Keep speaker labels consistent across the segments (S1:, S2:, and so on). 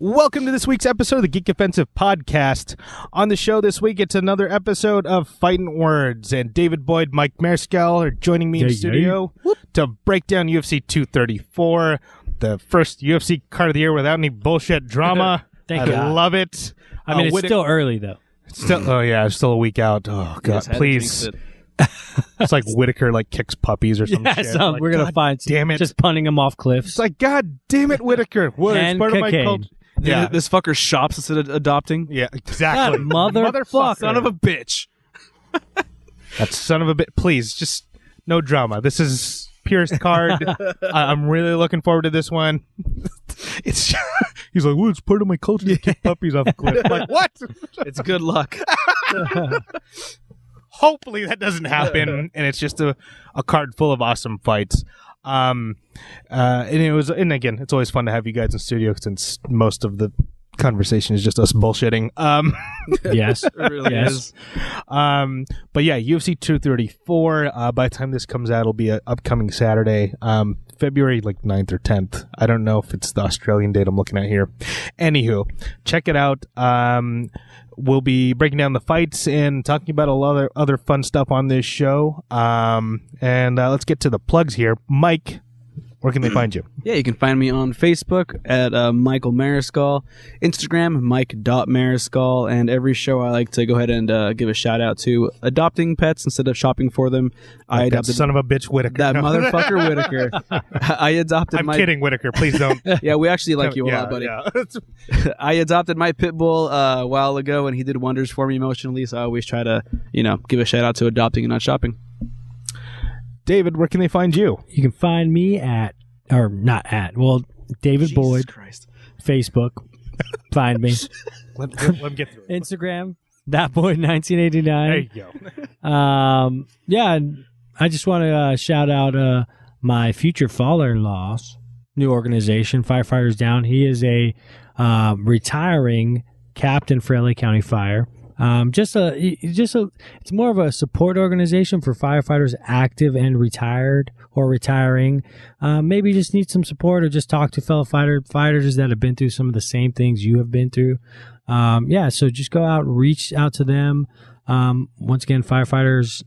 S1: Welcome to this week's episode of the Geek Offensive Podcast. On the show this week, it's another episode of Fighting Words, and David Boyd, Mike Mariscal are joining me in
S2: Yeah, yeah.
S1: studio to break down UFC 234, the first UFC card of the year without any bullshit drama.
S2: Thank
S1: I
S2: God.
S1: love it.
S2: I mean,
S1: Uh,
S2: it's
S1: Whitt-
S2: still early though.
S1: still- oh yeah, it's still a week out. Oh god, please! It's like Whitaker like kicks puppies or something.
S2: Yeah, so we're gonna find some-
S1: damn it.
S2: just punning them off cliffs.
S1: It's like God damn it, Whitaker. Well, it's
S2: And
S1: part of my
S2: cocaine.
S1: culture. Yeah,
S3: This fucker shops instead of adopting.
S1: yeah, exactly.
S2: God, motherfucker,
S3: Son of a bitch.
S1: That son of a bit. Please, just no drama. This is purest card. I- I'm really looking forward to this one. It's he's like, well, it's part of my culture to kick puppies off a cliff. I'm like what?
S3: It's good luck.
S1: Hopefully that doesn't happen, and it's just a, a card full of awesome fights. Um, uh, and it was, and again, it's always fun to have you guys in studio since most of the conversation is just us bullshitting. Um.
S2: yes.
S3: It really
S2: Yes.
S3: is.
S1: Um, but yeah, UFC 234. Uh, by the time this comes out, it'll be a upcoming Saturday, um, February like 9th or 10th. I don't know if it's the Australian date I'm looking at here. Anywho, check it out. Um, we'll be breaking down the fights and talking about a lot of other fun stuff on this show. Um, and uh, let's get to the plugs here. Mike, where can they find you?
S3: Yeah, you can find me on Facebook at uh, Michael Mariscal, Instagram Mike.Mariscal, and every show I like to go ahead and uh, give a shout out to adopting pets instead of shopping for them. I
S1: That
S3: adopted
S1: son of a bitch, Whitaker.
S3: that
S1: No.
S3: motherfucker Whitaker. I adopted
S1: I'm
S3: my.
S1: kidding, Whitaker. Please don't.
S3: Yeah, we actually like you a
S1: yeah,
S3: lot, buddy.
S1: yeah.
S3: I adopted my pit bull uh, a while ago, and he did wonders for me emotionally. So I always try to, you know, give a shout out to adopting and not shopping.
S1: David, where can they find you?
S2: You can find me at or not at well David Boyd
S3: Christ.
S2: Facebook. Find me
S1: Let, let, let me get through it.
S2: Instagram that boy nineteen eighty
S1: There
S2: nine.
S1: you go.
S2: Um, yeah, and I just want to uh, shout out uh, my future father-in-law's new organization, Firefighters Down. He is a um, retiring captain for LA County Fire. Um, just a, he- he's just a, it's more of a support organization for firefighters active and retired or retiring. Um, maybe you just need some support or just talk to fellow fighter fighters that have been through some of the same things you have been through. Um, yeah, so just go out, reach out to them. Um, once again, firefightersdown.org.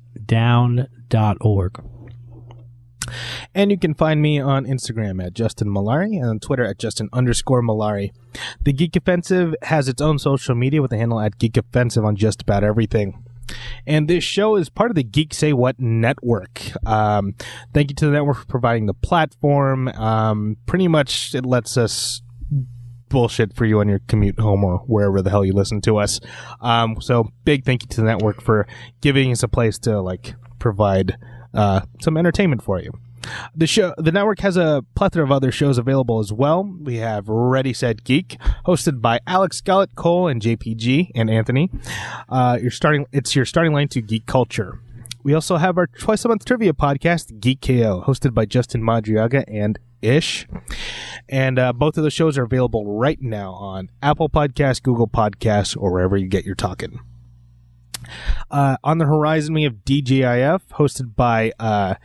S1: And you can find me on Instagram at Justin Malari and on Twitter at Justin underscore Malari. The Geek Offensive has its own social media with the handle at Geek Offensive on just about everything. And this show is part of the Geek Say What network. Um, thank you to the network for providing the platform. Um, pretty much it lets us bullshit for you on your commute home or wherever the hell you listen to us. Um, so big thank you to the network for giving us a place to like provide uh, some entertainment for you. The show, the network has a plethora of other shows available as well. We have Ready Set Geek, hosted by Alex Scollett, Cole, and JPG and Anthony. Uh, your starting, it's your starting line to geek culture. We also have our twice a month trivia podcast, Geek KO, hosted by Justin Madriaga and Ish. And uh, both of those shows are available right now on Apple Podcasts, Google Podcasts, or wherever you get your talking. Uh, on the horizon, we have DJIF, hosted by. Uh,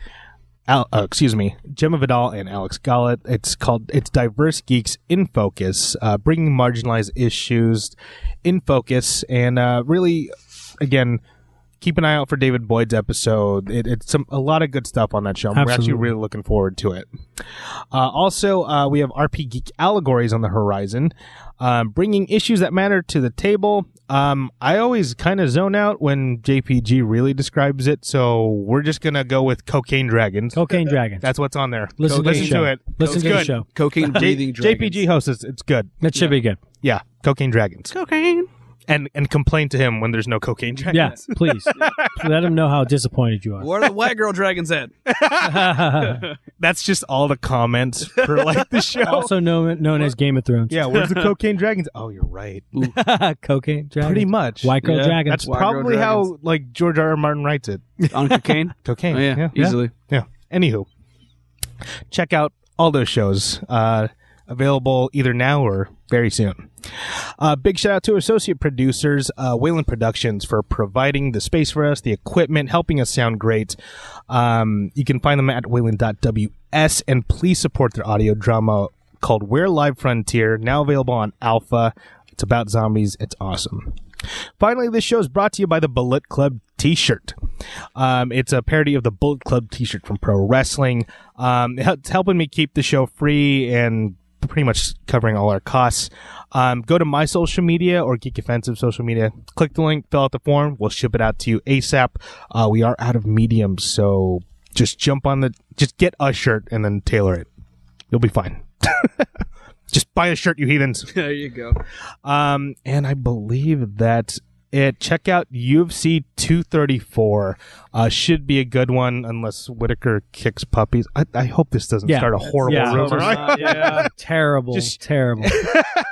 S1: Al, uh, excuse me, Gemma Vidal and Alex Gollett. It's called it's Diverse Geeks in Focus, uh, bringing marginalized issues in focus, and uh, really, again, keep an eye out for David Boyd's episode. It, it's some a lot of good stuff on that show. We're actually
S2: Absolutely.
S1: really looking forward to it. Uh, also, uh, we have RP Geek Allegories on the horizon, um, bringing issues that matter to the table. Um, I always kind of zone out when JPG really describes it, so we're just gonna go with Cocaine Dragons.
S2: Cocaine Dragons.
S1: That's what's on there.
S2: Listen
S1: Go
S2: to the
S1: listen
S2: show.
S1: to it.
S2: Listen
S1: it's
S2: to
S1: good.
S2: the show.
S3: Cocaine breathing
S1: J-
S3: dragons.
S1: JPG hosts it. It's good.
S2: That should be good.
S1: Yeah, cocaine dragons.
S3: Cocaine.
S1: And and complain to him when there's no cocaine
S2: Yeah,
S1: dragons.
S2: please let them know how disappointed you
S3: Where are the white girl dragons at?
S2: are.
S1: That's just all the comments for like the show.
S2: also known known as Game of Thrones.
S1: yeah, where's the cocaine dragons? Oh, you're right.
S2: cocaine dragons.
S1: Pretty much.
S2: White girl
S3: Yeah,
S2: dragons.
S1: That's
S3: White girl
S1: probably how
S3: dragons.
S1: like George R. R. Martin writes it.
S3: On cocaine?
S1: Cocaine.
S3: Oh, yeah,
S1: yeah.
S3: easily.
S1: Yeah. Anywho, check out all those shows uh, available either now or very soon. Uh, big shout out to associate producers, uh, Wayland Productions, for providing the space for us, the equipment, helping us sound great. Um, you can find them at wayland.ws, and please support their audio drama called We're Live Frontier, now available on Alpha. It's about zombies. It's awesome. Finally, this show is brought to you by the Bullet Club t shirt. Um, it's a parody of the Bullet Club t shirt from pro wrestling. Um, it's helping me keep the show free and pretty much covering all our costs. Um, go to my social media or Geek Offensive social media. Click the link, fill out the form. We'll ship it out to you ASAP. Uh, we are out of mediums, so just jump on the, just get a shirt and then tailor it. You'll be fine. just buy a shirt, you heathens.
S3: There you go.
S1: Um, and I believe that it. Check out UFC 234. Uh, should be a good one unless Whitaker kicks puppies. I, I hope this doesn't
S2: Yeah.
S1: start a horrible
S2: Yeah.
S1: rumor.
S3: yeah.
S2: Terrible,
S1: Just-
S2: terrible.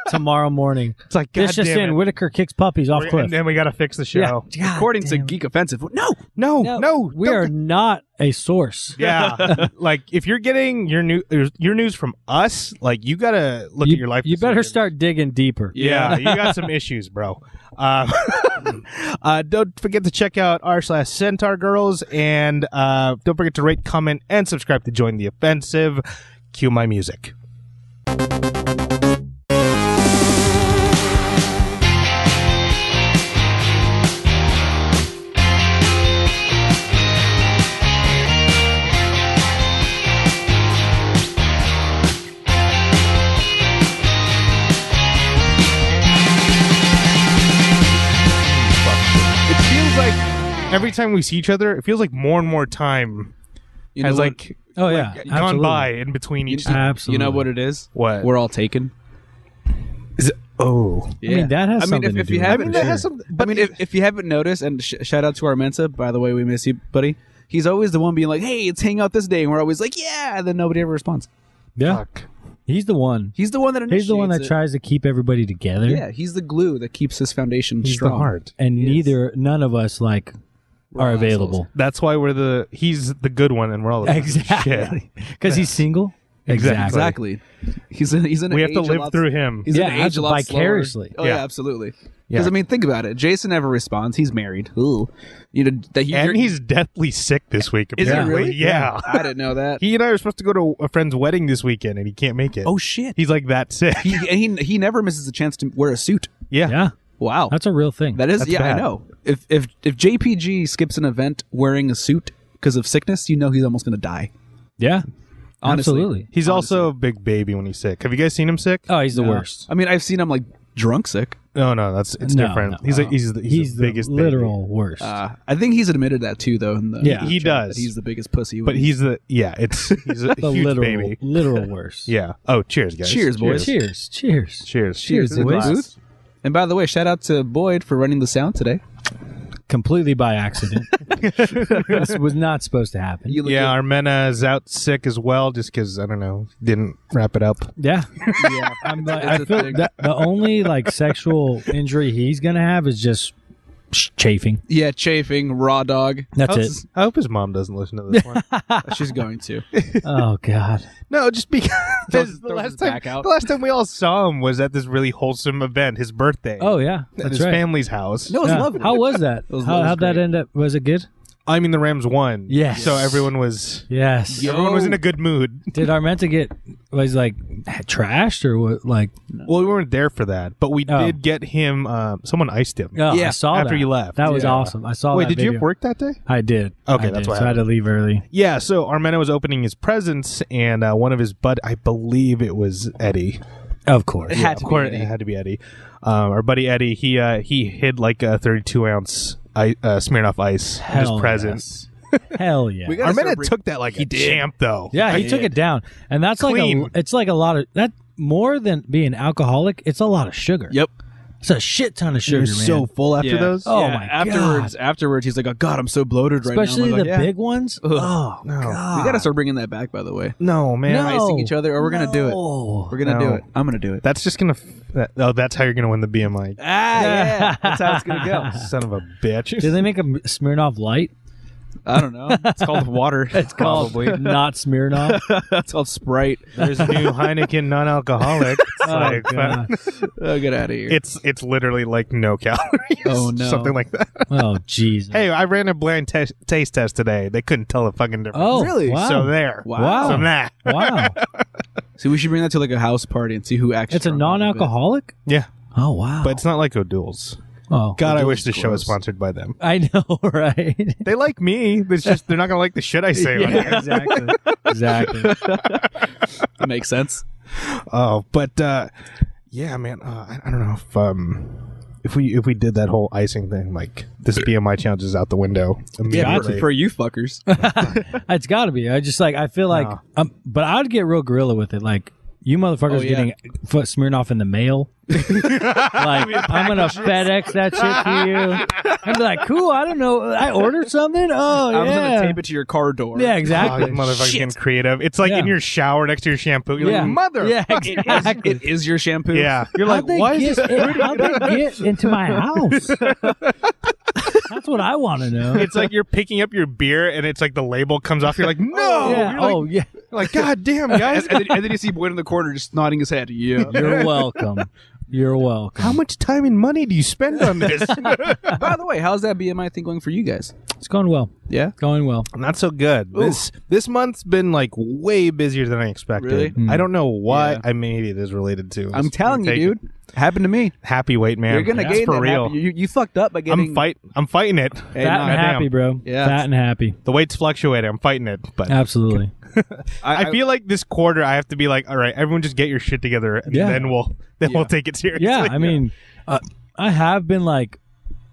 S2: Tomorrow morning.
S1: It's like God
S2: this just
S1: damn
S2: in:
S1: it.
S2: Whitaker kicks puppies off cliff.
S1: And then we got to fix the show.
S2: God
S3: According to
S2: damn it.
S3: Geek Offensive, no,
S1: No, no,
S2: we
S1: don't-
S2: are not a source.
S1: Yeah, like if you're getting your new your news from us, like you gotta look
S2: you,
S1: at your life.
S2: you better
S1: decisions.
S2: start digging deeper.
S1: Yeah, you got some issues, bro. Um, uh, don't forget to check out r slash Centaur Girls, and uh, don't forget to rate, comment, and subscribe to join the offensive. Cue my music. It feels like every time we see each other, it feels like more and more time
S3: you
S1: has
S3: what-
S1: like
S2: Oh yeah,
S1: gone
S2: absolutely.
S1: by in between
S3: you,
S1: each.
S2: Uh,
S3: you
S2: Absolutely.
S3: know what it is?
S1: What?
S3: we're all taken.
S1: oh,
S2: mean, that has
S3: I mean,
S2: something
S3: if,
S2: to
S3: if
S2: do
S3: you
S2: with it.
S3: haven't,
S1: I mean, that has some-
S3: But
S1: but-
S3: I mean, if, if you haven't noticed, and sh- shout out to our Mensa, by the way, we miss you, buddy. He's always the one being like, "Hey, it's hang out this day," and we're always like, "Yeah," and then nobody ever responds.
S2: Yeah,
S1: fuck.
S2: he's the one.
S3: He's the one that
S2: He's the one that
S3: initiates
S2: tries to keep everybody together.
S3: it. Yeah, he's the glue that keeps his foundation
S1: He's
S3: strong.
S1: the heart.
S2: and
S3: He is.
S2: neither none of us like are
S3: all
S2: available.
S1: That's why we're the he's the good one, and we're all the shit.
S2: Exactly, because he's single.
S1: Exactly.
S3: Exactly. He's in, he's in.
S1: We have to live through him.
S3: He's
S2: Yeah,
S3: an age a lot slower.
S2: vicariously.
S3: Oh yeah,
S1: Yeah.
S3: absolutely.
S1: Yeah.
S3: Because I mean, think about it. Jason never responds. He's married. Ooh, you know that he.
S1: And he's deathly sick this week.
S3: Is it
S1: Apparently.
S3: really?
S1: Yeah.
S3: I didn't know that.
S1: He and I were supposed to go to a friend's wedding this weekend, and he can't make it.
S3: oh shit.
S1: he's like that sick.
S3: He, and he he never misses a chance to wear a suit.
S1: yeah.
S2: Yeah,
S3: Wow.
S2: that's a real thing.
S3: That is,
S1: That's
S3: yeah, I
S1: bad.
S3: know. If if if JPG skips an event wearing a suit because of sickness, you know he's almost going to die.
S2: yeah,
S3: Honestly.
S2: absolutely.
S1: He's also a big baby when he's sick. Have you guys seen him sick?
S2: Oh, he's the worst.
S3: I mean, I've seen him like drunk sick.
S1: no, no, that's it's
S2: No,
S1: different.
S2: no,
S1: he's
S2: no.
S1: like he's the, he's the biggest baby.
S2: literal worst.
S3: Uh, I think he's admitted that too, though. In the
S2: Yeah.
S3: in the
S1: He
S3: chat,
S1: does.
S3: that He's the biggest pussy.
S1: But he's the yeah. It's he's a
S2: the
S1: huge
S2: literal,
S1: baby.
S2: literal worst.
S1: Yeah. Oh, cheers, guys.
S3: Cheers, boys.
S2: Cheers, cheers,
S1: Cheers.
S2: Cheers,
S1: to the
S2: boys.
S1: glass.
S3: And by the way, shout out to Boyd for running the sound today.
S2: Completely by accident. this was not supposed to happen.
S3: You look
S1: Yeah,
S3: good.
S1: Armena is out sick as well, just because I don't know, didn't wrap it up.
S2: yeah,
S3: yeah.
S2: I'm like,
S3: It's
S2: I
S3: a
S2: feel
S3: thing.
S2: that the only like sexual injury he's gonna have is just sh- chafing.
S3: yeah, chafing, raw dog.
S2: That's it.
S1: I hope his mom doesn't listen to this one.
S3: She's going to.
S2: Oh God.
S1: No, just because
S3: Throws-
S1: the
S3: throws his
S1: last time
S3: back out.
S1: the last time we all saw him was at this really wholesome event, his birthday.
S2: Oh yeah,
S1: at
S2: that's
S1: his
S2: right.
S1: family's house.
S3: No, it's
S2: Yeah.
S3: lovely.
S2: How was that?
S3: was-
S2: How,
S3: that was
S2: how'd that
S3: great.
S2: end up? Was it good?
S1: I mean the Rams won.
S2: Yes.
S1: So everyone was
S2: Yes.
S3: Yeah.
S1: everyone was in a good mood.
S2: Did Armenta get was like trashed or what? Like,
S1: Well, we weren't there for that, but we
S2: Oh.
S1: did get him. Uh, someone iced him.
S2: oh,
S3: Yeah,
S2: I saw
S1: after
S2: that.
S1: you left.
S2: That was
S1: Yeah.
S2: awesome. I saw.
S1: Wait,
S2: that
S1: did you
S2: video.
S1: have work that day?
S2: I did.
S1: Okay,
S2: I
S1: that's
S2: did,
S1: what
S2: So I had to leave early.
S1: Yeah. So Armena was opening his presents, and uh, one of his bud, I believe it was Eddie.
S2: Of course.
S3: had
S1: of
S3: to be
S1: course,
S3: Eddie.
S1: it had to be Eddie. Um, our buddy Eddie, he uh, he hid like a 32 ounce I, uh, Smirnoff Ice in his
S2: Hell
S1: presents.
S2: Hell yeah.
S3: We got- Gotta
S1: Armena
S3: start bring-
S1: took that like a
S3: did.
S1: champ, though.
S2: yeah, he took it down, and that's
S1: Clean.
S2: like a, it's like a lot of that more than being alcoholic. It's a lot of sugar.
S3: Yep.
S2: It's a shit ton of
S1: You're
S2: sugar, man.
S1: so full after
S3: Yeah.
S1: those.
S2: Oh,
S3: Yeah,
S2: my
S3: Afterwards, afterwards, he's like, "Oh God, I'm so bloated right now." I'm
S2: especially
S3: like,
S2: the
S3: "Yeah."
S2: big ones. Oh
S1: No.
S2: God.
S3: We gotta start bringing that back, by the way.
S1: No, man.
S2: No.
S3: Icing each other, or we're gonna do it.
S2: No.
S3: We're gonna
S1: No.
S3: do it. I'm gonna do it.
S1: That's just gonna. F- that, oh, that's how you're gonna win the BMI.
S3: Ah, yeah. That's how it's gonna go.
S1: Son of a bitch.
S2: Did they make a Smirnoff Light?
S3: I don't know. It's called water. it's
S1: Probably.
S2: Not Smirnoff.
S3: it's called Sprite.
S1: There's a new Heineken non-alcoholic. It's,
S2: oh,
S1: like, uh,
S2: God.
S3: Oh, get out of here.
S1: it's it's literally like no calories.
S3: Oh, no.
S1: something like that.
S2: oh, Jesus.
S1: Hey, I ran a blind tes- taste test today. They couldn't tell a fucking difference.
S2: oh,
S3: really?
S2: Wow.
S1: So there.
S3: Wow.
S1: So nah.
S2: wow.
S3: See, we should bring that to like a house party and see who actually.
S2: It's a non-alcoholic.
S1: Yeah,
S2: Oh wow.
S1: but it's not like O'Doul's.
S2: oh,
S1: God, I
S3: O'Doul's
S1: wish the show was
S3: gross.
S1: sponsored by them.
S2: I know, right?
S1: They like me. It's just they're not gonna like the shit I say. on here.
S2: exactly. exactly.
S3: That makes sense.
S1: Oh, but uh, yeah, man. Uh, I, I don't know if um, if we if we did that whole icing thing, like this BMI challenge is out the window.
S3: Yeah,
S1: immediately.
S3: for, for you fuckers.
S2: It's got to be. I just like I feel like,
S1: No.
S2: um, but I'd get real gorilla with it. Like you motherfuckers
S3: Oh, yeah.
S2: getting foot smeared off in the mail. like I'm gonna FedEx that shit to you. I'd be like, cool. I don't know. I ordered something. Oh
S3: I was
S2: yeah.
S3: gonna tape it to your car door.
S1: Oh,
S2: yeah,
S1: you
S2: exactly.
S1: motherfucking creative. It's like
S2: Yeah.
S1: in your shower next to your shampoo. You're
S2: Yeah.
S1: like, mother.
S2: yeah,
S3: It is-
S2: exactly.
S3: it is your shampoo.
S1: Yeah.
S3: You're like,
S2: How'd they
S3: why
S2: get,
S3: is this?
S2: How'd they get into my house? That's what I want to know.
S1: It's like you're picking up your beer and it's like the label comes off. You're like, no.
S2: yeah.
S1: You're like,
S2: Oh yeah.
S1: like, God damn,
S3: And,
S1: guys.
S3: and then, and then you see Boyd in the corner just nodding his head. Yeah.
S2: You're welcome. You're welcome.
S1: How much time and money do you spend on this?
S3: By the way, how's that BMI thing going for you guys?
S2: It's going well.
S3: Yeah.
S2: Going well.
S1: Not so good. This this month's been like way busier than I expected.
S3: Really? Mm.
S1: I don't know why.
S3: Yeah.
S1: I mean, it is related to.
S3: I'm telling you,
S1: Take
S3: dude. Happened to me.
S1: Happy weight, man.
S3: You're gonna
S1: That's
S3: gain
S1: for
S3: that
S1: real.
S3: happy- You, you fucked up by getting.
S1: I'm fight. I'm fighting it.
S3: Hey,
S2: Fat
S3: nah,
S1: goddamn.
S2: and happy, bro.
S3: Yeah.
S2: Fat and happy.
S1: The weights fluctuate. I'm fighting it, but.
S2: Absolutely.
S1: I feel like this quarter I have to be like, all right, everyone just get your shit together, and
S2: Yeah.
S1: then we'll then we'll take it seriously.
S2: Yeah. I mean, uh, I have been like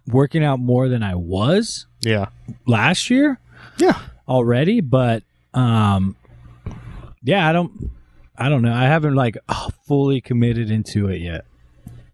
S2: working out more than I was
S1: yeah,
S2: last year
S1: yeah.
S2: already, but um, yeah, I don't, I don't know. I haven't like fully committed into it yet.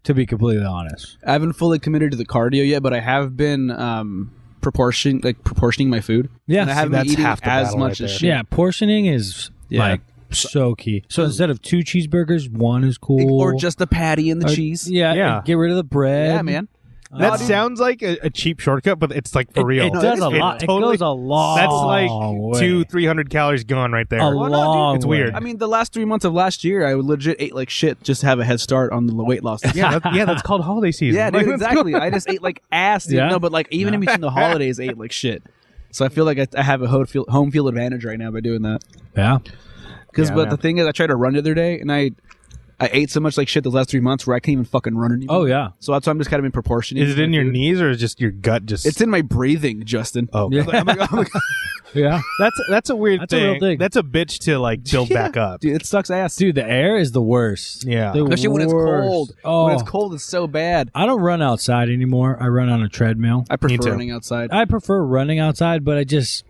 S2: To be completely honest.
S3: I haven't fully committed to the cardio yet, but I have been um proportion like proportioning my food.
S2: Yeah,
S3: and I
S2: see,
S3: haven't
S1: that's
S3: been eating
S1: half the
S3: as
S1: battle
S3: much
S1: right
S3: as
S1: there.
S3: shit.
S2: Yeah, portioning is
S3: Yeah.
S2: like so key. So instead of two cheeseburgers, one is cool.
S3: Or just the patty and the
S2: Or-
S3: cheese.
S2: Yeah,
S1: Uh, Yeah.
S2: and get rid of the bread.
S3: Yeah, man.
S1: That sounds like a, a cheap shortcut, but it's like for real.
S2: It does a
S1: It
S2: lot. It,
S1: totally-
S2: goes a long.
S1: That's like
S2: way.
S1: two, three hundred calories gone right there.
S2: A long.
S1: It's weird.
S3: I mean, the last three months of last year, I legit ate like shit just to have a head start on the weight loss.
S1: yeah, that's, yeah, that's called holiday season.
S3: yeah,
S1: Like,
S3: dude,
S1: that's-
S3: exactly. I just ate like ass, dude.
S2: Yeah.
S3: No, but like even in between the holidays, I ate like shit. So I feel like I, I have a home field, home field advantage right now by doing that.
S2: yeah.
S3: Because,
S1: Yeah,
S3: but
S1: man.
S3: the thing is, I tried to run the other day, and I, I ate so much like shit the last three months where I can't even fucking run anymore.
S2: Oh yeah.
S3: So that's why I'm just kind of in proportioning.
S1: Is it in your
S3: food.
S1: knees or is just your gut? Just
S3: It's in my breathing, Justin.
S1: oh,
S2: Yeah.
S3: I'm like, I'm like,
S2: Yeah.
S1: that's that's a weird
S2: That's a
S1: thing.
S2: real thing.
S1: That's a bitch to like build back up.
S3: dude, it sucks ass.
S2: Dude, the air is the worst.
S1: Yeah.
S2: The
S3: Especially when it's
S2: worst.
S3: cold.
S2: Oh,
S3: When it's cold, it's so bad.
S2: I don't run outside anymore. I run on a treadmill.
S3: I prefer
S1: too.
S3: running outside.
S2: I prefer running outside, but I just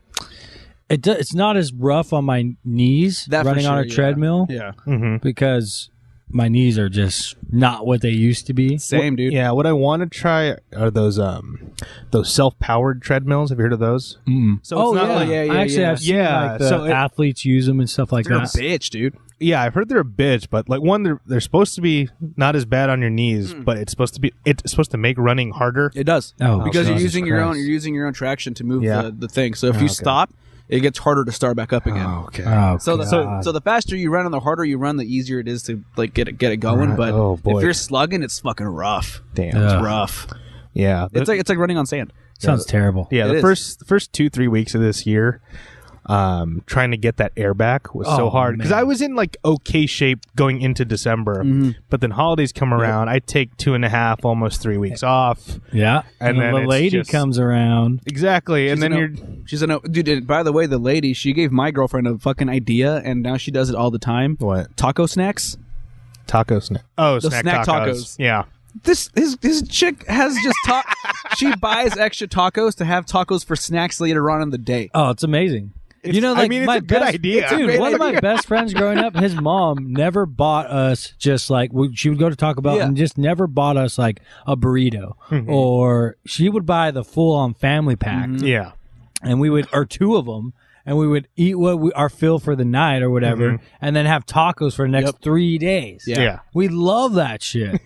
S2: it do, it's not as rough on my knees
S3: That for
S2: running on
S3: sure,
S2: a
S3: yeah.
S2: treadmill
S3: Yeah.
S1: Mm-hmm.
S2: because my knees are just not what they used to be.
S3: Same, dude.
S1: Yeah, what I want to try are those um those self powered treadmils. Have you heard of those?
S2: Mm.
S1: So it's not
S3: yeah.
S1: like
S3: yeah, yeah,
S2: I actually
S3: yeah.
S2: I've seen
S1: Yeah,
S2: like the
S1: so it-
S2: athletes use them and stuff like
S3: You're a
S2: that.
S3: bitch, dude.
S1: yeah, I've heard they're a bitch, but like one, they're they're supposed to be not as bad on your knees,
S3: Hmm.
S1: but it's supposed to be it's supposed to make running harder.
S3: It does.
S2: Oh,
S3: because you're
S2: Jesus
S3: using your own
S2: Christ.
S3: you're using your own traction to move
S1: Yeah. Oh,
S3: the, the thing. So if you stop, it gets harder to start back up again.
S1: okay.
S2: Oh,
S3: So the, so
S2: God.
S3: so the faster you run and the harder you run, the easier it is to like get it get it going.
S1: Right.
S3: But
S1: Oh, boy.
S3: if you're slugging, it's fucking rough.
S1: Damn.
S2: Yeah.
S3: It's
S2: Ugh.
S3: rough.
S1: Yeah.
S3: It's like it's like running on sand.
S2: sounds terrible.
S1: Yeah,
S3: It
S1: the
S3: is.
S1: first the first two three weeks of this year, um, trying to get that air back was so
S2: Oh,
S1: hard because
S2: man.
S1: I was in like okay shape going into December,
S3: Mm-hmm.
S1: but then holidays come around. I take two and a half, almost three weeks off.
S2: Yeah.
S1: And
S2: And,
S1: then
S2: the
S1: it's
S2: lady
S1: just-
S2: comes around.
S1: Exactly, and then
S3: an
S1: you're
S3: o- she's an o- dude. and By the way, the lady she gave my girlfriend a fucking idea, and now she does it all the time.
S1: what
S3: Taco snacks.
S1: taco snack? Oh,
S3: The
S1: snack,
S3: snack
S1: tacos.
S3: tacos.
S1: Yeah,
S3: This his this chick has just ta- she buys extra tacos to have tacos for snacks later on in the day.
S2: Oh, it's amazing. you
S1: It's-
S2: know,
S1: I
S2: like
S1: mean, it's
S2: my
S1: a good
S2: best,
S1: idea. It's a
S2: dude.
S1: great
S2: One of my best friends growing up, his mom never bought us just like we- she would go to Taco Bell
S3: Yeah.
S2: and just never bought us like a burrito,
S1: Mm-hmm.
S2: or she would buy the full on family pack,
S3: Mm.
S1: yeah. Mm-hmm.
S2: and we would or two of them, and we would eat what we our fill for the night or
S1: Mm-hmm.
S2: whatever, and then have tacos for the next three days.
S3: Yeah.
S1: Yeah.
S2: we love that shit.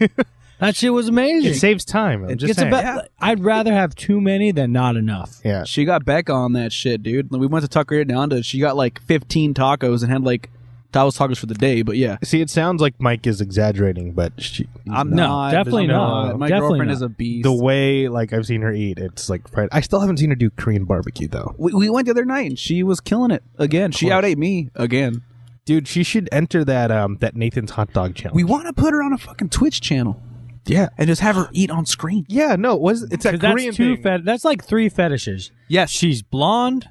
S2: That shit was amazing.
S1: It saves time. I'm just
S2: It's
S1: saying.
S2: about. I'd rather have too many than not enough.
S1: yeah.
S3: She got Becca on that shit, dude. We went to Tucker Hernandez. She got like 15 tacos and had like that was tacos for the day. But yeah,
S1: See, it sounds like Mike is exaggerating, but she,
S3: I'm
S2: No,
S3: not.
S2: definitely
S3: there's no-
S2: not.
S3: My
S2: Definitely
S3: girlfriend
S2: not.
S3: is a beast.
S1: the way like I've seen her eat, it's like fried. I still haven't seen her do Korean barbecue though.
S3: we, we went the other night and she was killing it again. She
S1: course.
S3: outate me again.
S1: Dude, she should enter that um that Nathan's hot dog challenge.
S3: We want to put her on a fucking Twitch channel
S1: yeah,
S3: and just have her eat on screen.
S1: yeah. No, it was it's a
S2: 'Cause that's
S1: Korean
S2: two
S1: thing.
S2: fet- That's like three fetishes.
S3: Yes,
S2: She's blonde.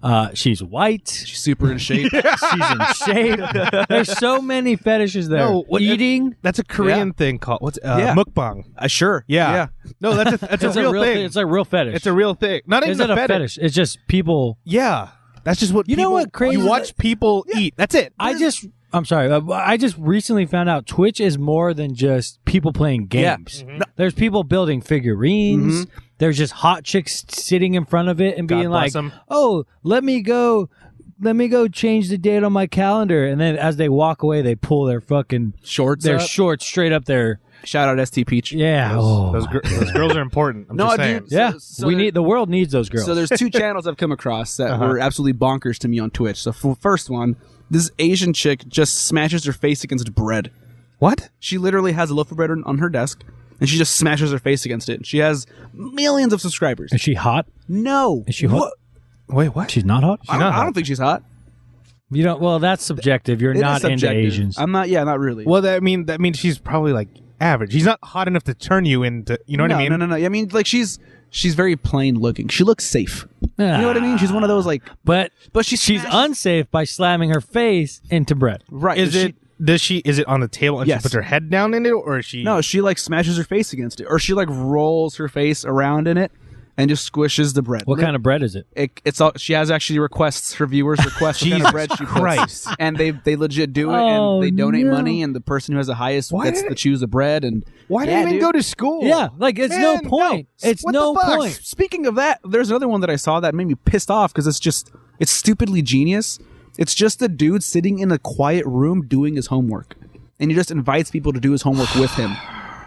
S2: Uh, she's white.
S3: she's super in
S2: She's
S3: shape.
S2: in shape. There's so many fetishes there.
S1: No, what-
S2: Eating.
S1: That's a Korean thing called what's uh,
S3: Yeah.
S1: mukbang.
S3: Uh, sure.
S1: Yeah. No, that's a, that's a real thing.
S2: It's a real fetish.
S1: It's a real thing. Not even
S2: Is it a fetish? It's just people.
S1: Yeah, that's just what
S2: You know
S1: people-
S2: what crazy
S1: You
S2: is
S1: watch people eat. That's it.
S2: I just. I'm sorry. uh, I just recently found out Twitch is more than just people playing
S3: Yeah. Mm-hmm.
S2: games. There's people building figurines. There's just hot chicks sitting in front of it and being like,
S1: bless 'em.
S2: "Oh, let me go, let me go change the date on my calendar." And then as they walk away, they pull their fucking
S3: Shorts.
S2: their
S3: up.
S2: shorts straight up their
S3: Shout out ST Peach.
S2: yeah. oh,
S1: Those, gir- those girls are important. I'm
S3: No,
S1: just
S3: dude.
S1: saying.
S3: So-
S2: yeah.
S3: so
S2: we
S3: there-
S2: need the world needs those girls.
S3: So there's two channels I've come across that were absolutely bonkers to me on Twitch. So for first one, this Asian chick just smashes her face against bread.
S1: What?
S3: She literally has a loaf of bread on- on her desk, and she just smashes her face against it. She has millions of subscribers.
S2: is she hot?
S3: No,
S2: Is she hot?
S3: What?
S1: Wait, what?
S2: She's not hot.
S3: I don't, I don't think she's hot.
S2: You don't. Well, that's subjective. You're
S3: It is
S2: not into
S3: subjective.
S2: Asians.
S3: I'm not. Yeah, not really.
S1: Well, that I mean that means she's probably like average. She's not hot enough to turn you into. You know
S3: no,
S1: what I mean?
S3: no, no, no. I mean, like she's she's very plain looking. She looks safe. You know what I mean? She's one of those like,
S2: but
S3: but she
S2: she's
S3: smashes-
S2: unsafe by slamming her face into bread.
S3: right.
S1: Is
S3: she-
S1: it? Does she? Is it on the table and
S3: Yes.
S1: she puts her head down in it, or is she?
S3: No, she like smashes her face against it, or she like rolls her face around in it and just squishes the bread.
S2: What kind of bread is it?
S3: It, it's all she has actually requests her viewers request what kind of
S1: Jesus
S3: bread she puts.
S1: Christ.
S3: and they they legit do it
S2: Oh,
S3: and they donate
S2: no.
S3: money and the person who has the highest
S1: Why
S3: gets
S1: did
S3: to
S1: it-
S3: choose the bread and
S1: Why do
S3: Yeah,
S1: you even
S3: dude.
S1: go to school?
S2: Yeah, like it's no
S1: Man,
S2: point.
S1: no.
S2: It's
S1: What the
S2: no
S1: fuck?
S2: point.
S3: Speaking of that, there's another one that I saw that made me pissed off because it's just it's stupidly genius. It's just the dude sitting in a quiet room doing his homework, and he just invites people to do his homework with him.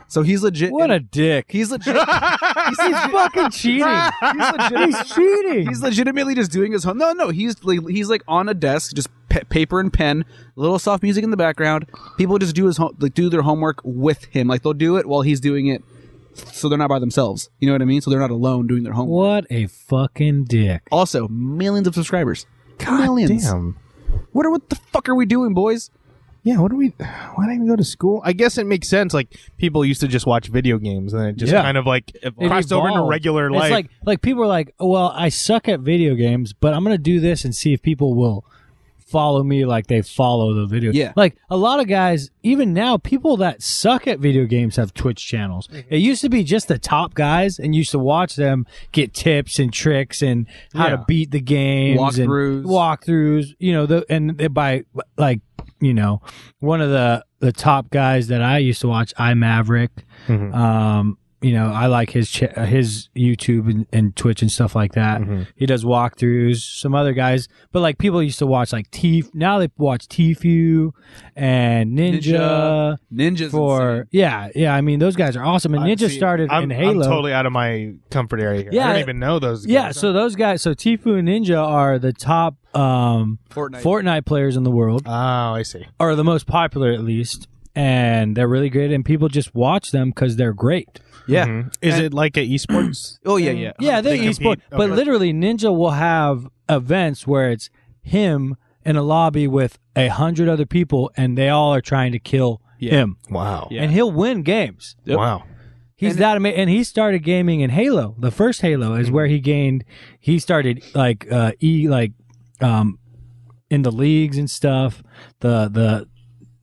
S3: So he's legit.
S2: What a dick.
S3: he's legit. he's,
S2: He's fucking cheating.
S3: he's legit.
S2: He's cheating.
S3: He's legitimately just doing his home. No, no, he's like, he's like on a desk, just pa- paper and pen, little soft music in the background. People just do his home, like do their homework with him. Like they'll do it while he's doing it, so they're not by themselves. You know what I mean? So they're not alone doing their homework.
S2: what a fucking dick.
S3: Also, millions of subscribers. millions.
S1: Damn.
S3: What are what the fuck are we doing, boys?
S1: Yeah. What do we? Why do I even go to school? I guess it makes sense. Like people used to just watch video games, and it just
S2: Yeah.
S1: kind of like
S2: It
S1: crossed over into
S2: evolved.
S1: regular
S2: it's
S1: life.
S2: like like people are like, oh, well, I suck at video games, but I'm gonna do this and see if people will follow me like they follow the video.
S3: Yeah.
S2: Like a lot of guys, even now, people that suck at video games have Twitch channels.
S1: Mm-hmm.
S2: It used to be just the top guys and you used to watch them get tips and tricks and how to
S1: Yeah.
S2: beat the games
S3: Walkthroughs.
S2: and walkthroughs. You know, the, and they- by like you know one of the the top guys that I used to watch, I Maverick.
S1: Mm-hmm.
S2: Um, you know, I like his cha- uh, his YouTube and, and Twitch and stuff like that.
S1: Mm-hmm.
S2: He does walkthroughs. Some other guys, but like people used to watch like T. Now they watch Tfue and Ninja,
S3: Ninjas
S2: for
S3: insane.
S2: yeah, yeah. I mean, those guys are awesome. And
S1: I- see,
S2: Ninja started
S1: I'm,
S2: in
S1: I'm
S2: Halo.
S1: totally out of my comfort area. Here.
S2: Yeah,
S1: I don't
S2: it-
S1: even know those.
S2: yeah,
S1: games.
S2: so those guys, so Tfue and Ninja are the top um,
S3: Fortnite.
S2: Fortnite players in the world.
S1: oh, I see.
S2: are the most popular at least and they're really great and people just watch them because they're great
S3: yeah.
S1: Mm-hmm. Is it like at esports?
S3: Oh yeah, yeah.
S2: yeah they're
S1: Um, They
S2: esport
S1: compete,
S2: but
S1: okay.
S2: literally ninja will have events where it's him in a lobby with a hundred other people and they all are trying to kill him
S1: wow.
S3: Yeah.
S2: and he'll win games
S3: Yep.
S1: Wow.
S2: He's that amazing, and he started gaming in Halo. The first Halo is where he gained. He started like uh, e like um, in the leagues and stuff. The the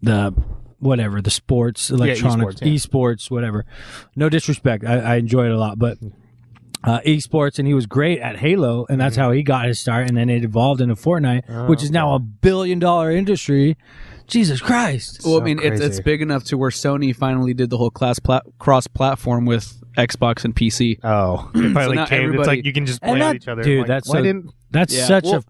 S2: the whatever the sports electronic
S1: esports, yeah.
S2: esports whatever. No disrespect, I, I enjoy it a lot, but uh, esports, and he was great at Halo, and
S1: Mm-hmm.
S2: that's how he got his start. And then it evolved into Fortnite, which is now a billion dollar industry. Jesus Christ!
S3: Well, I mean, it's,
S1: crazy.
S3: it's big enough to where Sony finally did the whole class pla- cross platform with Xbox and PC.
S1: Oh, it finally
S3: now
S1: came. It's
S3: everybody-
S1: like you can just play
S2: And
S1: at
S2: that,
S1: each other.
S2: dude,
S1: Like,
S2: that's
S1: why
S2: so,
S1: didn't
S2: that's
S3: Yeah.
S2: such a
S3: Well,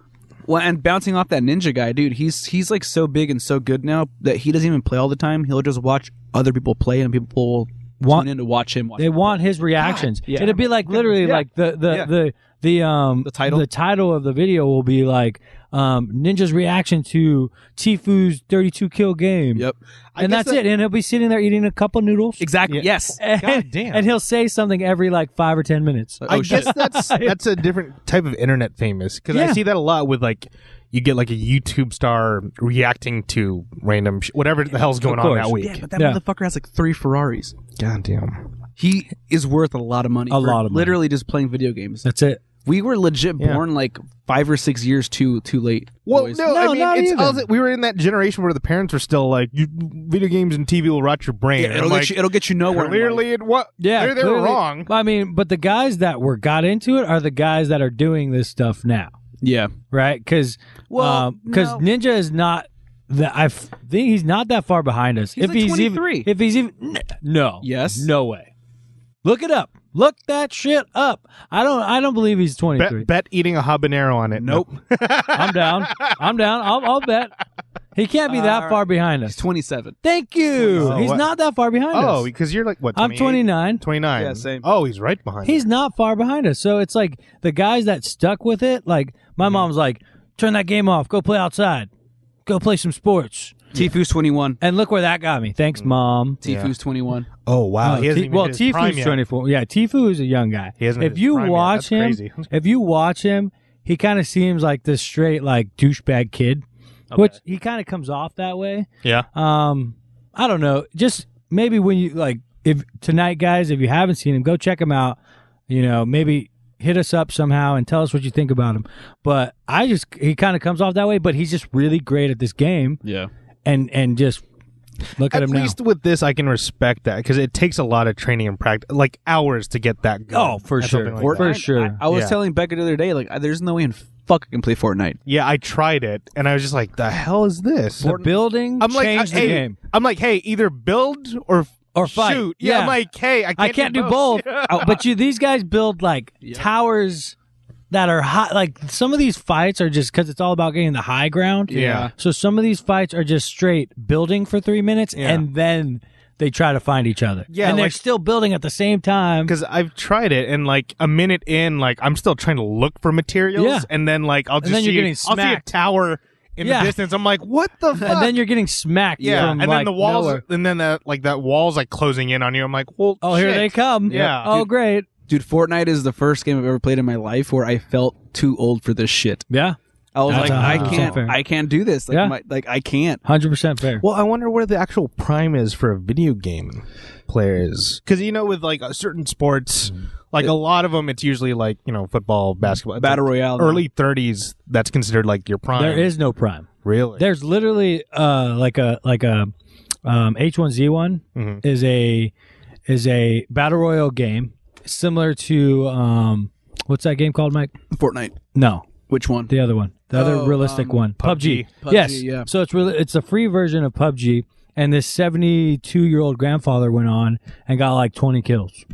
S3: Well, and bouncing off that ninja guy, dude, he's he's like so big and so good now that he doesn't even play all the time. He'll just watch other people play, and people will
S2: want
S3: tune in to watch him. Watch
S2: they
S3: him.
S2: want his reactions.
S3: yeah.
S2: It'd be like literally
S1: Yeah.
S2: like the the
S1: Yeah.
S2: the the um
S3: The title?
S2: the title of the video will be like um Ninja's reaction to Tifu's 32 kill game.
S3: Yep.
S1: I
S2: and
S1: guess
S2: that's
S1: that-
S2: it. And he'll be sitting there eating a couple noodles.
S3: Exactly.
S1: Yeah.
S3: Yes.
S2: And,
S1: God damn.
S2: and he'll say something every like five or ten minutes.
S3: Like,
S1: I
S3: oh, shit.
S1: guess that's that's a different type of internet famous because
S2: Yeah.
S1: I see that a lot with like you get like a YouTube star reacting to random sh- whatever the hell's going on
S2: course.
S1: that week.
S3: Yeah, but that
S2: Yeah.
S3: motherfucker has like three Ferraris.
S1: God damn.
S3: He is worth a lot of money.
S2: A
S3: for
S2: lot of money.
S3: Literally just playing video games.
S2: That's it.
S3: We were legit
S1: Yeah.
S3: born like five or six years too too late.
S1: Well,
S3: boys.
S1: no,
S2: No,
S1: I mean
S2: not
S1: it's
S2: even.
S1: all that- we were in that generation where the parents were still like, you, "Video games and TV will rot your brain."
S3: Yeah,
S1: And
S3: it'll
S1: I'm like,
S3: get you. It'll get you nowhere. in life.
S1: clearly it what?
S2: Yeah,
S1: they were
S2: clearly-
S1: wrong.
S2: I mean, but the guys that were got into it are the guys that are doing this stuff now,
S3: Yeah.
S2: right? Because
S1: Uh,
S3: Well,
S2: because
S3: no.
S2: Um, Ninja is not. The, I f- think he's not that far behind us.
S3: He's
S2: if
S3: like
S2: he's even,
S3: 23.
S2: if he's even, n- no,
S3: Yes.
S2: no way. Look it up. Look that shit up. I don't. I don't believe he's twenty three.
S1: Bet, bet eating a habanero on it.
S3: Nope.
S2: I'm down. I'm down. I'll, I'll bet he can't be that
S3: All
S2: far behind
S3: He's
S2: us.
S3: 27.
S2: Thank you.
S1: Oh,
S2: he's
S1: what?
S2: not that far behind us.
S1: Oh, because you're like what?
S2: I'm
S1: 28?
S2: 29.
S1: 29.
S3: Yeah, same.
S1: Oh, he's right behind.
S2: He's not far behind us. So it's like the guys that stuck with it, like my
S3: Mm-hmm.
S2: mom's like, turn that game off, go play outside, go play some sports.
S3: Tifu's 21.
S2: And look where that got me. Thanks, mom.
S1: Yeah.
S3: Tifu's 21.
S1: Oh Mm. wow.
S2: Oh,
S1: he hasn't
S2: T-
S1: even
S2: well,
S1: hit his prime
S2: Tifu's
S1: yet.
S2: twenty four. Yeah, Tifu is a young guy.
S1: He hasn't hit
S2: if
S1: his
S2: you
S1: prime yet.
S2: watch
S1: That's
S2: him,
S1: crazy.
S2: if you watch him, he kind of seems like this straight like douchebag kid, which he kind of comes off that way.
S1: Yeah.
S2: Um, I don't know. Just maybe when you like, if tonight, guys, if you haven't seen him, go check him out. You know, maybe hit us up somehow and tell us what you think about him. But I just he kind of comes off that way, but he's just really great at this game,
S3: Yeah.
S2: and and just look at,
S1: At
S2: him
S1: least with this, I can respect that because it takes a lot of training and practice, like hours to get that.
S2: now. Oh,
S1: Going
S2: for
S1: at
S2: sure,
S1: something like
S2: for
S1: that.
S2: sure.
S3: I, I was
S1: Yeah.
S3: telling Becca the other day, like, I- there's no way in fuck I can play Fortnite.
S1: Yeah, I tried it and I was just like, the hell is this?
S2: the building
S1: I'm like,
S2: changed
S1: hey,
S2: the game
S1: I'm like, hey, either build or
S2: or fight.
S1: shoot. Yeah, I'm like, hey, I can't,
S2: I can't do both. Oh, but you, these guys build like towers that are high. Like some of these fights are just because it's all about getting the high ground.
S1: Yeah.
S2: So some of these fights are just straight building for three minutes,
S1: Yeah.
S2: and then they try to find each other.
S1: Yeah,
S2: and they're
S1: like-
S2: still building at the same time.
S1: Because I've tried it, and like a minute in, like I'm still trying to look for materials,
S2: Yeah.
S1: and then like I'll just
S2: then
S1: see,
S2: you're getting
S1: I'll see a
S2: smacked.
S1: tower in
S2: Yeah.
S1: the distance. I'm like, what the fuck?
S2: And then you're getting smacked.
S1: yeah, and
S2: from,
S1: then
S2: like,
S1: the walls,
S2: nowhere.
S1: and then that like that walls like closing in on you. I'm like, well,
S2: Oh, here
S1: shit.
S2: they come.
S1: Yeah.
S2: Oh, great.
S3: Dude, Fortnite is the first game I've ever played in my life where I felt too old for this shit.
S2: Yeah.
S3: I was
S2: That's
S3: like, I
S2: 100%
S3: can't,
S2: fair.
S3: I can't do this. Like,
S2: Yeah.
S3: my, like I can't.
S2: Hundred percent fair.
S1: Well, I wonder where the actual prime is for a video game player is. Because, you know, with like a certain sports,
S2: Mm.
S1: like a lot of them, it's usually like, you know, football, basketball. It's
S3: Battle
S1: like
S3: Royale.
S1: Early 30s, that's considered like your prime.
S2: There is no prime.
S1: Really?
S2: There's literally uh like a like a um H1Z1
S3: Mm-hmm.
S1: Mhm.
S2: is a is a battle royal game similar to um what's that game called Mike?
S3: Fortnite.
S2: No,
S3: Which one?
S2: the other one. The
S3: Oh,
S2: other realistic
S3: um,
S2: one. PUBG.
S3: PUBG,
S2: yes.
S3: yeah.
S2: So it's really it's a free version of PUBG and this 72-year-old grandfather went on and got like 20 kills.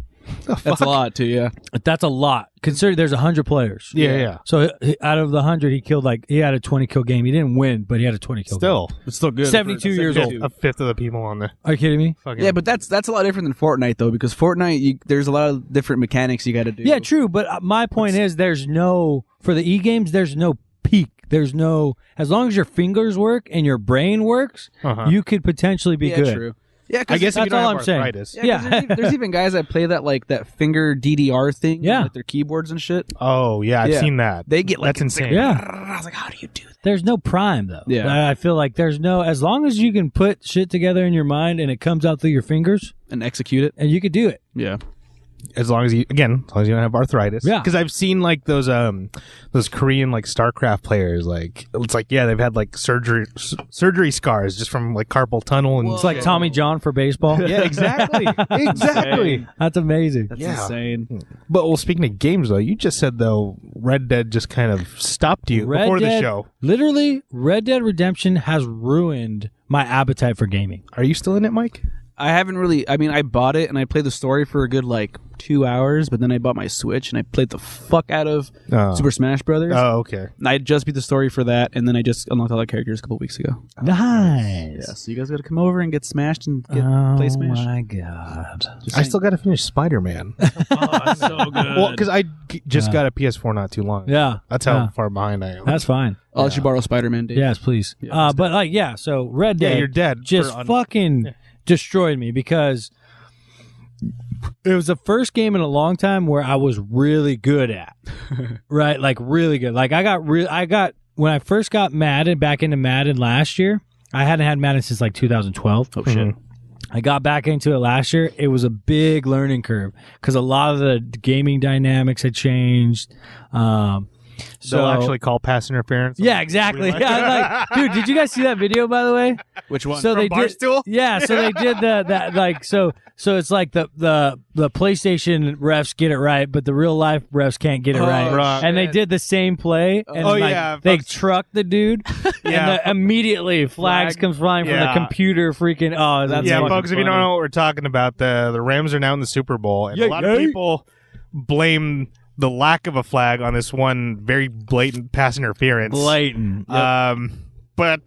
S3: That's a lot too. Yeah.
S2: That's a lot. Consider there's 100 players.
S1: yeah, yeah, yeah.
S2: So he- out of the 100 he killed like he had a 20 kill game. He didn't win, but he had a 20 kill. game.
S1: Still.
S3: It's still good.
S2: 72 years old.
S1: A fifth of the people on the
S2: Are you kidding me?
S1: fucking.
S3: Yeah, but that's that's a lot different than Fortnite though, because Fortnite, you, there's a lot of different mechanics you got to do.
S2: Yeah, true. But uh, my point is, there's no for the e games. There's no peak. There's no as long as your fingers work and your brain works,
S1: Uh-huh.
S2: you could potentially be
S3: yeah,
S2: good.
S3: true. Yeah, 'cause
S1: I guess if
S2: that's
S1: you don't
S2: all
S1: have
S2: I'm saying.
S1: arthritis.
S3: Yeah, 'cause
S2: Yeah.
S3: There's, even, there's even guys that play that like that finger DDR thing.
S2: Yeah.
S3: With their keyboards and shit.
S1: Oh, yeah, I've
S3: Yeah.
S1: seen that.
S3: They get like
S1: That's insane.
S2: Yeah,
S3: I was like, how do you do that?
S2: there's no prime though.
S3: Yeah.
S2: I- I feel like there's no as long as you can put shit together in your mind and it comes out through your fingers
S3: And execute it.
S2: and you could do it.
S3: Yeah.
S1: as long as you again as long as you don't have arthritis
S2: Yeah.
S1: because i've seen like those um those korean like starcraft players like it's like yeah they've had like surgery s- surgery scars just from like carpal tunnel and
S3: Whoa.
S2: It's like
S3: Yeah.
S2: Tommy John for baseball.
S1: yeah exactly exactly
S2: That's amazing.
S3: That's
S1: Yeah.
S3: insane.
S1: but well speaking of games though you just said though red dead just kind of stopped you
S2: Red
S1: before the
S2: Dead-
S1: show
S2: Literally, Red Dead Redemption has ruined my appetite for gaming.
S1: are you still in it mike
S3: I haven't really. I mean, I bought it and I played the story for a good like two hours, but then I bought my Switch and I played the fuck out of
S1: Oh.
S3: Super Smash Brothers.
S1: Oh, okay.
S3: And I just beat the story for that, and then I just unlocked all the characters a couple weeks ago.
S2: Nice.
S3: Oh, Yeah, so you guys got to come over and get smashed and get,
S2: oh
S3: play Smash.
S2: my god.
S3: Just
S1: I
S3: saying.
S1: still got to finish Spider Man.
S4: Oh, so good.
S1: well, because I g- just
S2: Yeah.
S1: got a PS4 not too long.
S2: Yeah.
S1: That's how
S2: Yeah.
S1: far behind I am.
S2: That's fine.
S3: I'll let you borrow Spider Man.
S2: Yes, please.
S3: Yeah,
S2: uh,
S3: let's
S2: but like, yeah. So Red
S1: yeah,
S2: Dead
S1: you're dead.
S2: just
S1: for un-
S2: fucking destroyed me because it was the first game in a long time where I was really good at, right? Like really good. Like I got real. I got when I first got Madden back into Madden last year. I hadn't had Madden since like 2012. Oh shit. I got back into it last year. It was a big learning curve because a lot of the gaming dynamics had changed. Um,
S1: They'll
S2: so
S1: actually call pass interference.
S2: yeah, exactly. Yeah, I was like, dude, did you guys see that video by the way?
S3: Which one?
S2: So
S1: From
S2: they did.
S1: Barstool?
S2: Yeah, so they did the that like so so it's like the the the PlayStation refs get it right, but the real life refs can't get it
S3: Oh,
S2: right.
S1: right.
S2: And they did the same play, and
S1: Oh,
S2: like,
S1: yeah,
S2: they
S1: fucks.
S2: trucked the dude, and
S1: Yeah.
S2: the, immediately flags
S1: Flag.
S2: comes flying from
S1: Yeah.
S2: the computer. Freaking oh, that's
S1: yeah,
S2: fucking
S1: folks, if you don't
S2: funny.
S1: know what we're talking about, the the Rams are now in the Super Bowl, and a
S2: Yeah,
S1: lot of
S2: yeah.
S1: people blame the lack of a flag on this one very blatant pass interference.
S2: blatant.
S1: Um, but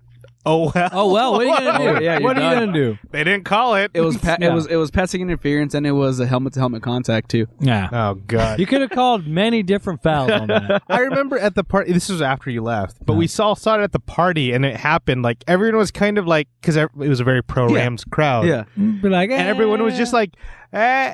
S1: oh well.
S2: oh well, what are you gonna do?
S3: Yeah, you're
S2: what are you
S3: done.
S2: gonna do?
S1: They didn't call it.
S3: It was pa-
S2: Yeah.
S3: it was it was passing interference, and it was a helmet to helmet contact too.
S2: Yeah,
S1: oh god.
S2: you could have called many different fouls on that.
S1: I remember at the party. This was after you left, but we saw saw it at the party, and it happened. Like everyone was kind of like because it was a very pro
S3: Yeah.
S1: Rams crowd.
S3: Yeah,
S2: Be like,
S1: and everyone was
S2: "Eh."
S1: just like, eh, eh.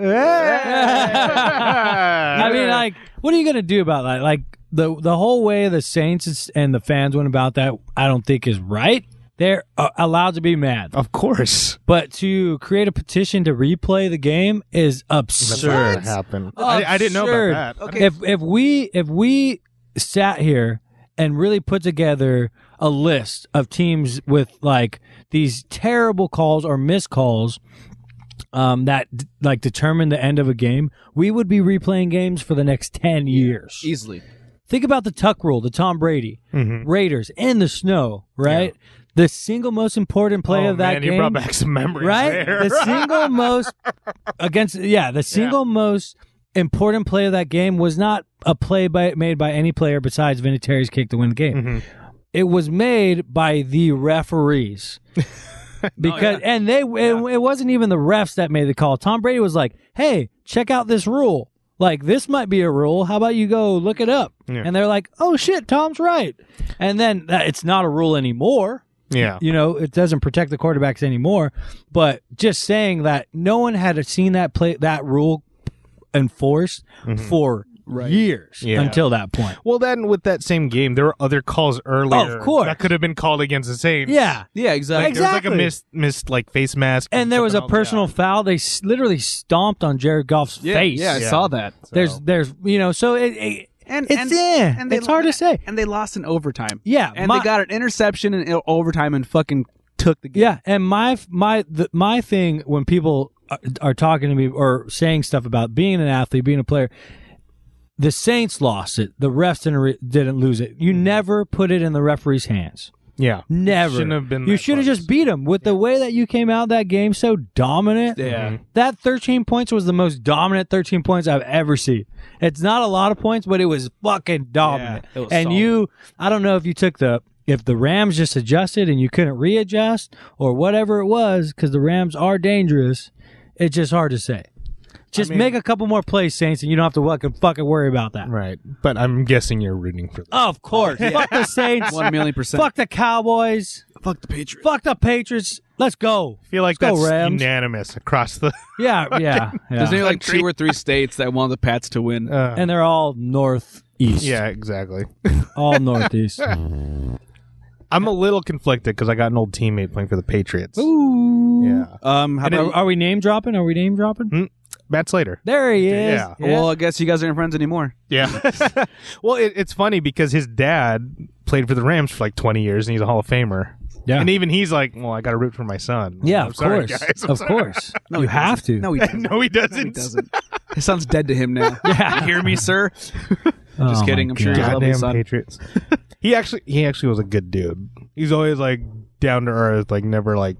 S1: I
S2: I mean, like, what are you gonna do about that? Like the the whole way the Saints is- and the fans went about that, I don't think is right. They're uh, allowed to be mad,
S1: of course,
S2: but to create a petition to replay the game is absurd.
S1: happened.
S2: Oh,
S1: I, I didn't know
S2: Absurd.
S1: about that.
S3: Okay.
S2: If if we if we sat here and really put together a list of teams with like these terrible calls or missed calls um, that d- like determine the end of a game, we would be replaying games for the next ten years.
S3: easily.
S2: Think about the tuck rule, the Tom Brady
S1: Mhm.
S2: Raiders in the snow, right? The single most important play
S1: oh,
S2: of that
S1: man,
S2: game,
S1: you brought back some memories
S2: right?
S1: there.
S2: The single most against, yeah, the single most important play of that game was not a play by, made by any player besides Vinatieri's kick to win the game.
S1: Mhm.
S2: It was made by the referees.
S1: Oh,
S2: because and they it, it wasn't even the refs that made the call. Tom Brady was like, "Hey, check out this rule. Like this might be a rule. How about you go look it up?"
S1: Yeah.
S2: And they're like, "Oh shit, Tom's right." And then that, it's not a rule anymore.
S1: yeah.
S2: You know, it doesn't protect the quarterbacks anymore. But just saying that no one had seen that play that rule enforced for years
S1: Yeah.
S2: until that point.
S1: Well, then with that same game, there were other calls earlier.
S2: course.
S1: that could have been called against the Saints.
S2: Yeah.
S3: Yeah, exactly.
S1: There was like a
S2: Exactly.
S1: missed, missed like face mask,
S2: And there was a
S1: something else.
S2: personal foul. They s- literally stomped on Jared Goff's
S3: Yeah,
S2: face.
S3: yeah, I
S1: Yeah.
S3: saw that.
S2: There's, there's, you know, so it, it
S3: And
S2: it's
S3: and,
S2: yeah,
S3: and they
S2: it's hard to say.
S3: and they lost in overtime.
S2: Yeah,
S3: and
S2: my-
S3: they got an interception in o- overtime and fucking took the game.
S2: Yeah, and my my the, my thing when people are, are talking to me or saying stuff about being an athlete, being a player, the Saints lost it. The refs didn't, re- didn't lose it.
S3: Mm-hmm.
S2: You never put it in the referee's hands.
S1: Yeah,
S2: Never.
S1: Shouldn't have been
S2: You
S1: that
S2: should have
S1: close.
S2: just beat him with the way that you came out that game so dominant.
S3: Yeah. Mhm.
S2: That 13 points was the most dominant 13 points I've ever seen. It's not a lot of points, but it was fucking dominant.
S3: it was
S2: and
S3: solid.
S2: you, I don't know if you took the if the Rams just adjusted and you couldn't readjust or whatever it was cuz the Rams are dangerous. It's just hard to say. Just make a couple more plays, Saints, and you don't have to fucking fucking worry about that.
S1: right. But I'm guessing you're rooting for. That.
S2: Of course. Fuck the Saints.
S3: One million percent.
S2: Fuck the Cowboys.
S3: fuck the Patriots.
S2: Fuck the Patriots. Let's go.
S1: I feel like
S2: Let's go,
S1: that's
S2: Rams.
S1: unanimous across the.
S2: Yeah, yeah.
S3: There's
S2: yeah.
S3: only like two or three states that want the Pats to win.
S1: Uh,
S2: And they're all northeast.
S1: yeah, exactly.
S2: All northeast.
S1: I'm a little conflicted because I got an old teammate playing for the Patriots.
S2: Ooh.
S1: Yeah,
S3: um, how
S1: And it-
S2: Are,
S3: about,
S2: are we name dropping? Are we name dropping?
S1: Matt Slater.
S2: There he is.
S1: Yeah.
S3: well, I guess you guys aren't friends anymore.
S1: Yeah. well, it, it's funny because his dad played for the Rams for like 20 years, and he's a Hall of Famer.
S2: Yeah.
S1: And even he's like, well, I got to root for my son.
S2: Yeah,
S1: I'm
S2: of
S1: sorry,
S2: course.
S1: guys. I'm
S2: Of
S1: sorry.
S2: course. you have to.
S3: No, he doesn't.
S1: No, he doesn't.
S3: he doesn't. It sounds dead to him now. You hear me, sir?
S2: Oh,
S3: Just kidding.
S2: my
S3: I'm sure he's
S2: God.
S3: a lovely
S1: Goddamn
S3: son.
S1: Patriots. he actually, he actually was a good dude. He's always like down to earth, like never like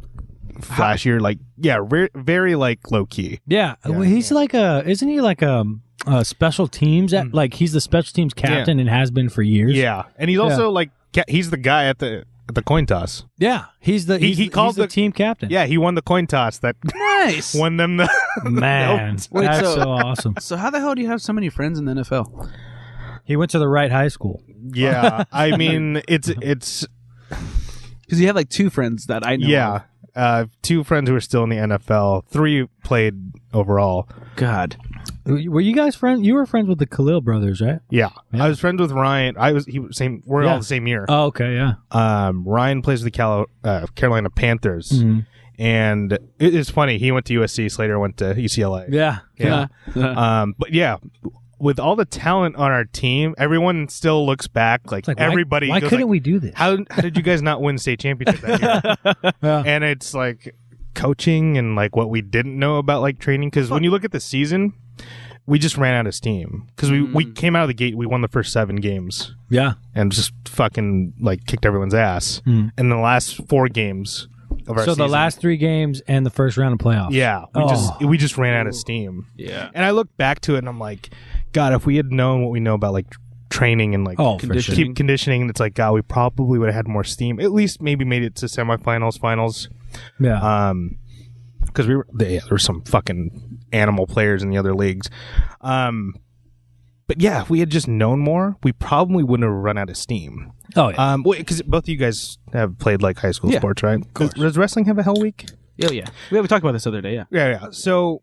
S1: flashier, like yeah, re- very like low key.
S2: Yeah, well, he's like a isn't he like a, um, a special teams at, like he's the special teams captain and has been for years.
S1: Mm. Yeah, and he's also like ca- he's the guy at the at the coin toss.
S2: yeah, he's the
S1: He-
S2: he's,
S1: he
S2: the-
S1: called
S2: he's the,
S1: the-
S2: team captain.
S1: Yeah, he won the coin toss that
S3: Nice.
S1: won them the.
S2: man,
S3: Wait,
S2: that's
S3: so-
S2: so awesome.
S3: So how the hell do you have so many friends in the NFL?
S2: He went to the right high school.
S1: yeah, I mean it's it's
S3: Because you have like two friends that I know.
S1: yeah. Uh, two friends who are still in the NFL. Three played overall.
S3: of. God.
S2: Were you guys friends? You were friends with the Khalil brothers, right?
S1: Yeah.
S2: Yeah.
S1: I was friends with Ryan. I was he was same. We're
S2: Yeah.
S1: all the same year.
S2: Oh, okay, yeah.
S1: um, Ryan plays with the Cal- uh, Carolina Panthers,
S2: Mm-hmm.
S1: and it is funny. He went to USC. Slater went to UCLA.
S2: Yeah.
S1: Yeah. Um, but yeah, with all the talent on our team, everyone still looks back like,
S2: It's like, why-
S1: everybody.
S2: Why,
S1: goes
S2: couldn't
S1: like,
S2: we do this?
S1: How how did you guys not win state championship that year?
S2: Yeah.
S1: And it's like coaching and like what we didn't know about like training because when you look at the season. We just ran out of steam because we, we came out of the gate. We won the first seven games
S2: yeah.
S1: and just fucking like kicked everyone's ass in the last four games of our
S2: Mm. So the
S1: season.
S2: last three games and the first round of playoffs.
S1: yeah we
S2: Oh.
S1: just we just ran out of steam
S3: Yeah.
S1: and i look back to it and i'm like god if we had known what we know about like tr- training and like
S2: Oh, for
S3: Condition.
S2: sure.
S1: keep conditioning it's like god we probably would have had more steam at least maybe made it to semifinals finals
S2: Yeah.
S1: um because we were they, yeah, there were some fucking animal players in the other leagues um but yeah if we had just known more we probably wouldn't have run out of steam
S2: oh, yeah.
S1: um, because both of you guys have played like high school
S3: Yeah,
S1: sports, right? Does, does wrestling have a hell week?
S3: Oh yeah. We, we talked about this the other day. Yeah.
S1: Yeah, yeah. So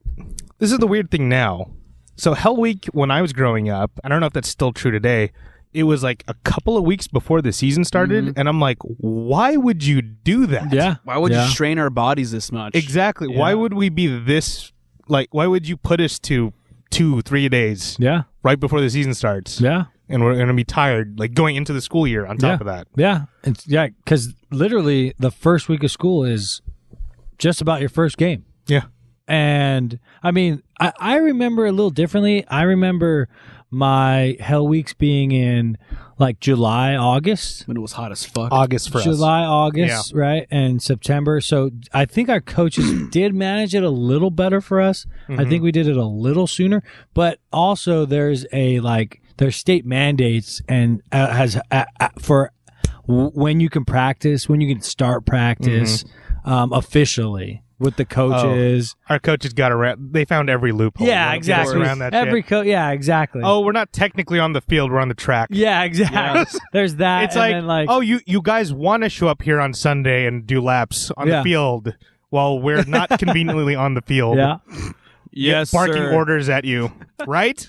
S1: this is the weird thing now. So Hell Week, when I was growing up, I don't know if that's still true today. It was like a couple of weeks before the season started, and I'm like, why would you do that?
S2: Mm-hmm. yeah.
S3: Why would
S2: Yeah.
S3: you strain our bodies this much?
S1: exactly. Why would we be this? Like, why would you put us to two, three days
S2: Yeah.
S1: right before the season starts?
S2: Yeah.
S1: and we're gonna be tired, like going into the school year on top
S2: yeah.
S1: of that.
S2: Yeah. It's, yeah. Because literally the first week of school is just about your first game.
S1: Yeah,
S2: And I mean, I, I remember a little differently. I remember my hell weeks being in like July, August.
S3: When it was hot as fuck.
S1: August for us.
S2: July, August, right? And September. So I think our coaches did manage it a little better for us. I
S1: Mm-hmm.
S2: think we did it a little sooner, but also there's a like there's state mandates and uh, has uh, uh, for w- when you can practice, when you can start practice
S1: Mm-hmm.
S2: um, officially with the coaches.
S1: Our coaches got around. They found every loophole.
S2: Yeah,
S1: They got
S2: exactly.
S1: Oh. Around that
S2: Every
S1: shit.
S2: coach, yeah, exactly.
S1: Oh, we're not technically on the field. We're on the track.
S2: yeah, exactly. There's that.
S1: It's
S2: and
S1: like,
S2: then, like
S1: oh, you you guys want to show up here on Sunday and do laps on
S2: Yeah.
S1: the field while we're not conveniently on the field.
S2: yeah.
S3: Yes.
S1: barking
S3: sir.
S1: orders at you, right?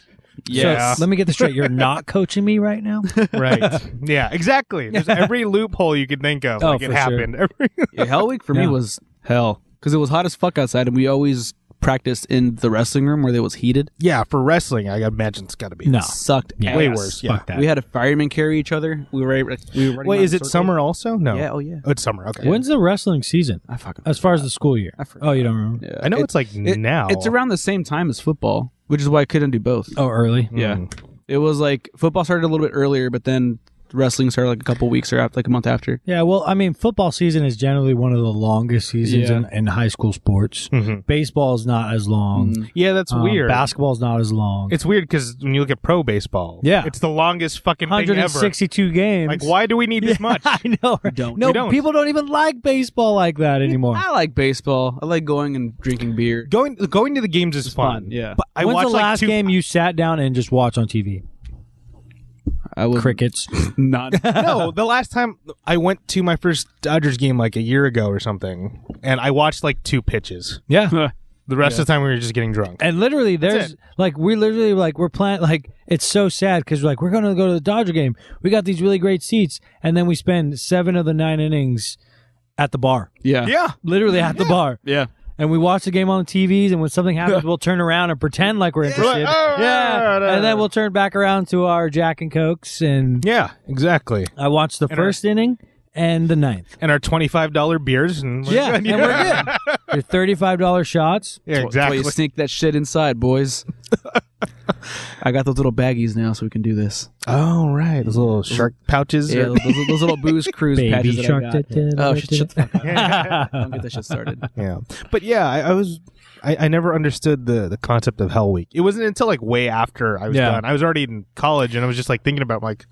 S3: Yes.
S2: So let me get this straight. You're not coaching me right now.
S1: right. Yeah. Exactly. There's every loophole you could think of.
S2: Oh,
S1: like it
S2: for sure.
S1: happened. Every-
S3: Yeah, hell week for
S2: Yeah.
S3: me was hell because it was hot as fuck outside, and we always practiced in the wrestling room where it was heated.
S1: yeah. For wrestling, I imagine it's got to be
S2: No.
S3: Sucked.
S2: Yeah.
S1: way
S3: ass.
S1: worse. Yeah.
S2: Fuck that.
S3: We had a fireman carry each other. We were we were. running
S1: Wait,
S3: around
S1: is
S3: in
S1: it
S3: circles.
S1: summer also? No.
S3: Yeah. Oh yeah.
S1: Oh, it's summer. Okay.
S2: When's the wrestling season?
S3: I fucking.
S2: As far as the school year.
S3: I forgot.
S2: Oh, you don't remember?
S3: Yeah.
S1: I know it's, like
S3: it-
S1: now.
S3: It's around the same time as football, which is why I couldn't do both.
S2: Oh, early.
S1: Hmm.
S3: Yeah. It was like football started a little bit earlier, but then wrestling started like a couple weeks or after, like a month after.
S2: Yeah, well, I mean, football season is generally one of the longest seasons
S3: Yeah.
S2: in, in high school sports. Baseball is not as long.
S1: Yeah, that's
S2: Um,
S1: Mm-hmm. Mm. weird.
S2: Basketball is not as long.
S1: It's weird because when you look at pro baseball,
S2: Yeah.
S1: it's the longest fucking thing ever.
S2: 162 games.
S1: Like, why do we need this much?
S2: I know. right?
S3: Don't.
S2: No,
S1: We don't.
S2: people don't even like baseball like that anymore.
S3: I like baseball. I like going and drinking beer.
S1: Going going to the games is fun.
S3: fun, yeah.
S1: but I
S2: When's
S1: watched
S2: the last
S1: like two.
S2: game you sat down and just watched on TV?
S3: I was
S2: Crickets.
S3: not.
S1: no, the last time I went to my first Dodgers game like a year ago or something, and I watched like two pitches.
S2: yeah.
S1: The rest of the time we were just getting drunk.
S2: And literally, there's
S1: it.
S2: like we literally like we're playing like it's so sad because like we're gonna go to the Dodger game. We got these really great seats, and then we spend seven of the nine innings at the bar,
S3: Yeah.
S1: yeah,
S2: literally at the bar,
S3: Yeah.
S2: and we watch the game on TVs. And when something happens, we'll turn around and pretend like we're interested,
S1: "Oh,
S2: yeah,
S1: da, da,
S2: and
S1: da."
S2: then we'll turn back around to our Jack and Cokes. And
S1: yeah, exactly.
S2: I watched the
S1: our-
S2: first inning and the ninth.
S1: And our twenty five dollar beers and we're
S2: Yeah,
S1: good.
S2: and we're good. Your thirty-five dollar shots.
S1: yeah,
S3: That's why
S1: exactly.
S3: you sneak that shit inside, boys. I got those little baggies now, so we can do this.
S1: Oh right, those little shark pouches.
S3: Yeah, those, those- those little booze cruise
S2: Baby
S3: patches that I
S2: shark.
S3: got.
S2: da- da- da-
S3: Oh,
S2: da-
S3: shut, shut the fuck up!
S1: yeah.
S3: Don't get that shit started.
S1: yeah, but yeah, I, I was. I, I never understood the the concept of Hell Week. It wasn't until like way after I was
S2: Yeah.
S1: done. I was already in college, and I was just like thinking about like,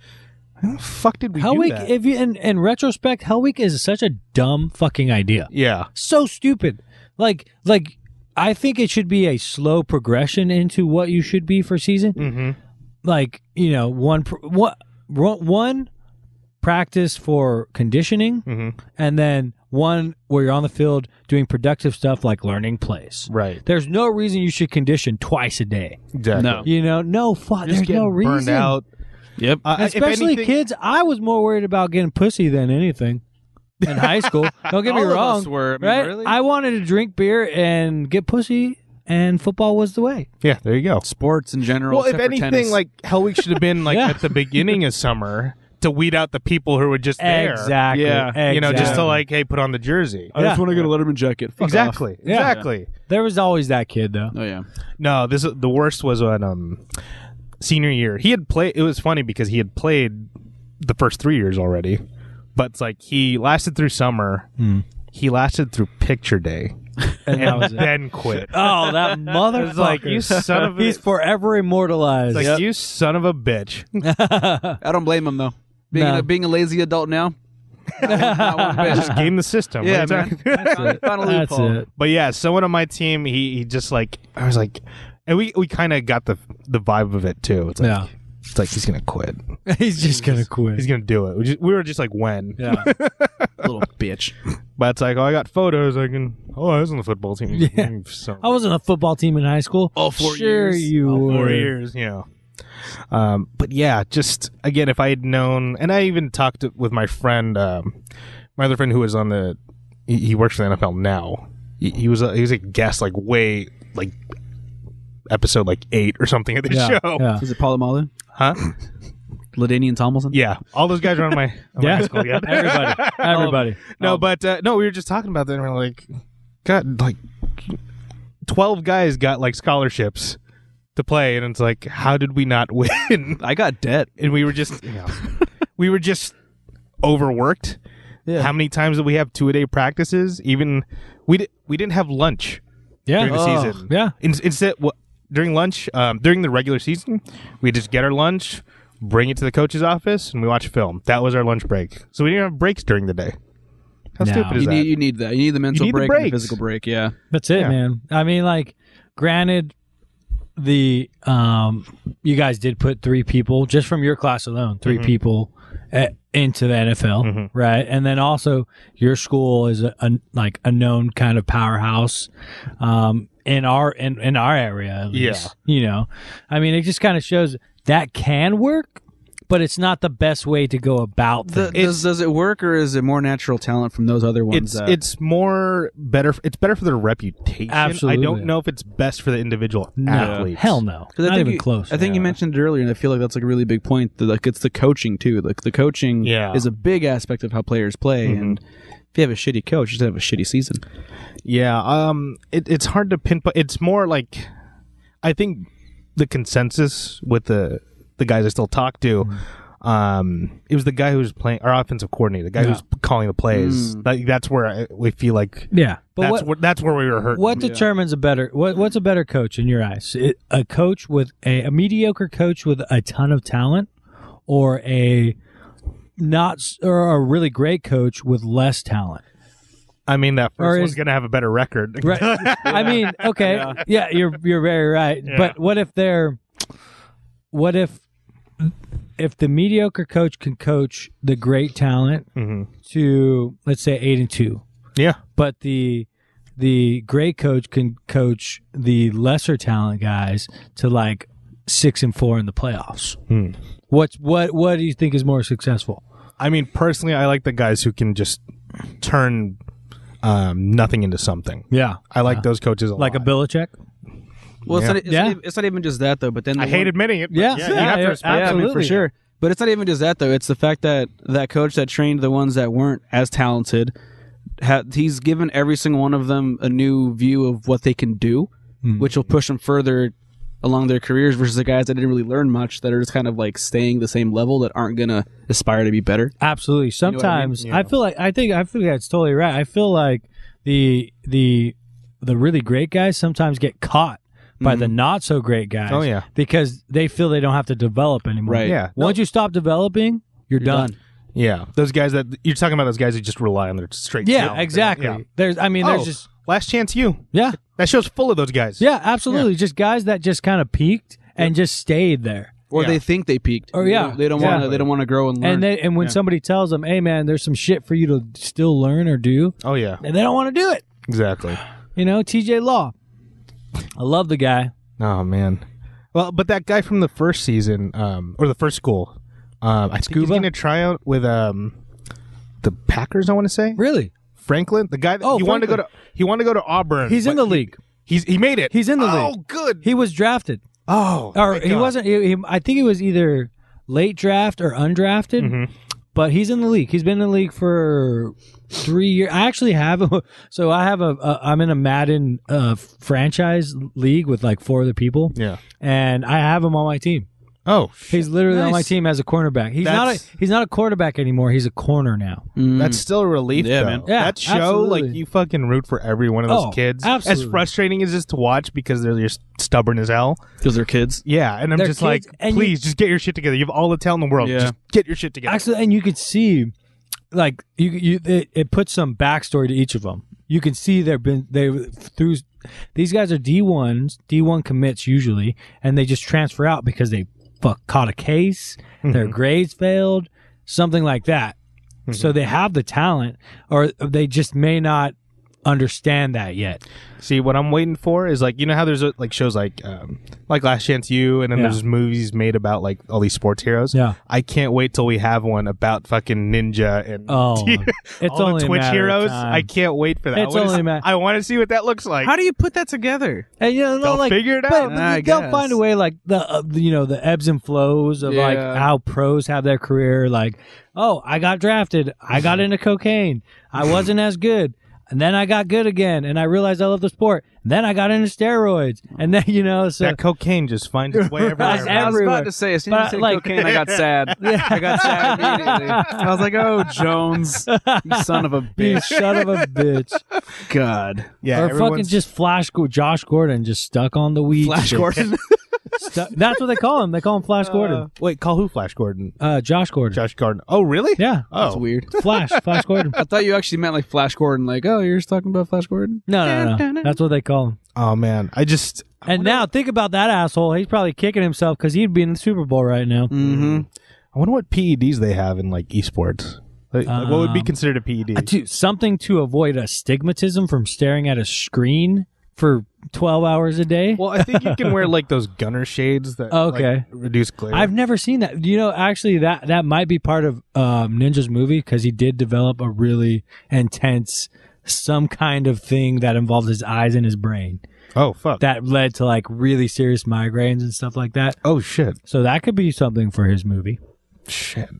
S1: how the fuck did we
S2: Hell
S1: do
S2: Week.
S1: that?
S2: If you in, in retrospect, Hell Week is such a dumb fucking idea.
S1: yeah,
S2: So stupid. Like like. I think it should be a slow progression into what you should be for season.
S1: mm-hmm.
S2: like you know one pr- one one practice for conditioning
S1: Mhm.
S2: and then one where you're on the field doing productive stuff like learning plays
S1: right,
S2: there's no reason you should condition twice a day
S1: exactly.
S3: No.
S2: you know no fuck
S1: Just
S2: there's
S1: getting
S2: no
S1: burned
S2: reason
S1: out.
S3: Yep.
S1: Uh, if
S2: especially
S1: anything-
S2: kids i was more worried about getting pussy than anything in high school don't get me
S3: All of
S2: wrong
S3: us were, I mean,
S2: right
S3: really?
S2: i wanted to drink beer and get pussy and football was the way
S1: Yeah, there you go.
S3: Sports in general.
S1: Well, if
S3: except for
S1: anything,
S3: tennis.
S1: like Hell Week should have been like
S2: Yeah.
S1: at the beginning of summer to weed out the people who were just there.
S2: exactly
S3: Yeah.
S1: You know, just
S2: exactly.
S1: to
S2: Oh,
S1: like, hey, put on the jersey.
S2: I just
S3: want to get a Letterman jacket.
S1: exactly.
S2: Yeah.
S1: Exactly.
S2: there was always that kid though
S3: Oh yeah.
S1: No, this the worst was when um senior year. He had played. It was funny because he had played the first three years already, but it's like he lasted through summer. He lasted through picture day
S2: Hmm. and that was it
S1: then quit.
S2: Oh, that motherfucker!
S1: It's like you son of a.
S2: He's forever immortalized.
S1: like you son of a bitch.
S3: I don't blame him though. Being,
S2: No.
S3: a, being a lazy adult now. not one bit.
S1: Just game the system.
S3: Yeah,
S1: What are you
S3: man.
S1: talking-
S3: Found- found a
S2: That's
S3: loophole.
S2: it.
S1: But yeah, someone on my team, he, he just like I was like, and we we kind of got the the vibe of it too. It's like
S2: Yeah,
S1: it's like he's gonna quit.
S2: he's just gonna quit.
S1: He's gonna do it. We, just, we were just like when,
S2: yeah,
S3: Little bitch.
S1: but it's like oh I got photos. I can oh I was on the football team.
S2: Yeah.
S1: So-
S2: I was on a football team in high school.
S3: All four
S2: sure
S3: years.
S2: you
S1: All
S2: were.
S1: four years. Yeah. Um, but yeah, just again, if I had known, and I even talked to- with my friend, um, my other friend who was on the, he, he works for the NFL now. He, he was a, he was a guest like way like episode like eight or something at the
S2: Yeah,
S1: show,
S2: yeah.
S3: Is it Palomalu?
S1: huh?
S3: Ladanian Tomlinson?
S1: Yeah, all those guys are on my, on my
S2: Yeah.
S1: high school. Yeah,
S2: Everybody, everybody.
S1: No, but uh, no, we were just talking about that, and we are like, God, like twelve guys got like scholarships to play, and it's like, how did we not win?
S3: I got debt.
S1: and we were just we were just overworked.
S3: Yeah.
S1: How many times did we have two a day practices? Even we di- we didn't have lunch
S2: Yeah,
S1: during the
S3: Oh,
S1: season.
S2: yeah.
S1: In- instead, wha- during lunch, um, during the regular season, we just get our lunch, bring it to the coach's office, and we watch film. That was our lunch break. So we didn't have breaks during the day. How
S2: No.
S1: stupid is
S3: You
S1: that?
S3: need, you need that. You need the mental
S1: need the
S3: break and the
S1: breaks.
S3: physical break. Yeah.
S2: That's it,
S1: Yeah.
S2: man. I mean, like, granted, the um, you guys did put three people just from your class alone, 3
S3: Mm-hmm.
S2: people uh into the NFL, right? And then also your school is a, a like a known kind of powerhouse um, in our in, in our area. At
S1: Yeah.
S2: least, you know, I mean, it just kind of shows that can work, but it's not the best way to go about
S3: The-
S2: things.
S3: does, does it work or is it more natural talent from those other ones?
S1: It's
S3: that-
S1: it's more better. f- It's better for their reputation. I
S2: Absolutely.
S1: don't know if it's best for the individual
S2: no,
S1: athletes.
S2: hell no,
S3: 'Cause I
S2: not
S3: think
S2: even
S3: you-
S2: close.
S3: I think you
S1: Yeah.
S3: mentioned it earlier, and I feel like that's like a really big point. That like it's the coaching too. Like the coaching
S1: Yeah. Mm-hmm.
S3: is a big aspect of how players play. And if you have a shitty coach, you just have a shitty season.
S1: Yeah, um, it, it's hard to pinpoint. It's more like, I think the consensus with the the guys I still talk to,
S2: Mm-hmm.
S1: um, it was the guy who was playing our offensive coordinator, the guy who's calling the plays. Like, that's where I, we feel like
S2: yeah, Mm. but
S1: that's
S2: what,
S1: where that's where we were hurt.
S2: What determines a better what, what's a better coach in your eyes? It- a coach with a, a mediocre coach with a ton of talent, or a not s- or a really great coach with less talent?
S1: I mean, that
S2: Or
S1: first one's
S2: is-
S1: gonna have a better record.
S2: Right. I mean, okay, yeah. you're you're very right. But what if they're what if if the mediocre coach can coach the great talent
S1: Mhm.
S2: to let's say eight and two,
S1: Yeah,
S2: but the the great coach can coach the lesser talent guys to like six and four in the playoffs. What's what what do you think is more successful?
S1: I mean, personally, I like the guys who can just turn um, nothing into something.
S2: Yeah,
S1: I like those coaches a
S2: like a
S1: lot.
S2: Belichick.
S3: Well, it's,
S1: Yeah.
S3: not, e, it's,
S2: Yeah.
S3: not, even- it's not even just that though. But then
S1: I
S3: the
S1: hate
S3: one-
S1: admitting it. but
S2: Yeah.
S1: you
S2: Yeah,
S1: have
S2: yeah,
S1: to respect
S3: Yeah, I mean, for
S2: Absolutely.
S3: sure. But it's not even just that though. It's the fact that that coach that trained the ones that weren't as talented, ha- he's given
S2: Hmm.
S3: every single one of them a new view of what they can do, which will push them further along their careers versus the guys that didn't really learn much that are just kind of like staying the same level that aren't gonna aspire to be better.
S2: Absolutely.
S3: mean?
S2: Sometimes
S1: Yeah.
S2: I feel like I think I feel that's totally right. I feel like the the the really great guys sometimes get caught by the not so great guys.
S1: Oh, yeah.
S2: because they feel they don't have to develop anymore.
S3: Right.
S1: Yeah.
S2: Once you stop developing, you're, done.
S1: Yeah, those guys that you're talking about, those guys who just rely on their straight.
S2: Yeah,
S1: talent.
S2: exactly.
S1: Yeah.
S2: There's I mean there's
S1: Oh,
S2: just
S1: last chance you.
S2: yeah.
S1: That show's full of those guys.
S2: Yeah, absolutely. Just guys that just kind of peaked and just stayed there.
S3: Or
S1: Yeah.
S3: they think they peaked.
S2: Oh,
S3: They
S2: yeah.
S3: don't- They don't
S2: Exactly.
S3: want to. They don't want to grow and learn.
S2: And they, and when somebody tells them, "Hey man, there's some shit for you to still learn or do,"
S1: Oh yeah,
S2: and they don't want to do it.
S1: exactly.
S2: You know, TJ Law. I love the guy.
S1: Oh man. Well, but that guy from the first season, um, or the first school, um, I think he's
S2: Scuba?
S1: going to try out with um, the Packers. I want to say
S2: Really?
S1: Franklin, the guy that
S2: Oh,
S1: he wanted to go to.
S2: Franklin.
S1: He wanted to go to Auburn.
S2: He's in
S1: but
S2: the league.
S1: He's he made it.
S2: He's in the
S1: oh,
S2: league.
S1: good.
S2: He was drafted,
S1: oh,
S2: or
S1: thank
S2: he
S1: God.
S2: wasn't. He, he- I think he was either late draft or undrafted. But he's in the league. He's been in the league for three years. I actually have a, so I have a, a I'm in a Madden uh, franchise league with like four other people.
S1: Yeah.
S2: and I have him on my team.
S1: Oh,
S2: He's literally on
S3: Nice.
S2: my team as a cornerback. He's not
S1: That's-
S2: a he's not a quarterback anymore. He's a corner now.
S3: Mm.
S1: That's still a relief,
S3: Yeah,
S1: though.
S3: man.
S2: Mm. Yeah,
S1: that show, like
S2: absolutely.
S1: you fucking root for every one of those
S2: Oh,
S1: kids. As
S2: absolutely.
S1: frustrating as it is to watch because they're just stubborn as hell.
S3: because they're kids.
S1: Yeah, and I'm
S2: They're
S1: just
S2: kids,
S1: like,
S2: and you-
S1: please, just get your shit together. You have all the talent in the world.
S3: Yeah.
S1: Just get your shit together.
S2: Actually, and you could see, like you, you it, it puts some backstory to each of them. You can see they've been they through. These guys are D ones, D one commits usually, and they just transfer out because they fuck caught a case,
S3: Mm-hmm.
S2: their grades failed, something like that. So
S3: Mm-hmm.
S2: they have the talent, or they just may not understand that yet.
S1: See, what I'm waiting for is like, you know how there's uh, like shows like, um, like Last Chance You, and then
S2: Yeah.
S1: there's movies made about like all these sports heroes.
S2: Yeah.
S1: I can't wait till we have one about fucking Ninja and
S2: Oh, it's
S1: all
S2: only
S1: the
S2: a
S1: Twitch
S2: matter of
S1: heroes.
S2: time.
S1: I can't wait for that.
S2: It's
S1: I wanna
S2: only a
S1: see-
S2: ma-
S1: I want to see what that looks like.
S3: How do you put that together?
S2: And you know,
S1: They'll
S2: like,
S1: figure it
S2: but-
S1: out.
S2: But,
S3: I
S2: they'll
S3: guess.
S2: find a way, like the uh, the, you know the ebbs and flows of like
S3: Yeah.
S2: how pros have their career. Like, oh, I got drafted, I got into cocaine, I wasn't as good, and then I got good again, and I realized I love the sport. Then I got into steroids, and then you know, so
S1: that cocaine just finds its way everywhere.
S2: That's
S1: man.
S3: I was
S2: Everywhere.
S3: about to say, as soon as
S2: But,
S3: I said
S2: like-
S3: cocaine, I got sad. I got sad immediately. I was like, "Oh, Jones, you son of a
S2: you
S3: bitch!"
S2: son of a bitch,
S3: God,
S1: Yeah,
S2: or fucking
S1: everyone's-
S2: just Flash Go- Josh Gordon just stuck on the weed.
S3: Flash
S2: shit.
S3: Gordon.
S2: Stuck- that's what they call him. They call him Flash Gordon.
S1: Wait, call who? Flash Gordon,
S2: Uh, Josh Gordon.
S1: Uh. Josh Gordon. Oh, really?
S2: Yeah,
S1: Oh,
S3: That's weird.
S2: Flash Flash Gordon.
S3: I thought you actually meant like Flash Gordon. Like, oh, you're just talking about Flash Gordon.
S2: No, no, no, no. That's what they call him.
S1: Oh man, I just
S2: And now think about that asshole. He's probably kicking himself because he'd be in the Super Bowl right now.
S3: Mm-hmm.
S1: I wonder what PEDs they have in like esports. Like, like, what would be
S2: Um,
S1: considered a E PED?
S2: Uh, To, something to avoid astigmatism from staring at a screen for 12 hours a day.
S1: well, I think you can wear like those gunner shades that
S2: Oh, okay.
S1: like, reduce glare.
S2: I've never seen that. You know, actually, that that might be part of um, Ninja's movie because he did develop a really intense, some kind of thing that involved his eyes and his brain
S1: oh fuck.
S2: that led to like really serious migraines and stuff like that.
S1: oh shit.
S2: So that could be something for his movie.
S1: Shit.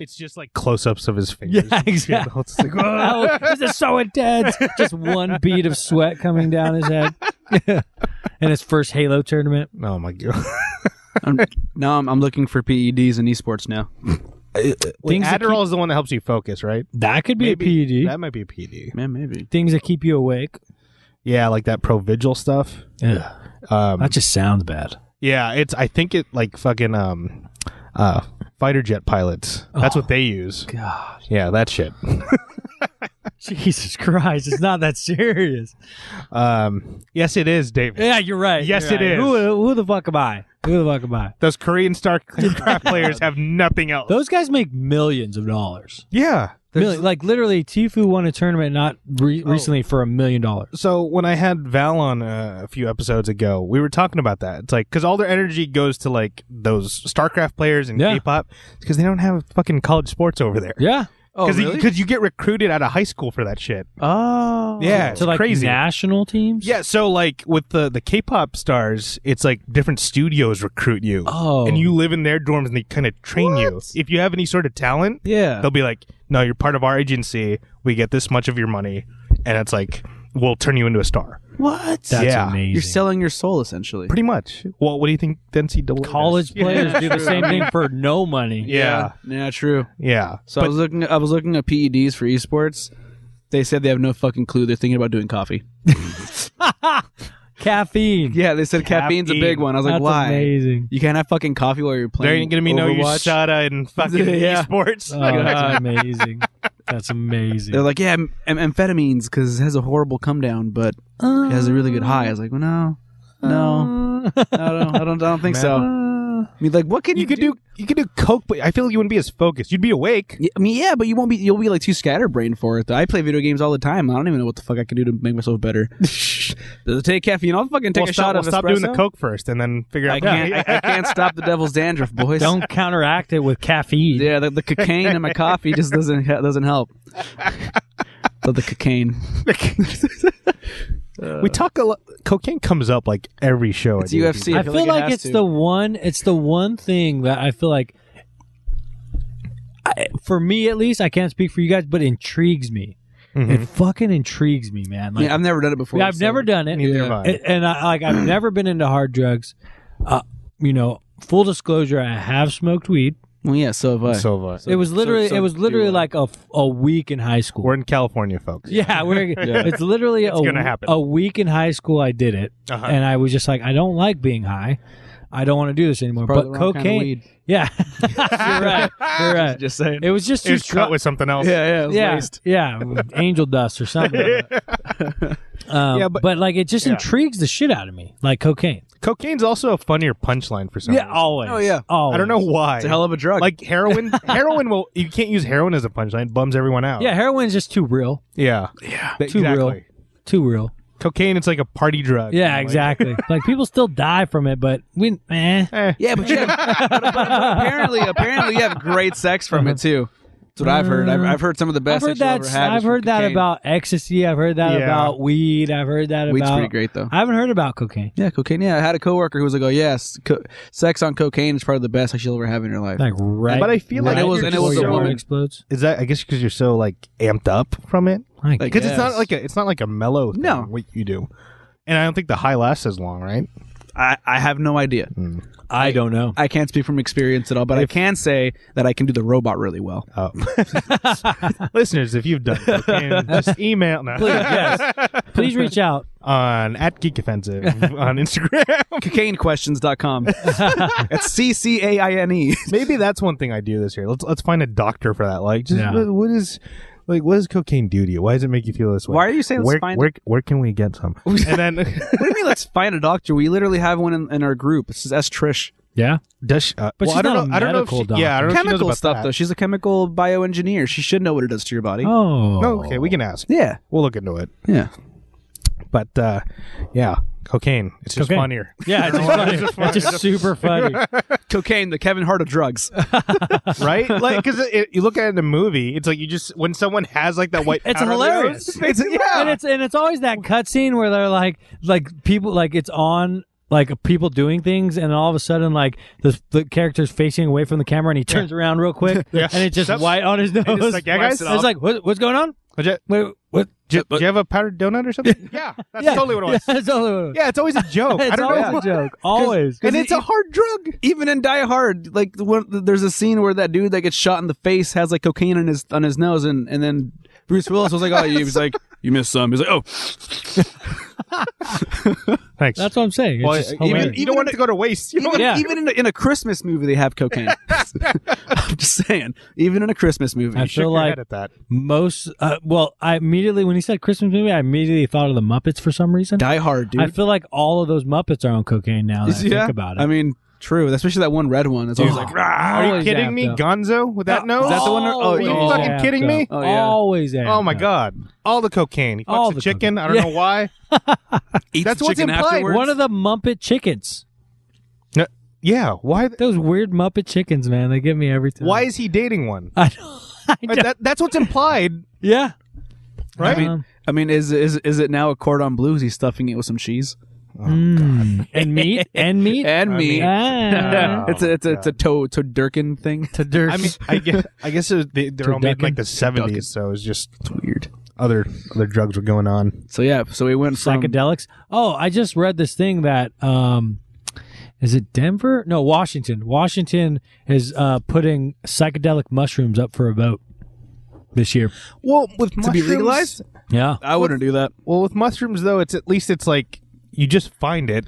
S1: it's just like close-ups of his fingers.
S2: Yeah, exactly.
S1: It's like, "Oh."
S2: oh, this is so intense. Just one bead of sweat coming down his head. In his first Halo tournament.
S1: oh my god.
S3: I'm, now I'm, I'm looking for PEDs in esports now.
S1: Wait,
S2: Things that
S1: Adderall is the one that helps you focus, right?
S2: That could be a E PED.
S1: That might be a PED.
S3: Man, maybe.
S2: Things that keep you awake.
S1: Yeah, like that Provigil stuff. Um,
S2: That just sounds bad.
S1: Yeah, it's. I think it like fucking um, uh, fighter jet pilots. That's
S2: Oh.
S1: what they use.
S2: God.
S1: Yeah, that shit.
S2: Jesus Christ. It's not that serious.
S1: Um, yes, it is, David.
S2: Yeah, you're right.
S1: Yes,
S2: you're
S1: it is.
S2: right. Who, who the fuck am I? Who the fuck am I?
S1: Those Korean StarCraft players have nothing else.
S2: Those guys make millions of dollars.
S1: yeah.
S2: Million, like literally, Tifu won a tournament not re-
S1: Oh.
S2: recently for a million dollars.
S1: So when I had Val on uh, a few episodes ago, we were talking about that. It's like because all their energy goes to like those StarCraft players and
S2: Yeah.
S1: K-pop because they don't have fucking college sports over there.
S2: Yeah.
S3: Oh,
S1: Because you get recruited out of high school for that shit.
S3: oh,
S1: yeah, it's
S2: To like
S1: crazy.
S2: national teams.
S1: Yeah, so like with the the K-pop stars, it's like different studios recruit you,
S2: Oh.
S1: and you live in their dorms, and they kind of train you. If you have any sort of talent,
S3: Yeah.
S1: they'll be like, "No, you're part of our agency. We get this much of your money," and it's like will turn you into a star.
S3: What?
S2: That's
S1: Yeah.
S2: amazing.
S3: You're selling your soul essentially.
S1: Pretty much. Well, what do you think the NCAA does?
S2: College players do the same thing for no money.
S1: Yeah.
S3: Yeah, true.
S1: Yeah.
S3: So I was looking. I was looking at PEDs for esports. They said they have no fucking clue. They're thinking about doing coffee.
S2: Caffeine.
S3: Yeah, they said caffeine's a big
S1: Caffeine.
S3: one. I was like,
S2: That's
S3: why?
S2: amazing.
S3: You can't have fucking coffee while you're playing.
S1: There ain't gonna be no
S3: Overwatch.
S1: USADA and fucking
S3: Yeah. Uh,
S1: esports.
S2: Oh, that's amazing. That's amazing.
S3: They're like, yeah, am- am- amphetamines because it has a horrible come down, but it has a really good high. I was like, well, no, no, no, I don't, I don't, I don't think so. I mean, like, what can you,
S1: you could do you could do coke, but I feel like you wouldn't be as focused. You'd be awake.
S3: Yeah, I mean, yeah, but you won't be. You'll be like too scatterbrained for it. Though. I play video games all the time. I don't even know what the fuck I can do to make myself better. Does it take caffeine? I'll fucking take
S1: well,
S3: a
S1: stop,
S3: shot
S1: well,
S3: of
S1: stop
S3: espresso.
S1: doing the coke first, and then figure out.
S3: I can't. I, I can't stop the devil's dandruff, boys.
S2: Don't counteract it with caffeine.
S3: Yeah, the, the cocaine in my coffee just doesn't doesn't help. So the cocaine.
S1: we talk a lot. Cocaine comes up like every show.
S3: It's
S1: I do.
S3: UFC.
S2: I feel, like,
S3: it has
S2: it's
S3: to.
S2: the one. It's the one thing that I feel like, I, for me at least, I can't speak for you guys, but intrigues me.
S3: Mm-hmm.
S2: It fucking intrigues me, man. Like
S3: I mean, I've never done it before.
S2: yeah, I've
S3: so-
S2: never done it.
S1: Neither have I.
S2: And- And I, like I've never been into hard drugs. Uh, you know, full disclosure, I have smoked weed.
S3: Well, yeah, so have I.
S1: So have I.
S2: it was
S3: so-
S2: literally
S3: so
S2: it was
S3: do
S2: literally
S3: I.
S2: like a, f- a week in high school.
S1: We're in California, folks.
S2: yeah, we're, it's literally a,
S1: gonna happen.
S2: a week in high school. I did it,
S1: Uh-huh.
S2: and I was just like, I don't like being high. I don't want to do this anymore.
S3: Probably
S2: but
S3: the wrong
S2: cocaine,
S3: kind of weed.
S2: yeah, you're right, you're right.
S3: Just saying.
S2: It was just too
S1: It's cut
S2: strong.
S1: with something else.
S3: yeah, yeah.
S2: Yeah, yeah, with angel dust or something. um,
S1: Yeah,
S2: but,
S1: but-
S2: like it just
S1: yeah.
S2: intrigues the shit out of me, like cocaine.
S1: Cocaine's also a funnier punchline for some.
S2: Yeah,
S1: reason.
S2: always.
S3: Oh, yeah.
S2: always.
S1: I don't know why.
S3: It's a hell of a drug.
S1: like heroin. heroin will. You can't use heroin as a punchline. It bums everyone out.
S2: Yeah, heroin's just too real,
S1: Yeah.
S3: yeah.
S1: Th-
S2: too real,
S1: exactly.
S2: too real.
S1: Cocaine. It's like a party drug. you know,
S2: Yeah,
S1: like,
S2: exactly. like people still die from it, but we, eh.
S1: eh.
S3: Yeah, but you have, but, but- but apparently, apparently you have great sex from it too. That's what I've heard. I've, I've heard some of the
S2: I've
S3: best.
S2: heard
S3: that
S2: that.
S3: you'll ever have is
S2: I've
S3: from
S2: heard that
S3: cocaine.
S2: about ecstasy. I've heard that
S1: Yeah.
S2: about weed. I've heard that
S3: Weed's
S2: about.
S3: pretty great though.
S2: I haven't heard about cocaine.
S3: Yeah, cocaine. Yeah, I had a coworker who was like, "Oh yes, co- sex on cocaine is probably the best sex you'll ever have in your life."
S2: Like right,
S1: But I feel
S2: right
S1: like
S3: it was-
S2: before
S3: and it was a
S2: your heart
S3: woman.
S2: explodes.
S1: Is that? I guess because you're so like amped up from it.
S2: Like,
S3: Like,
S1: Because it's
S3: Yes.
S1: not like a. It's not like a mellow. Thing,
S3: No.
S1: What you do. And I don't think the high lasts as long, right?
S3: I, I have no idea.
S2: Mm. I don't know.
S3: I can't speak from experience at all, but I can say that I can do the robot really well.
S1: Oh. Listeners, if you've done cocaine, just email now
S2: Please, yes. Please reach out.
S1: on at Geek Offensive on Instagram.
S3: Cocainequestions.com. That's C C A I N E.
S1: Maybe that's one thing I do this year. Let's let's find a doctor for that. Like, just
S2: Yeah.
S1: what, what is like what does cocaine do to you? Why does it make you feel this way?
S3: Why are you saying let's
S1: where,
S3: find-
S1: where, where can we get some? and then
S3: What do you mean? Let's find a doctor. We literally have one in, in our group. This is S Trish.
S2: Yeah.
S1: does she, uh,
S2: But
S1: well,
S2: she's
S1: I don't
S2: not
S1: know.
S2: a
S1: I don't know if
S2: medical
S1: she, yeah, I don't know if she knows
S3: Chemical
S1: about
S3: stuff
S1: that.
S3: though. She's a chemical bioengineer. She should know what it does to your body.
S2: Oh.
S1: No, okay, we can ask.
S3: Yeah,
S1: We'll look into it.
S3: yeah.
S1: But uh, yeah, cocaine. It's just
S2: Cocaine.
S1: funnier.
S2: Yeah, it's just funny. It's just super funny.
S3: Cocaine, the Kevin Hart of drugs.
S1: right? Like, because you look at it in a movie, it's like you just when someone has like that white.
S2: It's
S1: powder on their
S2: hilarious.
S1: nose, It's, yeah,
S2: And it's and it's always that cutscene where they're like like people like it's on like people doing things and all of a sudden like the, the character's facing away from the camera and he turns around real quick
S1: Yeah.
S2: and it's just
S1: Yep.
S2: white on his nose.
S1: like, yeah, guys?
S2: It's like what, what's going on?
S1: Would you-
S2: Wait, what?
S1: do, you- do you have a powdered donut or something? yeah, that's totally what it was.
S2: Yeah, that's totally what it was.
S1: Yeah, it's always a joke. I
S2: It's
S1: don't
S2: always
S1: know.
S2: a joke. Always.
S1: And it's a hard drug.
S3: e- Even in Die Hard, like the one, there's a scene where that dude that gets shot in the face has like cocaine on his on his nose, and and then Bruce Willis was like, "Oh, he was like, you missed some." He's like, "Oh,
S1: Thanks.
S2: That's what I'm saying. It's
S1: Well,
S2: just
S1: even,
S2: hilarious.
S1: you don't want it to go to waste. You know what?
S3: even,
S2: Yeah.
S3: even in, a, in a Christmas movie, they have cocaine." I'm just saying, even in a Christmas movie,
S2: I
S1: You shook
S2: feel
S1: your
S2: like
S1: head at that.
S2: most uh, well i immediately when he said christmas movie i immediately thought of the muppets for some reason
S3: Die Hard, dude.
S2: i feel like all of those muppets are on cocaine now that i think about it
S3: I mean, true, especially that one red one. It's always like, "Rah."
S1: Are you
S2: always
S1: kidding
S2: amped
S1: me,
S2: up.
S1: Gonzo? With that nose?
S3: is that the one- oh,
S1: Are you
S3: yeah.
S1: fucking
S2: Amped
S1: kidding
S2: up.
S1: me?
S3: Oh, yeah.
S2: always amped
S1: Oh my
S2: up.
S1: god! All the cocaine. He fucks
S2: All
S1: a
S2: the
S1: chicken.
S2: cocaine.
S1: I don't know why.
S3: Eats
S1: That's
S3: the
S1: what's
S3: chicken
S1: implied.
S3: afterwards.
S2: one of the muppet chickens
S1: No, yeah. Why? th-
S2: those weird muppet chickens man they get me every time
S1: Why is he dating one?
S2: i don't, I don't
S1: That, that's what's implied,
S2: yeah
S1: right?
S2: Um,
S3: I mean, is is is it now a cordon bleu? Is he stuffing it with some cheese
S2: mm. and meat and meat
S3: Oh, and meat?
S2: Ah.
S1: Oh,
S3: it's a it's a, it's a to to Durkin thing.
S2: to dirt
S1: I mean, I guess I guess it was- they, they're all made in like the
S2: Turducken.
S1: seventies, so it's just
S3: Weird.
S1: other other drugs were going on.
S3: So yeah, so we went from
S2: psychedelics. Oh, I just read this thing that um, is it Denver? No, Washington. Washington is uh, putting psychedelic mushrooms up for a vote this year.
S1: Well, with to
S3: be legalized?
S2: Yeah,
S3: I wouldn't do that.
S1: Well, with mushrooms though, it's at least it's like you just find it,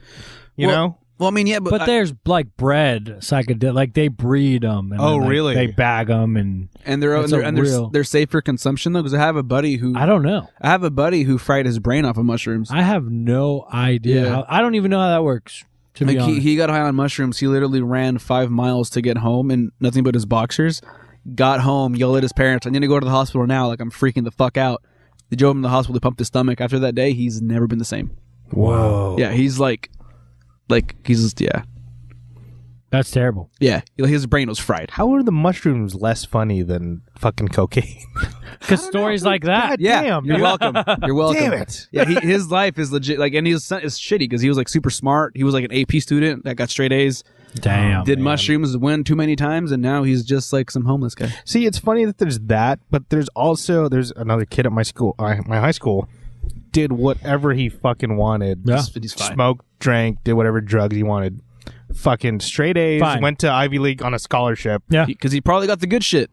S1: you
S3: Well,
S1: know.
S3: Well, I mean, yeah, but,
S2: but
S3: I-
S2: there's like bread psychedelic. Like they breed them. And
S1: Oh,
S2: then, like,
S1: really?
S2: They bag them, and
S3: and they're and
S2: it's
S3: they're,
S2: a
S3: and they're,
S2: real-
S3: they're safe for consumption though, because I have a buddy who
S2: I don't know.
S3: I have a buddy who fried his brain off of mushrooms.
S2: I have no idea.
S3: Yeah.
S2: How, I don't even know how that works. To be
S3: Like he,
S2: honest,
S3: he got high on mushrooms. He literally ran five miles to get home in nothing but his boxers. Got home, yelled at his parents, "I need to go to the hospital now!" Like I'm freaking the fuck out. They drove him to the hospital. They pumped his stomach. After that day, he's never been the same.
S1: Whoa.
S3: Yeah, he's like, like he's yeah,
S2: that's terrible.
S3: yeah. His brain was fried.
S1: How are the mushrooms less funny than fucking cocaine?
S2: Because stories like that.
S3: Yeah,
S1: Damn,
S3: you're
S1: dude.
S3: welcome. You're welcome.
S1: Damn it.
S3: Yeah, he, his life is legit. Like, and his son is shitty because he was like super smart. He was like an AP student that got straight A's.
S1: Oh,
S2: Damn.
S3: did mushrooms win too many times, and now he's just like some homeless guy.
S1: See, it's funny that there's that, but there's also there's another kid at my school, uh, my high school, did whatever he fucking wanted.
S2: Yeah.
S1: S-
S3: He's fine.
S1: smoked, drank, did whatever drugs he wanted. Fucking straight A's,
S2: Fine.
S1: went to Ivy League on a scholarship.
S2: yeah.
S3: Because he probably got the good shit.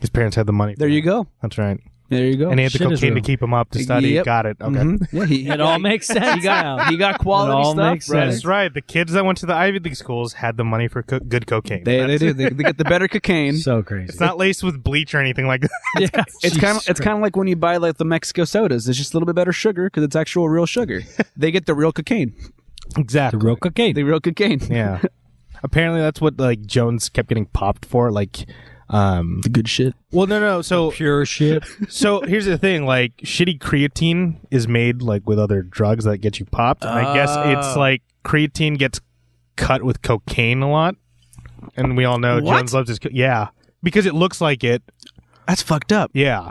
S1: His parents had the money.
S3: There you go.
S1: That's right.
S3: There you go.
S1: And he had the
S2: Shit is
S1: cocaine to
S2: real.
S1: keep him up to study.
S3: Yep.
S1: Got it. Okay.
S3: Mhm. Yeah, he,
S2: It all makes sense.
S3: He got
S2: now.
S3: he got quality
S2: It all
S3: stuff.
S2: makes
S3: brother.
S1: That's right. The kids that went to the Ivy League schools had the money for co- good cocaine.
S3: They, they do. They, they get the better cocaine.
S2: so crazy.
S1: it's not laced with bleach or anything like that.
S2: yeah.
S3: it's kind of it's kind of like when you buy like the Mexico sodas. It's just a little bit better sugar because it's actual real sugar. they get the real cocaine.
S1: exactly.
S2: real cocaine.
S3: The real cocaine.
S1: yeah. Apparently, that's what like Jones kept getting popped for. Like, um,
S3: The good shit.
S1: well, no, no. So,
S2: pure shit.
S1: so here's the thing. Like, shitty creatine is made like with other drugs that get you popped. And I guess it's like creatine gets cut with cocaine a lot, and we all know
S3: What?
S1: Jones loves his. Co- yeah, because it looks like it.
S3: That's fucked up.
S1: Yeah.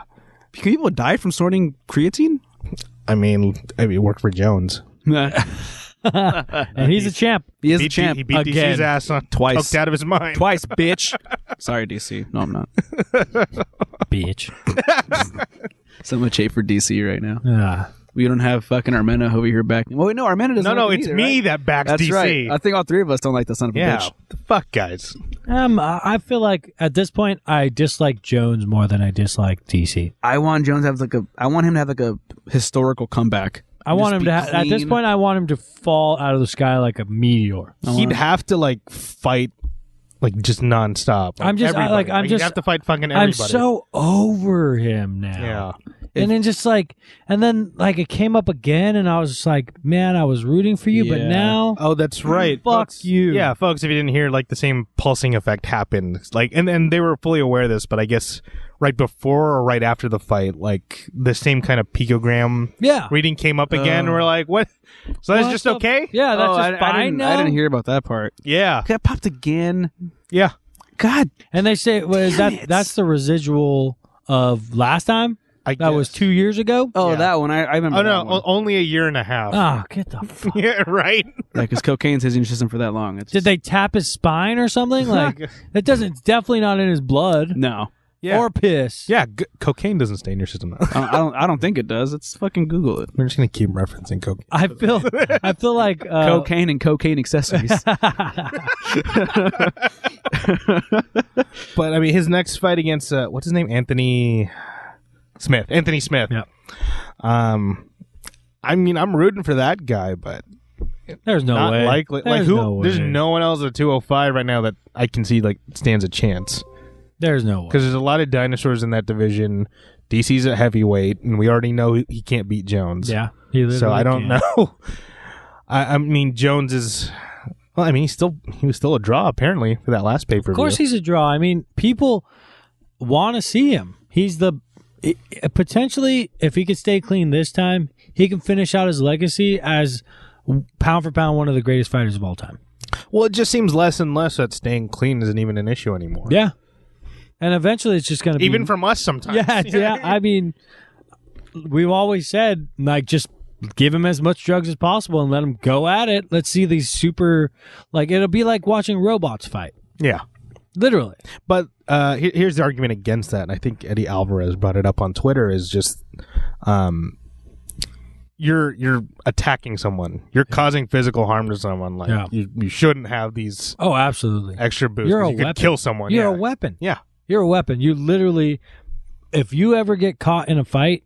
S3: Can people die from snorting creatine?
S1: I mean, I mean, it worked for Jones.
S2: and he's a champ.
S3: he is a
S1: Beat-
S3: champ.
S1: he beat DC's
S2: again.
S1: ass on
S3: Twice.
S1: Poked out of his mind.
S3: twice, bitch. Sorry, DC. No, I'm not.
S2: Bitch.
S3: So much hate for DC right now.
S2: Uh,
S3: We don't have fucking Armena over here back. Well, wait, no, Armena doesn't.
S1: No,
S3: like
S1: no,
S3: him
S1: it's
S3: either,
S1: me
S3: right?
S1: that backs
S3: That's
S1: DC.
S3: right. I think all three of us don't like the son of a
S1: yeah.
S3: bitch.
S1: The fuck, guys.
S2: um, I I feel like at this point, I dislike Jones more than I dislike DC.
S3: I want Jones to have like a. I want him to have like a historical comeback.
S2: I want
S3: Just
S2: him
S3: be
S2: to. Ha- at this
S3: clean.
S2: point, I want him to fall out of the sky like a meteor.
S1: he'd have to like fight like just nonstop. Like,
S2: I'm just- I-
S1: everybody.
S2: like, I'm
S1: he'd
S2: just-
S1: have to fight fucking everybody.
S2: I'm so over him now.
S1: yeah.
S2: and then just like, and then like it came up again, and I was just like, man, I was rooting for you, but
S3: Yeah.
S2: now
S1: Oh, that's right.
S2: Fuck
S1: folks.
S2: you.
S1: Yeah, folks. If you didn't hear, like the same pulsing effect happened. Like, and and they were fully aware of this, but I guess right before or right after the fight, like the same kind of picogram
S2: yeah,
S1: reading came up again.
S3: Oh.
S1: we're like, Uh, what? So that's
S2: What
S1: just
S2: the-
S1: okay?
S2: Yeah, that's
S3: oh,
S2: just
S3: I,
S2: fine
S3: I didn't,
S2: now.
S3: I didn't hear about that part.
S1: yeah,
S3: That popped again.
S1: yeah.
S3: God,
S2: And they say well, is
S3: Damn
S2: that
S3: it.
S2: that's the residual of last time.
S1: I
S2: That was
S1: guess.
S2: two years ago.
S3: oh
S1: Yeah.
S3: that one. I, I remember.
S1: Oh
S3: that
S1: no,
S3: one.
S1: o- only a year and a half.
S2: Ah, get the fuck.
S1: yeah, right.
S3: like his cocaine's his system for that long. It's
S2: oh. Did
S3: just,
S2: they tap his spine or something? Like that doesn't it's definitely not in his blood
S3: No,
S1: Yeah.
S2: or piss.
S1: Yeah, g- cocaine doesn't stay in your system. Though.
S3: I don't, I don't. I don't think it does. It's fucking Google it.
S1: We're just gonna keep referencing cocaine.
S2: I feel I feel like uh,
S3: cocaine and cocaine accessories.
S1: But I mean, his next fight against uh, what's his name, Anthony Smith. Anthony Smith.
S2: Yeah.
S1: Um, I mean, I'm rooting for that guy, but
S2: there's no
S1: not
S2: way.
S1: likely.
S2: There's
S1: like who?
S2: No way.
S1: there's no one else at 205 right now that I can see like stands a chance
S2: There's no way.
S1: because there's a lot of dinosaurs in that division. DC's a heavyweight, and we already know he- he can't beat Jones.
S2: Yeah. he
S1: So
S2: literally
S1: I don't
S2: can't.
S1: know. I, I mean, Jones is. Well, I mean, he's still he was still a draw apparently for that last pay per view.
S2: Of course, he's a draw. I mean, people want to see him. He's the i- i- potentially, if he could stay clean this time, he can finish out his legacy as pound for pound one of the greatest fighters of all time.
S1: Well, it just seems less and less that staying clean isn't even an issue anymore.
S2: Yeah, and eventually it's just going to be
S1: Even from us sometimes.
S2: yeah, yeah. I mean, we've always said like just give him as much drugs as possible and let him go at it. Let's see these super like it'll be like watching robots fight.
S1: Yeah.
S2: Literally.
S1: But uh, here, here's the argument against that. And I think Eddie Alvarez brought it up on Twitter. Is just, um, you're you're attacking someone. You're causing physical harm to someone. Like
S2: Yeah.
S1: you, you shouldn't have these
S2: Oh, absolutely.
S1: extra boosts.
S2: You're a
S1: you could
S2: weapon.
S1: kill someone.
S2: You're
S1: yeah.
S2: a weapon.
S1: Yeah.
S2: You're a weapon. You literally, if you ever get caught in a fight,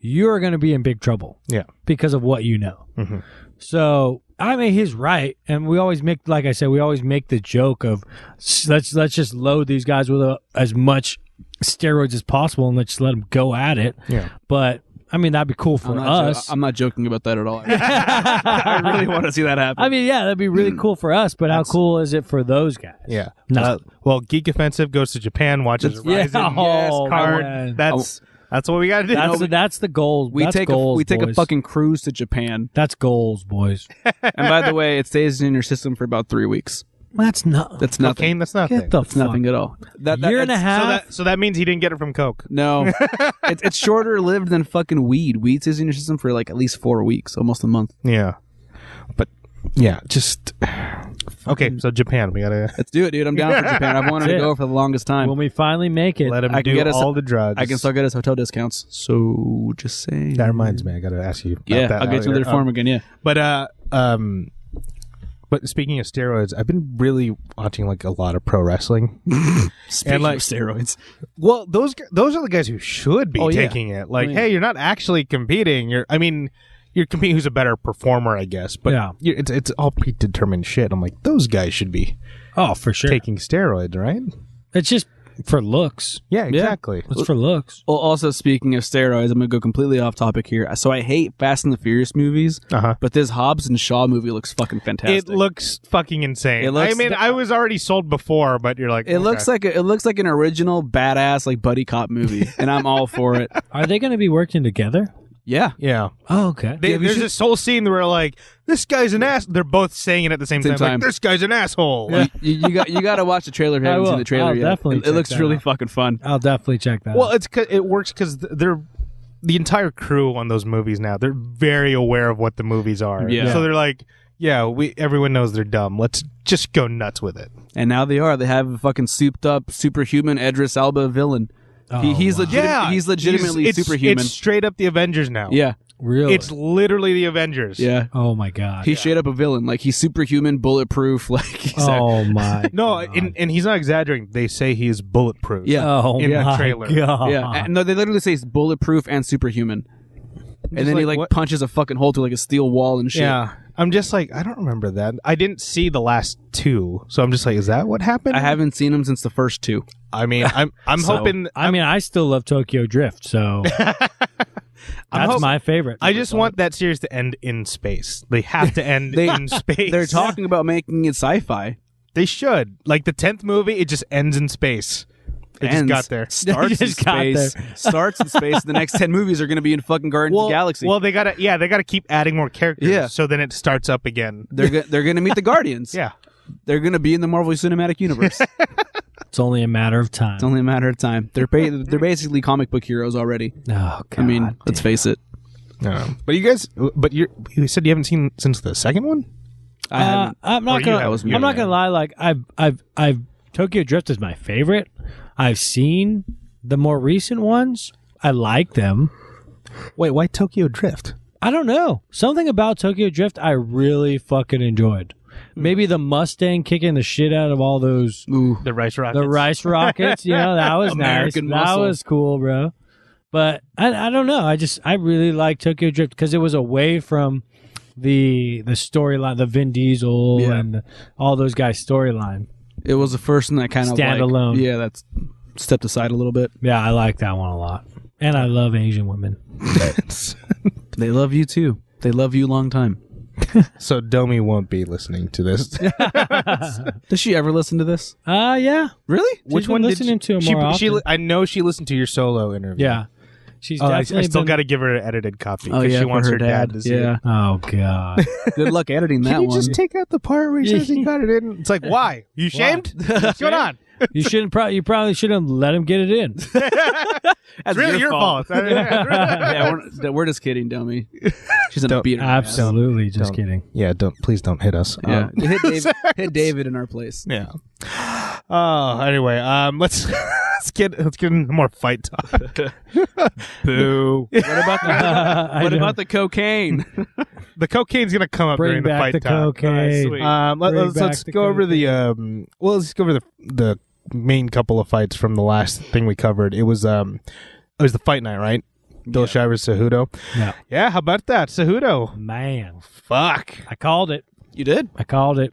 S2: you're going to be in big trouble.
S1: Yeah.
S2: Because of what you know.
S1: Mhm.
S2: So I mean, he's right, and we always make, like I said, we always make the joke of "S- let's let's just load these guys with a, as much steroids as possible, and let's just let them go at it.
S1: Yeah.
S2: But I mean, that'd be cool for
S3: I'm not jo-
S2: us.
S3: I'm not joking about that at all. I really want to see that happen.
S2: I mean, yeah, that'd be really cool for us. But how cool is it for those guys?
S1: Hmm. Yeah.
S2: No.
S1: Uh, well, Geek Offensive goes to Japan, watches
S2: Yeah.
S1: Rise Ryzen
S2: Oh,
S1: card.
S2: man.
S1: That's that's what we got to do.
S2: That's the, that's the goal.
S3: we
S2: That's
S3: take
S2: goals,
S3: a, we take a
S2: boys.
S3: fucking cruise to Japan,
S2: That's goals, boys.
S3: and by the way, it stays in your system for about three weeks.
S2: That's not.
S3: That's nothing.
S1: cocaine. That's nothing.
S2: Get the
S3: It's
S2: fuck.
S3: nothing at all. That,
S2: Year and a
S3: that's-
S1: so
S2: half.
S1: that so that means he didn't get it from Coke.
S3: No, it's it's shorter lived than fucking weed. Weed stays in your system for like at least four weeks, almost a month.
S1: Yeah. But yeah, just okay. So Japan, we gotta
S3: Let's do it, dude. I'm down for Japan. I've wanted to
S2: That's it.
S3: go for the longest time.
S2: when we finally make it,
S1: let him
S3: I can
S1: do
S3: get us-
S1: all the drugs.
S3: I can still get us hotel discounts. So just saying.
S1: That reminds me, I gotta ask you. About
S3: yeah,
S1: that
S3: I'll get
S1: later.
S3: you another
S1: Um,
S3: form again. Yeah,
S1: But uh, um, but speaking of steroids, I've been really watching like a lot of pro wrestling.
S3: Speaking
S1: like-
S3: of steroids.
S1: Well, those gu- those are the guys who should be
S3: Oh, yeah.
S1: taking it. Like,
S3: Oh, yeah.
S1: hey, you're not actually competing. You're, I mean, you're competing who's a better performer, I guess. But
S2: Yeah.
S1: you it's it's all predetermined shit. I'm like, those guys should be
S2: oh, for sure.
S1: taking steroids, right?
S2: it's just for looks.
S1: Yeah, exactly.
S2: It's for looks.
S3: Well, also speaking of steroids, I'm gonna go completely off topic here. So I hate Fast and the Furious movies,
S1: Uh huh.
S3: but this Hobbs and Shaw movie looks fucking
S1: It
S3: fantastic.
S1: looks fucking insane.
S3: It looks-
S1: I mean, I was already sold before, but you're like,
S3: It looks like a, it looks like an original badass like buddy cop movie, and I'm all for it.
S2: Are they going to be working together?
S3: Yeah,
S1: yeah.
S2: Oh, okay.
S1: They,
S3: Yeah, we
S1: there's
S3: should-
S1: this whole scene where like this guy's an ass. They're both saying it at the same,
S3: Same
S1: time.
S3: time.
S1: Like this guy's an asshole. Like,
S3: you, you got you got to watch the trailer. If you
S2: I
S3: haven't
S2: will.
S3: seen the trailer
S2: I'll
S3: yet.
S2: definitely
S3: it, it
S2: check
S3: looks
S2: that
S3: really
S2: out.
S3: fucking fun.
S2: I'll definitely check that.
S1: well,
S2: out.
S1: it's 'cause- it works because they're the entire crew on those movies now. They're very aware of what the movies are.
S3: Yeah.
S1: So they're like, yeah, we everyone knows they're dumb. Let's just go nuts with it.
S3: And now they are. They have a fucking souped up superhuman Edris Alba villain. he,
S2: Oh,
S3: he's
S2: wow.
S3: legit. he's legitimately
S1: it's-
S3: superhuman.
S1: It's straight up the Avengers now.
S3: yeah,
S2: really.
S1: It's literally the Avengers.
S3: yeah.
S2: oh my god.
S3: He straight up a villain. Like he's superhuman, bulletproof. Like he's a-
S2: oh my.
S1: No,
S2: God.
S1: and, and he's not exaggerating. They say he is bulletproof.
S3: yeah,
S2: oh
S1: in the
S2: my
S1: trailer.
S2: god.
S3: yeah. And no, they literally say he's bulletproof and superhuman. And then he
S1: like,
S3: like
S1: what-
S3: punches a fucking hole through like a steel wall and shit.
S1: Yeah. I'm just like, I don't remember that. I didn't see the last two, so I'm just like, is that what happened?
S3: I haven't seen him since the first two.
S1: I mean, I'm I'm
S3: So,
S1: hoping.
S2: I mean, I still love Tokyo Drift, so that's
S1: hoping-
S2: my favorite.
S1: I just want that series to end in space. They have to end
S3: They-
S1: in space.
S3: They're talking about making it sci-fi.
S1: They should. Like the tenth movie, it just ends in space. It just
S3: Ends-
S1: got there.
S3: Starts in
S2: just got
S3: space. Starts in space. The next ten movies are going to be in fucking Guardians of the Galaxy.
S1: Well, they gotta yeah, they gotta keep adding more characters.
S3: Yeah.
S1: So then it starts up again.
S3: they're go- they're going to meet the Guardians.
S1: Yeah.
S3: they're going to be in the Marvel Cinematic Universe. it's
S2: It's only a matter of time.
S3: only a matter of time. They're ba- they're basically comic book heroes already.
S2: oh god.
S3: I mean, let's face it.
S1: But you guys, but you you said you haven't seen since the second one.
S3: I
S2: Uh,
S3: haven't.
S2: I'm
S1: Or
S2: not
S1: you
S2: gonna.
S1: have- you
S2: I'm not
S1: have.
S2: gonna lie. Like I've, I've, I've. Tokyo Drift is my favorite. I've seen the more recent ones. I like them.
S1: Wait, why Tokyo Drift?
S2: I don't know. Something about Tokyo Drift I really fucking enjoyed.
S3: Hmm.
S2: Maybe the Mustang kicking the shit out of all those
S3: Ooh.
S1: The Rice Rockets.
S2: the rice rockets. You know that was
S3: American
S2: nice.
S3: muscle.
S2: That was cool, bro. But I, I don't know. I just I really like Tokyo Drift because it was away from the the storyline, the Vin Diesel
S3: Yeah.
S2: and all those guys storyline.
S3: It was the first one that kind of like-
S2: Standalone.
S3: yeah, that's stepped aside a little bit.
S2: Yeah, I like that one a lot. And I love Asian women.
S3: They love you too. They love you long time.
S1: So Domi won't be listening to this.
S3: Does she ever listen to this?
S2: Uh yeah.
S3: Really?
S2: Which one
S1: did
S2: listening to
S1: she,
S2: more often.
S1: she, I know she listened to your solo interview.
S2: yeah. She's
S1: Oh, I, I
S2: definitely
S1: still
S2: been-
S1: got to give her an edited copy because she
S3: Oh, for
S1: wants her, dad. to see
S3: yeah.
S1: it.
S2: Oh god.
S3: Good luck editing that
S1: Can you
S3: one.
S1: just take out the part where he says he got it in? It's like, why? You shamed? What's going on?
S2: you shouldn't probably you probably shouldn't let him get it in.
S3: That's
S1: It's really your fault.
S3: yeah, we're, we're just kidding, dummy. She's an
S1: Don't-
S3: beater.
S2: Absolutely just
S1: Don't.
S2: kidding.
S1: yeah, don't please don't hit us. Um,
S3: Yeah. hit, Dave, hit David in our place.
S1: yeah. Oh, anyway, um, let's let's get let's get into more fight talk.
S3: Boo. what about the,
S2: I
S3: what
S2: know.
S3: about the cocaine?
S1: the cocaine's gonna come up
S2: bring
S1: during the
S2: back
S1: fight
S2: the
S1: talk.
S2: cocaine? Oh,
S3: sweet.
S1: Um, let,
S2: Bring
S1: us
S2: back
S1: let's
S2: the
S1: go over
S2: cocaine.
S1: the um. Well, let's go over the the main couple of fights from the last thing we covered. It was um, it was the fight night, right? Bill Shiver Cejudo.
S2: Yeah.
S1: Yeah, how about that, Cejudo?
S2: Man,
S1: Fuck.
S2: I called it.
S3: You did?
S2: I called it.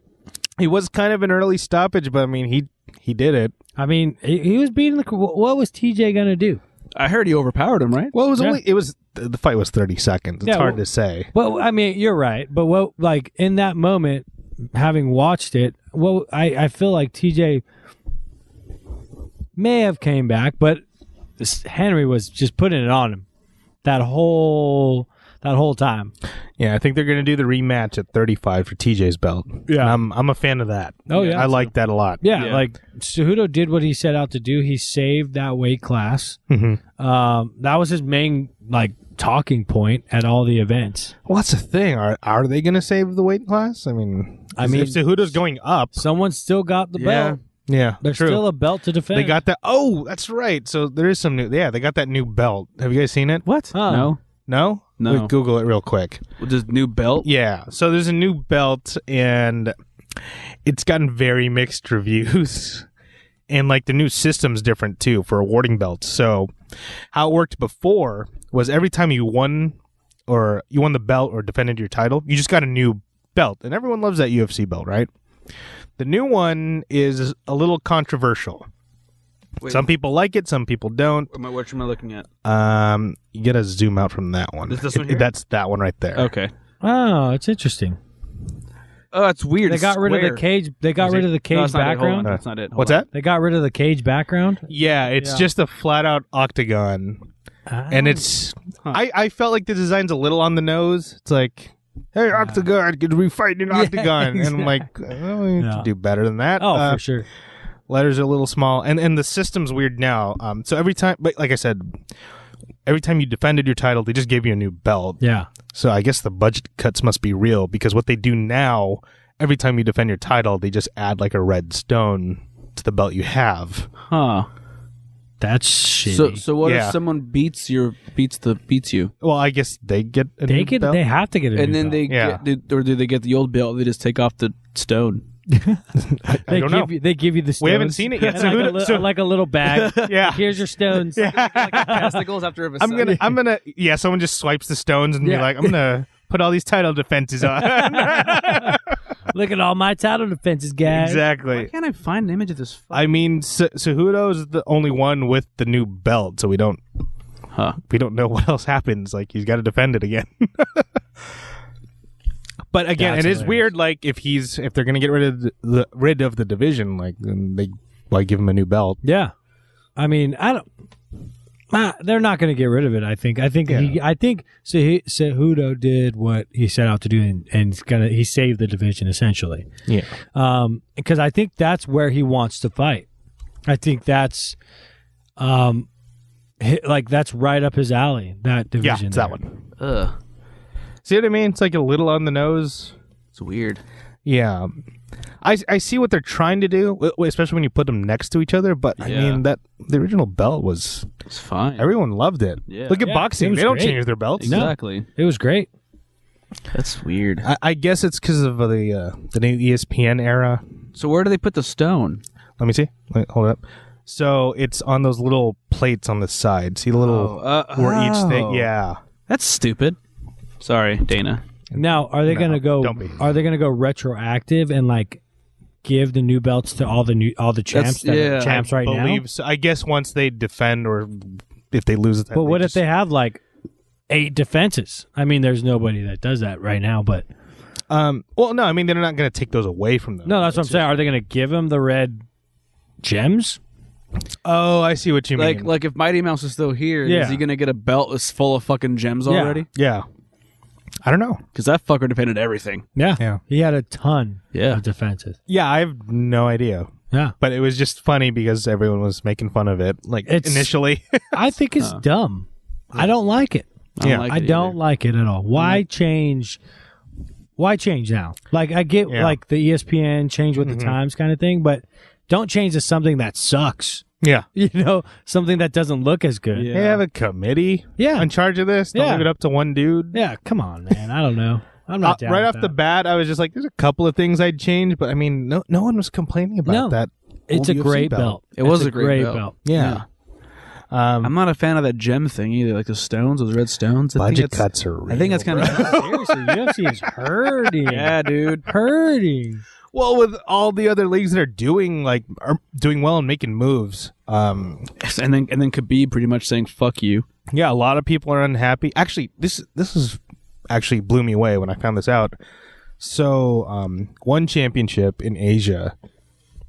S1: He was kind of an early stoppage, but I mean, he he did it.
S2: I mean, he, he was beating the. cr- What was TJ gonna do?
S3: I heard you overpowered him, right?
S1: Well, it was
S2: Yeah.
S1: only it was the the fight was thirty seconds. It's
S2: Yeah,
S1: hard to
S2: well-
S1: say.
S2: Well, I mean, you're right, but what like in that moment, having watched it, well, I I feel like TJ may have came back, but this- Henry was just putting it on him that whole that whole time.
S1: Yeah, I think they're going to do the rematch at 35 for TJ's belt.
S2: Yeah.
S1: I'm I'm a fan of that.
S2: Oh, yeah.
S1: I like that a lot.
S2: Yeah,
S3: Yeah.
S2: like Cejudo did what he set out to do. He saved that weight class.
S1: Mhm.
S2: Um, that was his main like talking point at all the events.
S1: Well, that's the thing. Are are they going to save the weight class? I mean,
S2: I mean-
S1: if Cejudo's going up,
S2: Someone still got the
S1: Yeah.
S2: belt.
S1: yeah,
S2: There's
S1: true.
S2: still a belt to defend.
S1: they got that. Oh, that's right. So there is some new. Yeah, they got that new belt. Have you guys seen it?
S3: What?
S2: Huh.
S3: No.
S1: No.
S3: No.
S1: Wait, Google it real quick.
S3: Well, just new belt.
S1: Yeah. So there's a new belt, and it's gotten very mixed reviews. And like the new system's different too for awarding belts. So how it worked before was every time you won or you won the belt or defended your title, you just got a new belt. And everyone loves that UFC belt, right? The new one is a little controversial.
S3: Wait.
S1: Some people like it, some people don't.
S3: Am I, what am I looking at?
S1: Um, you gotta zoom out from that one.
S3: Is this one here?
S1: That's that one right there.
S3: Okay.
S2: oh, it's interesting.
S3: Oh, it's weird.
S2: They
S3: It's
S2: got rid of
S3: square.
S2: the cage. They got
S3: Is
S2: rid
S3: it-
S2: of the
S3: No,
S2: cage
S3: that's not it. Hold on.
S2: background.
S3: That's not it. Hold
S1: What's
S3: on.
S1: that?
S2: They got rid of the cage background.
S1: Yeah, it's
S2: Yeah. Oh.
S1: just a flat out octagon.
S3: Ah.
S1: And it's I, I felt like the design's a little on the nose. It's like Hey Octagon, could we fight in an
S2: Yeah,
S1: Octagon? And I'm like, oh, we
S2: Yeah.
S1: could do better than that.
S2: oh,
S1: Uh,
S2: for sure.
S1: letters are a little small, and and the system's weird now. Um, so every time, but like I said, every time you defended your title, they just gave you a new belt.
S2: Yeah,
S1: So I guess the budget cuts must be real because what they do now, every time you defend your title, they just add like a red stone to the belt you have.
S3: Huh.
S2: that's shitty.
S3: So, so what
S1: Yeah.
S3: if someone beats your beats the beats you,
S1: Well, I guess they get a
S2: they
S1: new
S2: could.
S1: belt.
S2: They have to get it.
S3: and then they
S1: Yeah.
S3: get, they, or do they get the old belt? They just take off the stone.
S2: they
S1: I don't
S2: give
S1: know.
S2: You, they give you the. Stones.
S1: We haven't seen it yet,
S2: And
S1: so
S2: like,
S1: who
S2: a
S1: kn-
S2: li-
S1: so-
S2: like a little bag.
S1: Yeah.
S2: Here's your stones.
S3: Testicles after a
S1: I'm gonna, I'm gonna, yeah. Someone just swipes the stones and
S2: Yeah.
S1: be like, I'm gonna put all these title defenses on.
S2: Look at all my title defenses, guys.
S1: exactly.
S3: Can't I find an image of this?
S1: I mean, Se- Cejudo's the only one with the new belt, so we don't,
S3: Huh.
S1: we don't know what else happens. Like he's got to defend it again. but again,
S2: That's
S1: it is
S2: hilarious.
S1: weird. Like if he's, if they're gonna get rid of the, the rid of the division, like then they like give him a new belt.
S2: Yeah, I mean, I don't. ah, they're not going to get rid of it. I think. I think. He, I think. Cejudo Cejudo did what he set out to do, and and he's gonna he saved the division essentially.
S1: Yeah.
S2: um, because I think that's where he wants to fight. I think that's, um, hi- like that's right up his alley. That
S1: Yeah,
S2: division,
S1: it's
S2: there.
S1: that one.
S3: Ugh.
S1: See what I mean? It's like a little on the nose.
S3: It's weird.
S1: Yeah. I, I see what they're trying to do, w- especially when you put them next to each other. But I
S3: Yeah.
S1: mean that the original belt was
S3: It's fine.
S1: everyone loved it.
S3: Yeah.
S1: Look at
S2: Yeah, it
S1: boxing;
S2: was
S1: they don't
S2: great.
S1: change their belts.
S3: exactly.
S2: It was great.
S3: That's weird.
S1: I, I guess it's because of the uh, the new ESPN era.
S3: So where do they put the stone?
S1: Let me see. Let- hold up. So it's on those little plates on the side. See the little
S3: uh,
S1: where each
S3: oh.
S1: thing. Yeah.
S3: That's stupid. Sorry, Dana.
S2: Now, are they
S1: No,
S2: going to go?
S1: don't be.
S2: Are they going to go retroactive and like give the new belts to all the new all the champs
S3: That's-
S2: that are
S3: yeah.
S2: champs right now?
S1: Believe so. I guess once they defend or if they lose,
S2: But what
S1: just-
S2: if they have like eight defenses? I mean, there's nobody that does that right now. But
S1: Um. Well, no. I mean, they're not going to take those away from them.
S2: no, that's what I'm saying. Are they going to give him the red gems?
S1: Oh, I see what you
S3: Like,
S1: mean.
S3: like if Mighty Mouse is still here, is
S2: Yeah.
S3: he gonna get a belt that's full of fucking gems
S2: Yeah.
S3: already?
S1: yeah. I don't know.
S3: Because that fucker defended everything.
S2: Yeah,
S1: Yeah.
S2: He had a ton
S3: Yeah.
S2: of defenses.
S1: Yeah, I have no idea.
S2: Yeah.
S1: But it was just funny because everyone was making fun of it, like
S2: It's-
S1: initially.
S2: I think it's dumb. I don't like it.
S3: I don't
S1: Yeah.
S3: like
S2: I
S3: it
S2: don't
S3: either.
S2: like it at all. Why change? Why change now? Like I get E
S1: Yeah.
S2: like the ESPN change with the times kind of thing, but Don't change to something that sucks.
S1: Yeah.
S2: You know, something that doesn't look as good.
S3: Yeah.
S1: They have a committee
S2: Yeah.
S1: in charge of this. Don't
S2: Yeah.
S1: leave it up to one dude.
S2: Yeah, come on, man. I don't know. I'm not
S1: Uh,
S2: down
S1: right
S2: with
S1: off the
S2: that.
S1: bat, I was just like, "There's a couple of things I'd change," but I mean, no, no one was complaining about
S2: No.
S1: that. old
S2: It's a
S1: UFC
S2: great
S1: belt.
S2: belt.
S3: It
S2: It's
S3: was a great belt.
S1: Yeah. Um,
S3: I'm not a fan of that gem thing either, like the stones, those red stones. I
S1: budget
S3: think that's-
S1: cuts are.
S3: I think that's kind of
S2: Seriously, UFC is hurting.
S3: yeah, dude.
S2: Hurting.
S1: well with all the other leagues that are doing like are doing well and making moves. Um,
S3: And then and then Khabib pretty much saying "fuck you."
S1: yeah, a lot of people are unhappy. Actually, this this is actually blew me away when I found this out. So, um, one championship in Asia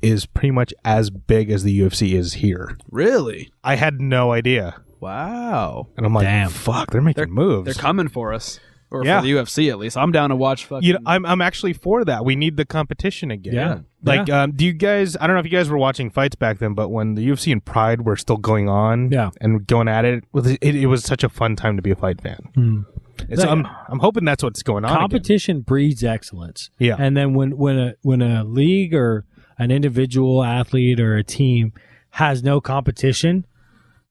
S1: is pretty much as big as the UFC is here.
S3: Really?
S1: I had no idea.
S3: Wow.
S1: And I'm like,
S2: Damn.
S1: fuck, they're making moves.
S3: They're coming for us, or
S1: Yeah.
S3: for the UFC at least. I'm down to watch fucking.
S1: you know, I'm I'm actually for that. We need the competition again.
S2: Mm-hmm. Yeah.
S1: Like, um, do you guys? I don't know if you guys were watching fights back then, but when the UFC and Pride were still going on,
S2: Yeah.
S1: and going at it, with it, it was such a fun time to be a fight fan.
S2: Hmm.
S1: And so
S2: Like,
S1: I'm I'm hoping that's what's going on. again.
S2: Competition breeds excellence.
S1: Yeah.
S2: And then when when a when a league or an individual athlete or a team has no competition,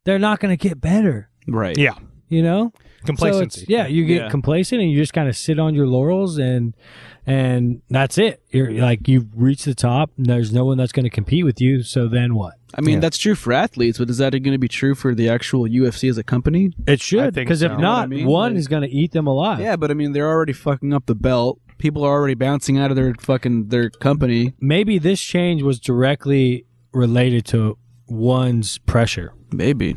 S2: they're not going to get better.
S3: right.
S1: Yeah,
S2: You know, So it's-
S1: complacency.
S2: yeah, you get
S3: Yeah.
S2: complacent and you just kind of sit on your laurels and and that's it. You're like you've reached the top. And there's no one that's going to compete with you. So then what?
S3: I mean,
S1: Yeah.
S3: that's true for athletes, but is that going to be true for the actual UFC as a company?
S2: It
S1: I
S2: should
S1: think
S2: because
S1: so.
S2: if
S1: You know
S3: what I
S2: not,
S3: mean?
S2: one
S3: Like-
S2: is going to eat them alive.
S3: Yeah, but I mean, they're already fucking up the belt. People are already bouncing out of their fucking their company.
S2: Maybe this change was directly related to one's pressure
S3: Maybe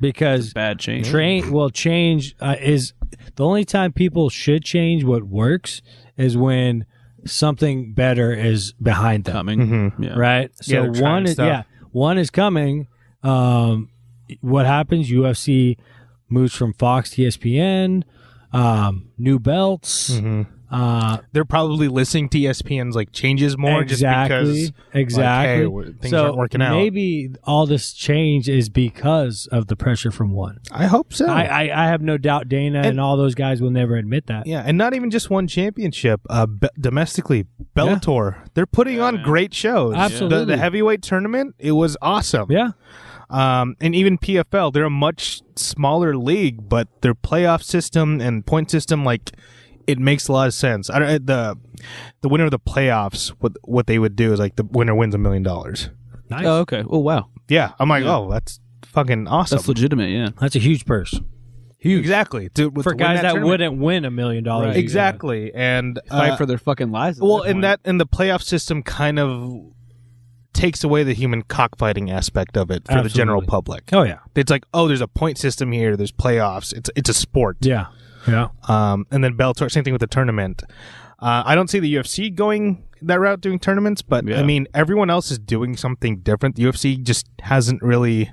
S2: because
S3: bad change.
S2: train well change uh, is the only time people should change what works is when something better is behind them.
S3: coming. Yeah.
S2: right? So
S1: Yeah, they're trying
S2: one is
S1: stuff.
S2: yeah, one is coming. Um, what happens? UFC moves from Fox to E ESPN. Um, new belts.
S1: Mm-hmm.
S2: Uh,
S1: they're probably listening to E ESPN's like changes more
S2: exactly.
S1: just because
S2: exactly.
S1: hey, we're- things
S2: so
S1: aren't working out.
S2: Maybe all this change is because of the pressure from one.
S1: I hope so.
S2: I, I, I have no doubt Dana and,
S1: And-
S2: all those guys will never admit that.
S1: yeah, and not even just one championship. Uh, be- domestically, Bellator, they're putting on great shows. the,
S2: Absolutely.
S1: the heavyweight tournament, it was awesome.
S2: Yeah.
S1: um, and even PFL. They're a much smaller league, but their playoff system and point system, like, it makes a lot of sense. I don't, the the winner of the playoffs, what what they would do is like the winner wins a million dollars.
S2: Nice.
S3: Oh, okay. Oh, wow.
S1: Yeah, I'm like, oh, that's fucking awesome.
S3: That's legitimate. Yeah.
S2: That's a huge purse
S1: exactly to, to
S2: for
S1: win
S2: guys that,
S1: tournament.
S2: wouldn't win a million dollars.
S3: Right.
S1: exactly and
S3: Fight
S1: uh,
S3: for their fucking lives. at
S1: well,
S3: that point.
S1: and that and the playoff system kind of takes away the human cockfighting aspect of it for the general
S2: Absolutely.
S1: public.
S2: Oh yeah.
S1: It's like, oh, there's a point system here. There's playoffs. It's it's a sport.
S2: Yeah. Yeah.
S1: Um, and then Bellator, same thing with the tournament. Uh, I don't see the UFC going that route doing tournaments, but
S3: Yeah.
S1: I mean, everyone else is doing something different. The UFC just hasn't really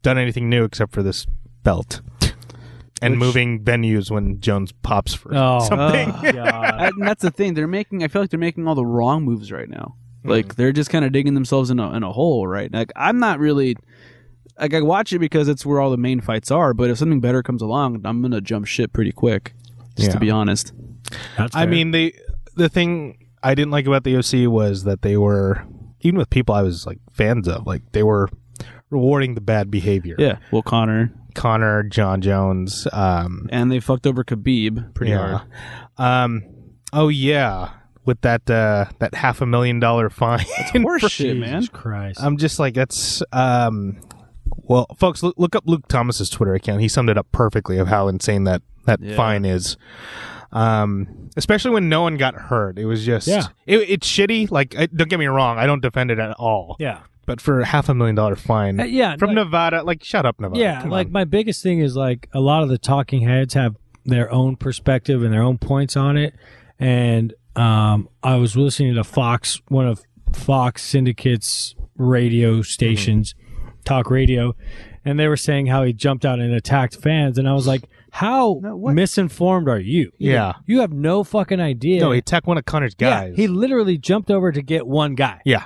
S1: done anything new except for this belt and moving venues when Jones pops for
S2: Oh,
S3: Uh,
S1: something.
S2: God.
S3: I- and that's the thing. They're making. I feel like they're making all the wrong moves right now.
S1: Hmm.
S3: Like they're just kind of digging themselves in a in a hole, right? Like I'm not really. Like I watch it because it's where all the main fights are. But if something better comes along, I'm gonna jump shit pretty quick. Just
S1: Yeah.
S3: to be honest.
S2: That's
S1: I
S2: fair.
S1: mean, they the thing I didn't like about the UFC was that they were even with people I was like fans of, like they were rewarding the bad behavior.
S3: Yeah. Well, Connor
S1: Connor, John Jones, um,
S3: and they fucked over Khabib pretty hard.
S1: Um, oh yeah, with that uh, that half a million dollar fine.
S3: Horse shit,
S2: Jesus
S3: man.
S2: Christ.
S1: I'm just like that's um. Well, folks, look, look up Luke Thomas's Twitter account. He summed it up perfectly of how insane that that
S3: Yeah.
S1: fine is. Um, especially when no one got hurt, it was just
S2: Yeah.
S1: It, it's shitty. Like, I, don't get me wrong, I don't defend it at all.
S2: yeah.
S1: But for a half a million dollar fine
S2: Uh, yeah,
S1: from
S2: like-
S1: Nevada, like shut up, Nevada.
S2: Yeah.
S1: Come
S2: Like
S1: on.
S2: my biggest thing is like a lot of the talking heads have their own perspective and their own points on it. And um, I was listening to Fox, one of Fox Syndicate's
S1: Mm-hmm.
S2: radio stations, talk radio, and they were saying how he jumped out and attacked fans. And I was like, how
S3: what?
S2: misinformed are you?
S1: Yeah.
S2: You have no fucking idea.
S1: no, he attacked one of Connor's
S2: yeah,
S1: guys.
S2: he literally jumped over to get one guy.
S1: yeah.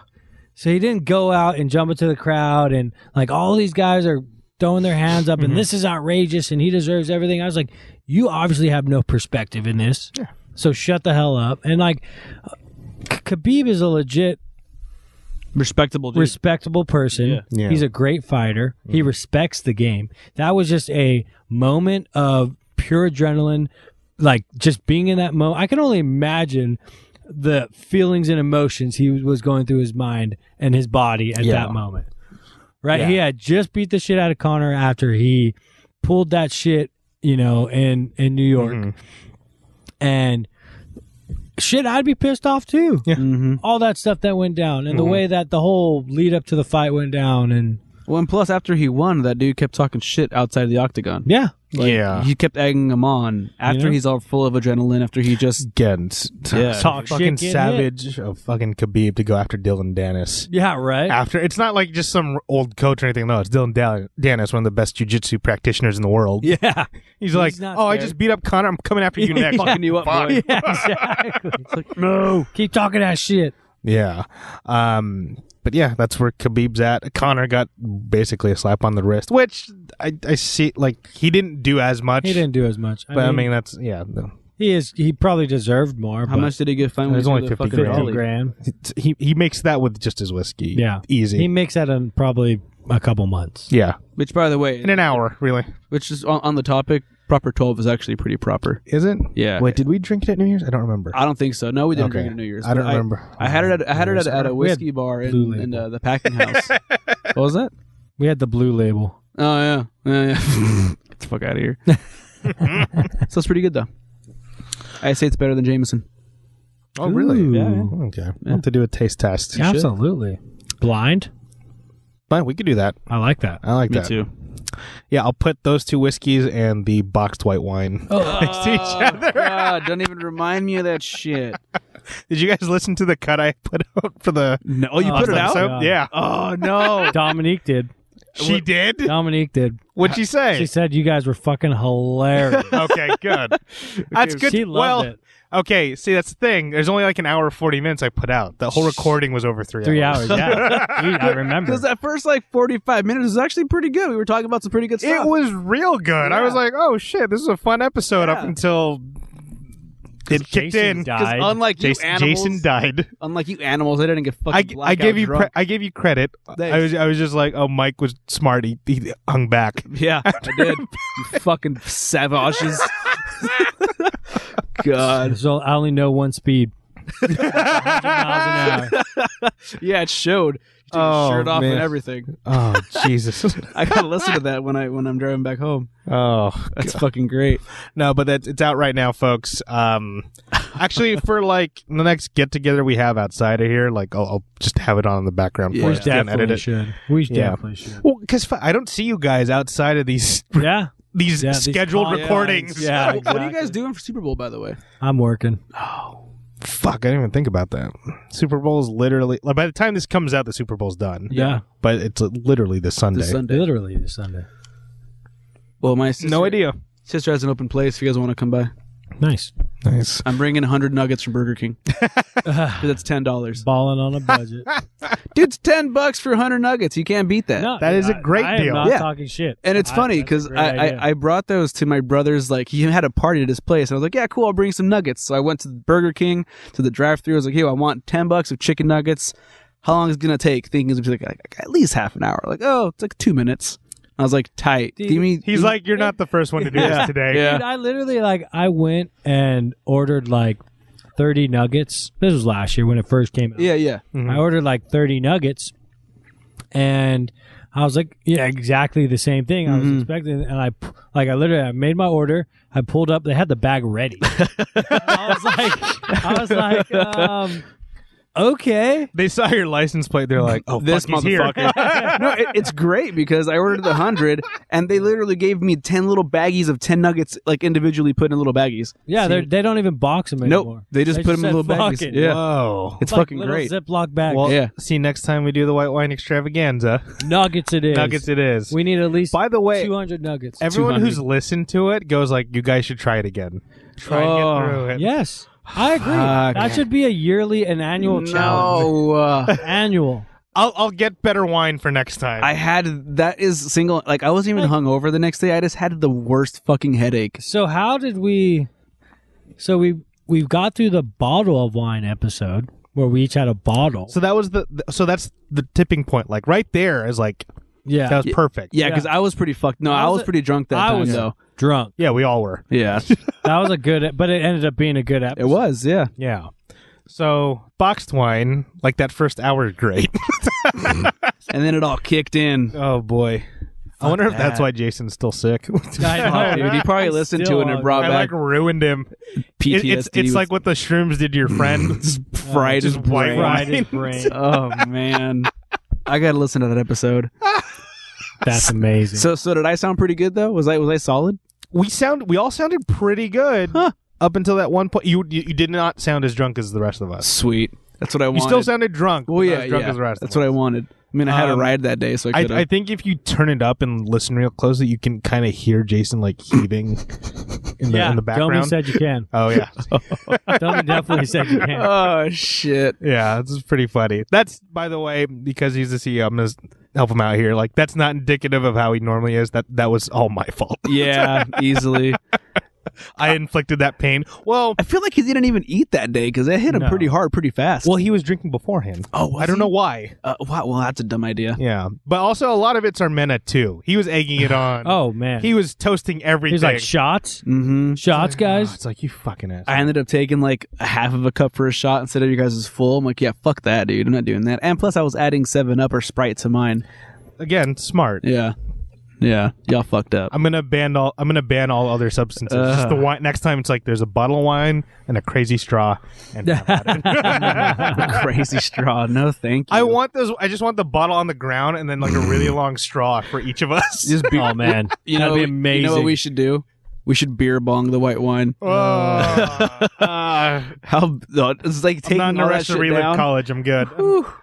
S2: So he didn't go out and jump into the crowd and like all these guys are throwing their hands up and this is outrageous and he deserves everything. I was like, you obviously have no perspective in this. Yeah. So shut the hell up. And like, K- Khabib is a legit
S3: respectable dude.
S2: respectable person.
S3: Yeah.
S1: Yeah. Mm-hmm.
S2: He's a great fighter. He respects the game. That was just a moment of pure adrenaline, like just being in that moment. I can only imagine the feelings and emotions he was going through his mind and his body at
S1: Yeah.
S2: that moment. Right?
S1: Yeah.
S2: He had just beat the shit out of Connor after he pulled that shit, you know, in in New York.
S1: Mm-hmm.
S2: And shit, I'd be pissed off too
S3: Mhm.
S2: all that stuff that went down and the way that the whole lead up to the fight went down and
S3: Well, and plus after he won, that dude kept talking shit outside of the octagon.
S2: yeah
S3: Like,
S1: Yeah.
S3: he kept egging him on after
S2: know?
S3: he's all full of adrenaline. After he just
S1: Again, s- t-
S3: Yeah.
S2: Talk
S1: fucking
S2: shit, get
S1: savage of fucking Khabib to go after Dylan Dennis.
S2: yeah right
S1: After it's not like just some old coach or anything. No, it's Dylan Dan- Dennis, one of the best jujitsu practitioners in the world.
S2: yeah
S1: He's, like,
S2: not
S1: oh, I
S2: scared."
S1: just beat up Connor. I'm coming after you next.
S3: fucking you up,
S1: Fuck.
S3: boy.
S2: yeah exactly
S3: It's like, no.
S2: keep talking that shit
S1: Yeah. Um, but yeah, that's where Khabib's at. Connor got basically a slap on the wrist, which I, I see. Like he didn't do as much.
S2: he didn't do as much
S1: But I mean, that's yeah. no.
S2: he is he probably deserved more
S3: How
S2: but
S3: much did he get fined? when
S1: It was
S3: he
S1: only
S3: threw the
S1: 50
S3: fucking
S1: grand.
S2: 50
S3: volley?
S2: grand
S1: It's- He he makes that with just his whiskey.
S2: Yeah.
S1: Easy.
S2: he makes that in probably a couple months
S1: yeah.
S3: Which, by the way,
S1: In an hour, really.
S3: which is on, on the topic, proper twelve is actually pretty proper.
S1: Is it?
S3: Yeah.
S1: Wait, did we drink it at New Year's? I don't remember.
S3: I don't think so. No, we didn't
S1: Okay.
S3: drink it at New Year's.
S1: I don't
S3: but
S1: remember.
S3: I had it. At, I had it at, at a
S2: We had
S3: whiskey bar
S2: Blue
S3: in, in
S2: Label.
S3: uh, the packing house. what was that?
S2: we had the blue label
S3: Oh yeah, yeah, yeah. Get the fuck out of here. so it's pretty good though. I say it's better than Jameson.
S1: oh, really?
S2: Ooh.
S3: Yeah, yeah.
S1: Okay. We'll have to do a taste test.
S2: absolutely blind
S1: Fine, we could do that.
S2: i like that
S1: I like
S3: Me
S1: that.
S3: too.
S1: Yeah, I'll put those two whiskeys and the boxed white wine
S2: Oh.
S1: next to each other.
S3: Oh, God, don't even remind me of that shit.
S1: Did you guys listen to the cut I put out for the?
S3: No, oh, you
S2: Oh,
S3: put it
S2: that's so-
S3: out.
S1: So, yeah,
S3: Oh no.
S2: dominique did
S1: she did.
S2: dominique did
S1: What'd she say?
S2: she said you guys were fucking hilarious
S1: okay, good. That's good.
S2: she loved
S1: well,
S2: it
S1: okay. See, that's the thing. There's only like an hour forty minutes I put out. The whole recording was over three.
S2: Three
S1: hours.
S2: hours, yeah. Dude, I remember.
S3: Because that first like forty-five minutes was actually pretty good. We were talking about some pretty good stuff.
S1: It was real good. I
S3: Yeah.
S1: was like, oh shit, this is a fun episode up
S3: Yeah.
S1: until it kicked
S2: Jason
S1: in.
S2: died.
S3: unlike you
S1: Jason,
S3: animals,
S1: Jason died.
S3: unlike you animals, I didn't get fucking.
S1: I, I
S3: blackout
S1: gave you
S3: drunk.
S1: pre- I gave you credit. I
S3: Thanks.
S1: was I was just like, oh, Mike was smart. He, he hung back.
S3: yeah, I did. you fucking savages. God.
S2: So I only know one speed. 100 miles an hour.
S3: Yeah, it showed. You took
S1: Oh,
S3: your shirt off
S1: man.
S3: and everything.
S1: Oh Jesus.
S3: I gotta listen to that when I when I'm driving back home.
S1: oh
S3: That's fucking great.
S1: No, but that it's out right now, folks. Um, actually, for like the next get together we have outside of here, like I'll, I'll just have it on in the background
S3: Yeah.
S1: for
S2: We
S1: us. Can't edit
S2: definitely
S1: it.
S2: should. We
S1: Yeah.
S2: definitely should.
S1: Well, because I don't see you guys outside of these
S2: Yeah.
S1: these
S2: Yeah, these
S1: scheduled
S2: con-
S1: recordings.
S2: Yeah.
S3: What- What are you
S2: exactly.
S3: guys doing for Super Bowl, by the way?
S2: I'm working.
S1: Fuck, I didn't even think about that. Super Bowl is literally like, by the time this comes out, the Super Bowl's done.
S2: Yeah.
S1: But it's literally this Sunday.
S3: This Sunday.
S2: Literally this Sunday.
S3: Well, my sister,
S1: No idea.
S3: Sister has an open place. If you guys want to come by,
S2: Nice.
S1: Nice.
S3: I'm bringing 100 nuggets from Burger King. 'Cause That's ten dollars,
S2: Balling on a budget.
S3: dude. It's ten bucks for 100 nuggets. You can't beat that.
S2: No,
S1: That is a
S2: I-
S1: great
S2: I am
S1: deal.
S2: not
S3: Yeah.
S2: talking shit.
S3: And it's
S2: I-
S3: funny
S2: that's a
S3: 'cause funny
S2: great
S3: because I,
S2: idea.
S3: I, I brought those to my brother's. Like he had a party at his place, and I was like, "Yeah, cool, I'll bring some nuggets." So I went to Burger King to the drive-through. I was like, "Yo, I want ten bucks of chicken nuggets. How long is it gonna take?" Thinking it's gonna be like, like, at least half an hour. Like, oh, it's like two minutes. I was like, "Tight."
S2: Dude,
S3: Give me.
S1: He's like, you're not the first one to do this today.
S3: Yeah.
S2: Dude, I literally like I went and ordered like 30 nuggets. This was last year when it first came out.
S3: Yeah, yeah.
S2: I ordered like 30 nuggets and I was like, yeah, exactly the same thing I
S3: Mm-hmm.
S2: was expecting. And I, p- like, I literally I made my order. I pulled up, they had the bag ready. I was like, I was like, um, okay.
S1: They saw your license plate. They're like, oh,
S3: this
S1: fuck, he's here.
S3: motherfucker. no, it, it's great because I ordered the hundred, and they literally gave me ten little baggies of ten nuggets, like individually put in little baggies.
S2: Yeah, they they don't even box them
S3: Nope,
S2: anymore.
S3: they just put them in
S2: said,
S3: little
S2: "Fuck
S3: baggies."
S2: it."
S3: Yeah.
S1: Whoa.
S3: It's
S2: Like
S3: fucking
S2: little
S3: great.
S2: Ziploc bag.
S1: Well,
S3: Yeah.
S1: see, next time we do the white wine extravaganza,
S2: nuggets it is.
S1: nuggets it is.
S2: We need at least
S1: By the way,
S2: 200 nuggets.
S1: everyone who's listened to it goes like, "You guys should try it again. Try
S3: Oh,
S1: and get through it."
S2: yes. I agree.
S3: Fuck.
S2: That should be a yearly and annual challenge.
S3: No, uh,
S2: Annual.
S1: I'll I'll get better wine for next time.
S3: I had that is single. Like I wasn't even hung over the next day. I just had the worst fucking headache.
S2: So how did we? So we we've got through the bottle of wine episode. where we each had a bottle.
S1: So that was the th- so that's the tipping point. Like right there is like
S2: yeah,
S1: that was perfect.
S3: Yeah, because I was pretty fucked. No, I
S2: was
S3: was
S2: a-
S3: pretty drunk that
S2: I
S3: time
S2: was-
S3: though.
S2: drunk.
S1: Yeah, we all were.
S3: Yeah,
S2: That was a good, but it ended up being a good
S3: it
S2: episode.
S3: was. Yeah,
S1: Yeah. So boxed wine, like that first hour, is great.
S3: and then it all kicked in.
S1: oh boy. I wonder if that's
S3: that.
S1: why Jason's still sick.
S3: Oh,
S2: I know.
S3: dude, he probably listened to
S2: still
S3: it and
S2: on-
S3: brought
S1: I like
S3: back
S1: ruined him.
S3: PTSD.
S1: It- it's it's
S3: with
S1: like what the shrooms did to your friend.
S3: fried
S1: just
S3: his
S1: white
S3: brain.
S2: Fried his brain.
S3: oh man, I gotta listen to that episode.
S2: That's amazing.
S3: So, so did I sound pretty good though? Was I was I solid?
S1: we sound we all sounded pretty good
S3: Huh.
S1: up until that one point. You, you you did not sound as drunk as the rest of us.
S3: Sweet. That's what I wanted.
S1: You still sounded drunk.
S3: Well,
S1: but not
S3: yeah,
S1: as drunk
S3: yeah.
S1: as the rest.
S3: That's
S1: of
S3: what I
S1: us.
S3: wanted. I mean, I had a
S1: Um,
S3: ride that day, so I could.
S1: I, I think if you turn it up and listen real closely, you can kind of hear Jason like heaving in the
S2: yeah,
S1: in the
S2: Domi
S1: background.
S2: said you can.
S1: oh yeah,
S2: Domi definitely said you can.
S3: oh shit!
S1: yeah. This is pretty funny. That's by the way because he's the CEO. I'm gonna s- help him out here. Like that's not indicative of how he normally is. That that was all my fault.
S3: Yeah, easily.
S1: I inflicted that pain. Well,
S3: I feel like he didn't even eat that day because it hit him
S2: No.
S3: pretty hard, pretty fast.
S1: well, he was drinking beforehand.
S3: oh, was
S1: I don't
S3: he?
S1: know why.
S3: Uh, wow, well, that's a dumb idea.
S1: Yeah, but also a lot of it's Armena too. He was egging it on.
S2: Oh man,
S1: he was toasting everything.
S2: he's like shots,
S3: Mm-hmm.
S2: shots,
S1: Oh,
S2: guys.
S1: it's like you fucking ass.
S3: I ended up taking like a half of a cup for a shot instead of your guys' full. I'm like, yeah, fuck that, dude. I'm not doing that. And plus, I was adding Seven Up or Sprite to mine.
S1: Again, smart.
S3: Yeah, yeah, y'all fucked up.
S1: I'm gonna ban all. I'm gonna ban all other substances. Just the wine. Next time, it's like there's a bottle of wine and a crazy straw. And have at it.
S3: Crazy straw. No, thank you.
S1: I want those. I just want the bottle on the ground and then like a really long straw for each of us.
S3: just be-
S2: Oh man,
S3: You know,
S2: that'd be
S3: what-
S2: amazing.
S3: You know what we should do? We should beer bong the white wine.
S1: Oh, uh,
S3: How uh, it's like
S1: I'm
S3: taking
S1: not in
S3: all
S1: a
S3: that
S1: rush to
S3: shit
S1: relive
S3: down.
S1: college. I'm good.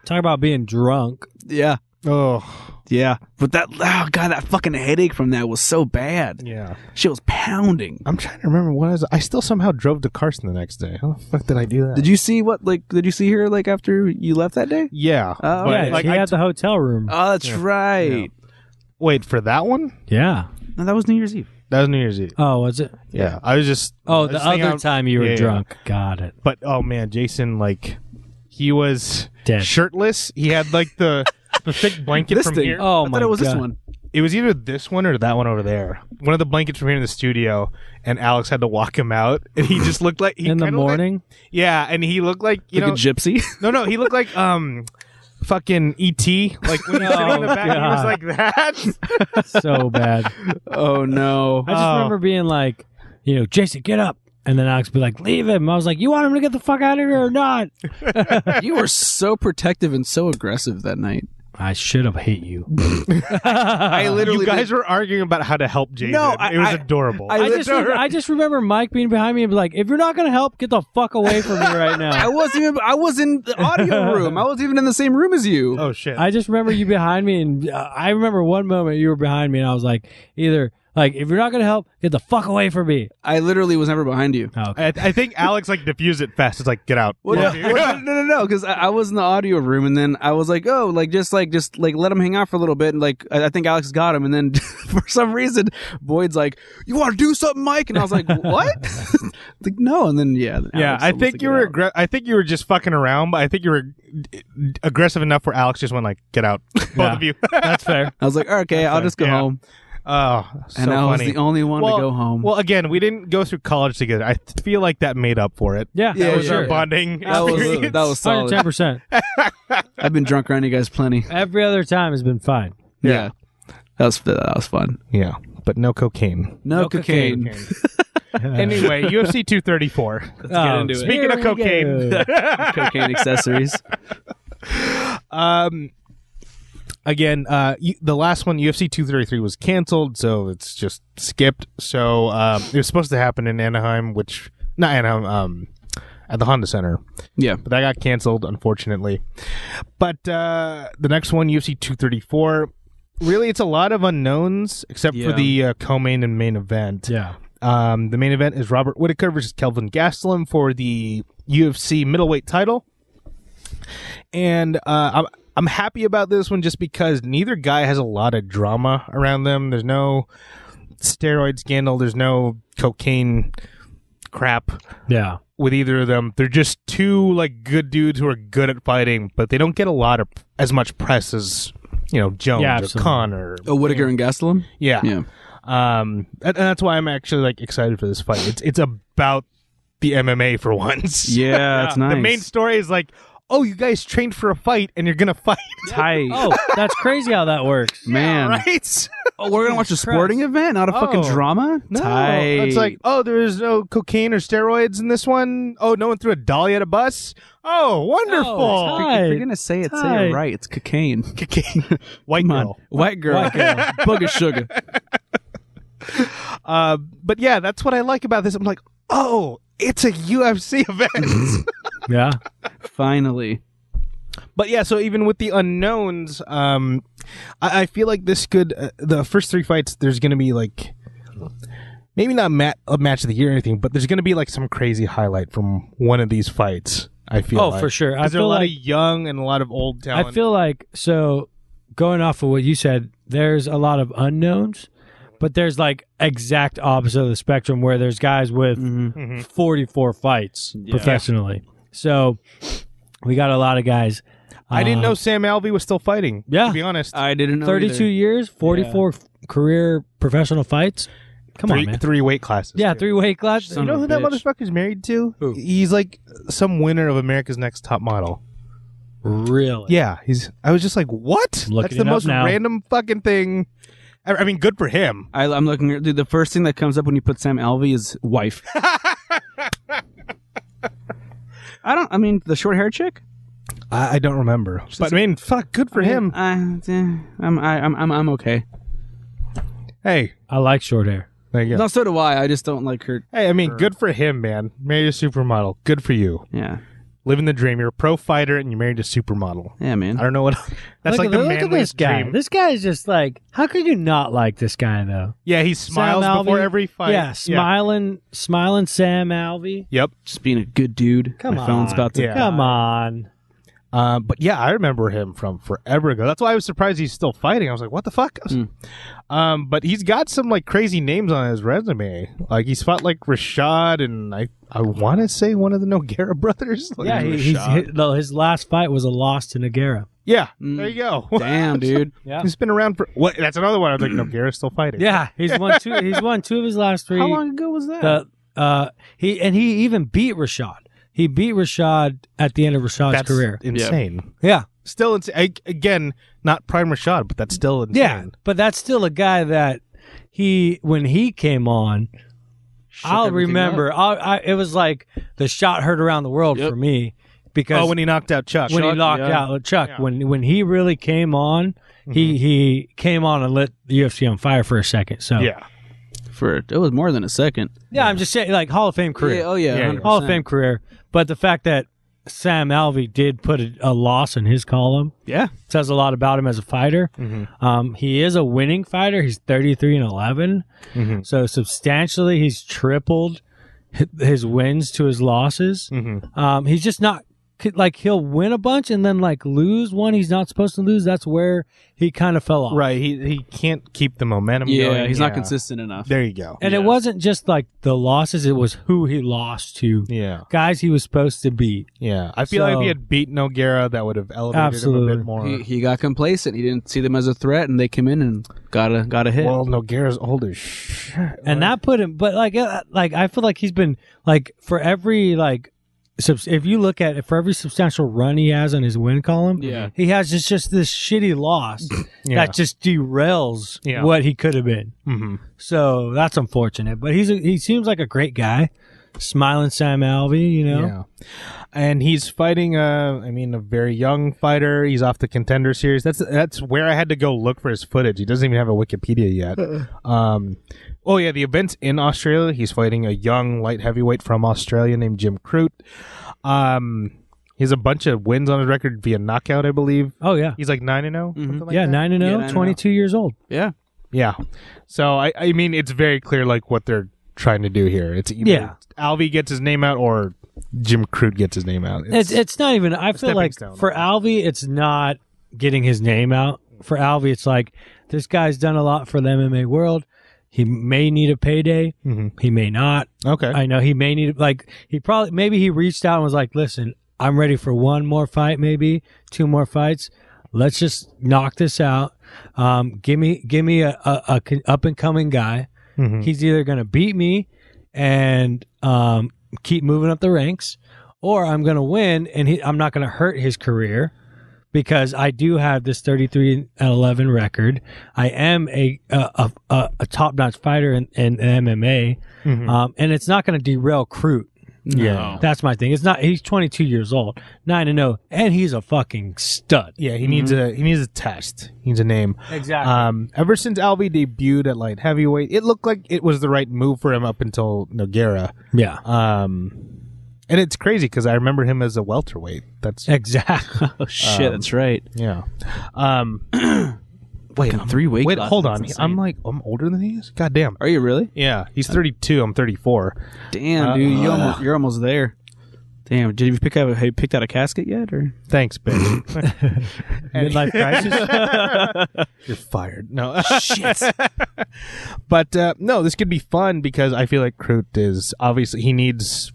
S2: Talk about being drunk.
S3: Yeah,
S1: Oh,
S3: yeah. But that oh god, that fucking headache from that was so bad.
S1: yeah.
S3: Shit was pounding.
S1: I'm trying to remember what I was. I still somehow drove to Carson the next day. How the fuck did I do that?
S3: Did you see what like? Did you see her like after you left that day?
S1: Yeah.
S3: Oh,
S1: But,
S2: yeah,
S1: like,
S2: he
S1: I
S2: had the hotel room.
S3: Oh, that's right.
S1: Wait for that one.
S2: yeah.
S3: No, that was New Year's Eve.
S1: That was New Year's Eve.
S2: Oh, was it?
S1: Yeah, I was just. I
S2: Oh,
S1: was
S2: the
S1: just hanging
S2: other
S1: out-
S2: time you were
S1: Yeah, yeah.
S2: drunk. Got it.
S1: But oh man, Jason, like, he was
S2: Dead.
S1: shirtless. He had like the the thick blanket
S3: This
S1: from
S3: thing.
S1: here.
S2: Oh
S3: I
S2: my
S3: thought it was
S2: god.
S3: this one.
S1: It was either this one or that one over there. One of the blankets from here in the studio, and Alex had to walk him out, and he just looked like he
S2: In the
S1: kinda looked like-
S2: morning.
S1: yeah, and he looked like you
S3: Like
S1: know,
S3: a gypsy.
S1: no, no, he looked like um. Fucking ET, like when he's sitting in the
S2: Oh,
S1: back, he was
S2: God.
S1: like that.
S2: so bad.
S3: oh no.
S2: I just
S1: Oh.
S2: remember being like, you know, Jason, get up. And then Alex would be like, leave him. I was like, you want him to get the fuck out of here or not?
S3: you were so protective and so aggressive that night.
S2: I should have hit you.
S3: I literally
S1: Uh, you guys were arguing about how to help Jason.
S3: No, I-
S1: it was
S3: I-
S1: adorable.
S3: I
S2: I just, re- I just remember Mike being behind me and be like, if you're not going to help, get the fuck away from me right
S3: I
S2: now.
S3: wasn't even. I was in the audio room. I wasn't even in the same room as you.
S1: oh shit!
S2: I just remember you behind me. And uh, I remember one moment you were behind me and I was like, either like, if you're not going to help, get the fuck away from me.
S3: I literally was never behind you.
S2: Oh, okay.
S1: I, I think Alex like diffused it fast. It's like get out.
S3: Well,
S1: Fuck
S3: no,
S1: you.
S3: well, no, no, no, because I, I was in the audio room, and then I was like, "Oh, like just like just like let him hang out for a little bit," and like I, I think Alex got him, and then for some reason Boyd's like, "You want to do something, Mike?" And I was like, "What?" like no, and then yeah, then
S1: Yeah,
S3: Alex
S1: I
S3: told us to
S1: think
S3: get
S1: you were.
S3: out.
S1: Aggr- I think you were just fucking around, but I think you were d- d- aggressive enough where Alex just went like, "Get out, both
S2: Yeah.
S1: of you."
S2: That's fair.
S3: I was like, "Okay, I'll just go
S1: Yeah.
S3: home,"
S1: oh, so
S3: and I was
S1: funny.
S3: the only one
S1: well,
S3: to go home.
S1: Well, again, we didn't go through college together. I th- feel like that made up for it.
S2: Yeah.
S3: Yeah,
S1: that was
S3: yeah,
S1: our
S3: yeah.
S1: bonding.
S3: that was
S1: experience.
S3: that was solid.
S2: 110%.
S3: I've been drunk around you guys plenty.
S2: Every other time has been fine.
S3: Yeah, that was that was fun.
S1: yeah, but no cocaine.
S3: No,
S2: No
S3: cocaine.
S2: cocaine.
S1: anyway, UFC 234.
S2: Oh,
S3: into it.
S1: Um, Speaking of
S2: here we
S1: cocaine.
S2: go.
S3: cocaine accessories.
S1: Um, again, uh, you, the last one, UFC 233, was canceled, so it's just skipped. So um, it was supposed to happen in Anaheim, which not Anaheim, um, at the Honda Center,
S3: Yeah.
S1: but that got canceled, unfortunately. But uh, the next one, UFC 234. Really, it's a lot of unknowns except
S3: Yeah.
S1: for the uh, co-main and main event.
S2: yeah.
S1: Um, the main event is Robert Whitaker versus Kelvin Gastelum for the UFC middleweight title. And uh, I'm I'm happy about this one just because neither guy has a lot of drama around them. There's no steroid scandal. There's no cocaine crap.
S2: Yeah.
S1: with either of them. They're just two like good dudes who are good at fighting, but they don't get a lot of as much press as you know Jones
S2: Yeah,
S1: or
S2: absolutely.
S1: Khan or
S3: Oh, Whitaker and Gastelum.
S1: yeah.
S3: Yeah.
S1: Um, and, and that's why I'm actually like excited for this fight. It's it's about the MMA for once.
S3: Yeah, that's nice.
S1: The main story is like, oh, you guys trained for a fight and you're gonna fight,
S3: tight.
S2: Oh, that's crazy how that works.
S3: man.
S1: right?
S3: Oh, we're gonna watch a
S2: Christ.
S3: sporting event, not a fucking
S2: Oh.
S3: drama. Tight.
S1: It's like, oh, there's no cocaine or steroids in this one. Oh, no one threw a dolly at a bus. Oh, wonderful.
S2: Oh, it's
S3: if you're
S2: Tight.
S3: gonna say it, say
S2: Tight.
S3: it right. It's cocaine. Cocaine.
S1: White
S3: Come on.
S1: girl.
S3: White girl.
S2: White girl.
S3: Bug of sugar.
S1: Uh, but yeah, that's what I like about this. I'm like, oh, it's a UFC event.
S2: Yeah.
S3: Finally.
S1: but yeah, so even with the unknowns, um, I, I feel like this could uh, the first three fights. There's gonna be like. Maybe not ma- a match of the year or anything, but there's going to be like some crazy highlight from one of these fights. I feel
S2: Oh,
S1: like.
S2: for sure. I
S1: Because there are a
S2: feel
S1: lot
S2: like
S1: of young and a lot of old talent.
S2: I feel like so going off of what you said, there's a lot of unknowns, but there's like exact opposite of the spectrum where there's guys with
S1: Mm-hmm.
S2: 44 fights
S3: Yeah.
S2: professionally. So we got a lot of guys.
S1: I didn't
S2: uh,
S1: know Sam Alvey was still fighting.
S2: Yeah. Uh,
S1: to be honest.
S3: I didn't know.
S2: 32
S3: either.
S2: years, 44 f- career professional fights. Come
S1: three,
S2: on, man.
S1: three weight classes.
S2: yeah,
S1: too.
S2: three weight class.
S1: You know who that motherfucker's married to?
S3: Who?
S1: He's like some winner of America's Next Top Model.
S2: Really?
S1: Yeah, he's. I was just like, what?
S2: looking
S1: That's the
S2: it up
S1: most
S2: now.
S1: random fucking thing. I, I mean, good for him.
S3: I, I'm looking. Dude, the first thing that comes up when you put Sam Alvey is wife. I don't. I mean, the short hair chick.
S1: I, I don't remember, but I mean, fuck, good for him.
S3: I, eh, I'm. I, I'm. I'm. I'm okay.
S1: Hey,
S2: I like short hair.
S1: there you go.
S3: No, so do I. I just don't like her.
S1: Hey, I mean, good for him, man. Married a supermodel. Good for you.
S3: Yeah.
S1: Living the dream. You're a pro fighter, and you married a supermodel.
S3: Yeah, man.
S1: I don't know what. That's like
S2: look at,
S1: the
S2: look at
S1: manliest
S2: this guy.
S1: dream.
S2: This guy is just like, how could you not like this guy though?
S1: Yeah, he smiles
S2: Sam
S1: before
S2: Alvey.
S1: every fight.
S2: Yeah, smiling, smiling Sam Alvey.
S1: Yep.
S3: Just being a good dude.
S2: Come
S3: My
S2: on,
S3: phone's about to.
S1: Yeah.
S2: Come on.
S1: Uh, but yeah, I remember him from forever ago. That's why I was surprised he's still fighting. I was like, what the fuck?
S2: Hmm.
S1: Um, but he's got some like crazy names on his resume. Like he's fought like Rashad and I I want to say one of the Noguera brothers. Like,
S2: Yeah, he, he's,
S1: Rashad.
S2: he, though his last fight was a loss to Noguera.
S1: yeah.
S2: Hmm.
S3: Mm.
S1: There you go.
S3: Damn, dude.
S2: Yeah,
S1: he's been around for what? That's another one. I was like, Noguera's still fighting.
S2: yeah, he's won two. He's won two of his last three.
S3: How long ago was that?
S2: The, uh, he and he even beat Rashad. He beat Rashad at the end of Rashad's
S1: that's
S2: career.
S1: insane.
S2: Yeah,
S1: Still insane. I- Again, not prime Rashad, but that's still insane.
S2: yeah, but that's still a guy that he when he came on.
S3: Shook
S2: I'll
S3: everything
S2: remember. I, I, it was like the shot heard around the world
S3: Yep.
S2: for me because
S1: Oh, when he knocked out Chuck.
S2: when he
S3: Chuck,
S2: knocked
S3: yeah. Mm-hmm.
S2: out Chuck,
S1: Yeah.
S2: when when he really came on, he he came on and lit the UFC on fire for a second. So
S1: yeah.
S3: up. For it was more than a second.
S2: Yeah, I'm just saying like Hall of Fame career,
S3: Yeah, oh yeah.
S1: Yeah,
S3: 100%.
S2: Hall of Fame career. But the fact that Sam Alvey did put a, a loss in his column
S3: Yeah.
S2: says a lot about him as a fighter.
S1: Mm-hmm.
S2: Um, he is a winning fighter. He's 33 and 11,
S1: Mhm.
S2: so substantially he's tripled hi- his wins to his losses.
S1: hmm
S2: Um, he's just not could- like he'll win a bunch and then like lose one he's not supposed to lose. That's where he kind of fell off.
S1: Right. He he can't keep the momentum
S3: Yeah,
S1: going.
S3: he's
S1: Yeah.
S3: not consistent enough.
S1: There you go.
S2: And it
S3: Yeah.
S2: wasn't just like the losses; it was who he lost to,
S1: Yeah,
S2: guys he was supposed to beat.
S1: yeah. I feel like if
S2: So-
S1: he had beaten Noguera, that would have elevated him a
S2: Absolutely.
S1: bit more.
S3: He, he got complacent. He didn't see them as a threat, and they came in and got a got a hit.
S1: well, Noguera's old as shit.
S2: and that put him but like uh, like i feel like he's been like for every like subs- if you look at it for every substantial run he has on his win column
S3: Yeah.
S2: he has just just this shitty loss
S1: Yeah.
S2: that just derails
S1: Yeah.
S2: what he could have been
S1: Mhm.
S2: so that's unfortunate but he's a, he seems like a great guy smiling sam alvey you know
S1: Yeah, and he's fighting. Uh, I mean, a very young fighter. He's off the contender series. That's that's where I had to go look for his footage. He doesn't even have a Wikipedia yet. Um, oh yeah, the event's in Australia. He's fighting a young light heavyweight from Australia named Jim Crute. Um, he has a bunch of wins on his record via knockout, I believe.
S2: oh yeah
S1: He's like nine and zero. something like
S2: yeah,
S1: that.
S2: 9 and
S3: Yeah,
S2: 0,
S3: nine and
S2: 22 years old.
S3: yeah,
S1: Yeah. So I, I mean, it's very clear like what they're trying to do here. It's either
S2: Yeah.
S1: Alvey gets his name out or Jim Crute gets his name out.
S2: It's it's not even. I feel
S1: stepping
S2: like
S1: stone.
S2: for Alvey, it's not getting his name out. For Alvey, it's like this guy's done a lot for the MMA world. He may need a payday.
S1: Mhm.
S2: He may not.
S1: Okay.
S2: I know he may need like he probably maybe he reached out and was like, "Listen, I'm ready for one more fight, maybe two more fights. Let's just knock this out. Um, give me give me a, a, a con- up and coming guy.
S1: Mhm.
S2: Mm-hmm. He's either gonna beat me and um, keep moving up the ranks, or I'm gonna win and he, I'm not gonna hurt his career." Because I do have this 33 and 11 record, I am a a, a, a top notch fighter in, in MMA.
S1: Mhm.
S2: Um, and it's not going to derail Crute.
S1: Yeah.
S2: That's my thing. It's not. He's 22 years old, nine and zero, and he's a fucking stud.
S1: yeah, he needs a he needs a test. He needs a name.
S2: Exactly.
S1: Um, ever since Alvi debuted at light heavyweight, it looked like it was the right move for him up until Noguera.
S2: yeah.
S1: Um, and it's crazy because I remember him as a welterweight. That's
S2: Exactly.
S3: Oh shit, that's right.
S1: yeah. Um,
S3: Wait, three weight.
S1: wait,
S3: classes,
S1: hold
S3: that's
S1: on.
S3: insane.
S1: I'm like I'm older than he is. God damn.
S3: Are you really?
S1: Yeah, he's 32. I'm 34. Uh,
S3: Damn, dude, you almost, you're almost there. Damn, did you pick out? Have you picked out a casket yet? Or
S1: Thanks, bitch.
S2: Midlife crisis.
S1: You're fired. No shit. but uh, no, this could be fun because I feel like Crute is obviously he needs.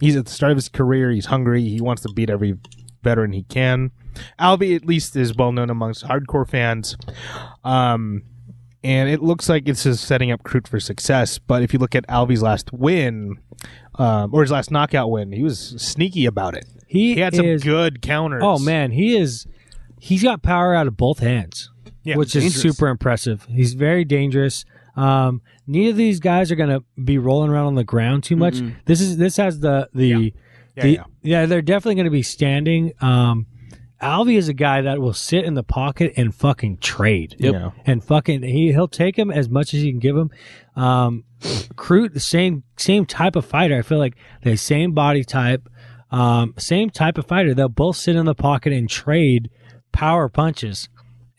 S1: He's at the start of his career. He's hungry. He wants to beat every veteran he can. Alvi at least is well known amongst hardcore fans. Um, and it looks like it's just setting up Crute for success. But if you look at Alvi's last win, um, or his last knockout win, he was sneaky about it.
S2: He,
S1: He had some
S2: is-
S1: good counters.
S2: Oh man, he is. He's got power out of both hands,
S1: Yeah,
S2: which
S3: dangerous.
S2: is super impressive. He's very dangerous. Um, neither of these guys are gonna be rolling around on the ground too much. This is this has the the
S1: Yeah,
S2: The-
S1: yeah.
S2: they're definitely going to be standing. Um, Alvi is a guy that will sit in the pocket and fucking trade.
S3: Yep.
S1: Yeah.
S2: And fucking he he'll take him as much as you can give him. Um, Crute, the same same type of fighter. I feel like the same body type, um, same type of fighter. They'll both sit in the pocket and trade power punches.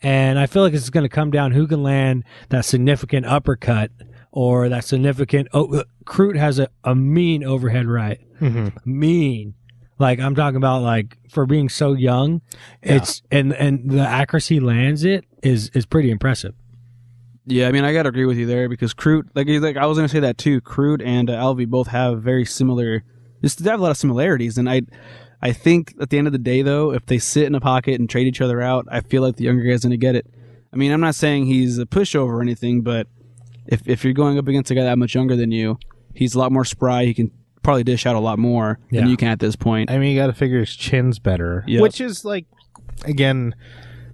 S2: And I feel like it's going to come down who can land that significant uppercut or that significant. Oh, Crute has a, a mean overhead right
S1: Mhm.
S2: mean. Like I'm talking about like for being so young, it's and and the accuracy lands it is is pretty impressive.
S3: yeah, I mean, I gotta agree with you there because Crude, like, like I was gonna say that too. Crude and uh, Alvi both have very similar. Just they have a lot of similarities, and I, I think at the end of the day, though, if they sit in a pocket and trade each other out, I feel like the younger guy's gonna get it. I mean, I'm not saying he's a pushover or anything, but if if you're going up against a guy that much younger than you, he's a lot more spry. He can probably dish out a lot more
S2: Yeah.
S3: than you can at this point.
S1: I mean, you got to figure his chin's better,
S3: Yep.
S1: which is like, again,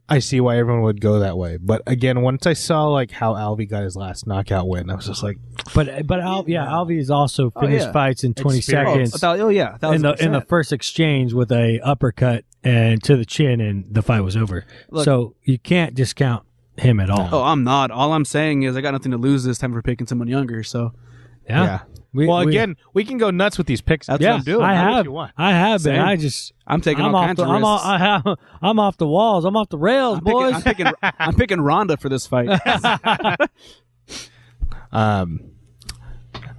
S1: I see why everyone would go that way. But again, once I saw like how Alvi got his last knockout win, I was just like,
S2: But but Al, yeah, Alvi has also finished
S3: Oh, yeah.
S2: fights in 20
S1: Experience.
S3: oh, a
S2: seconds
S3: thou- oh, yeah, a
S2: in the
S3: thousand
S2: in the
S3: percent.
S2: first exchange with a uppercut and to the chin, and the fight was over.
S3: Look-
S2: so you can't discount him at all.
S3: Oh, I'm not. All I'm saying is I got nothing to lose this time for picking someone younger. So
S2: yeah.
S1: yeah.
S2: We-
S1: well,
S2: we-
S1: again, we can go nuts with these picks.
S3: That's
S2: yeah,
S3: what I'm
S1: Do
S2: I
S3: doing.
S1: what
S2: have,
S1: you want.
S2: I have,
S3: Same.
S2: and I just.
S3: I'm taking
S2: I'm
S3: all
S2: off,
S3: kinds
S2: the,
S3: of
S2: I'm,
S3: risks.
S2: off, I have, I'm off the walls. I'm off the rails,
S3: I'm picking,
S2: boys.
S3: I'm picking. I'm picking Rhonda for this fight.
S1: Um,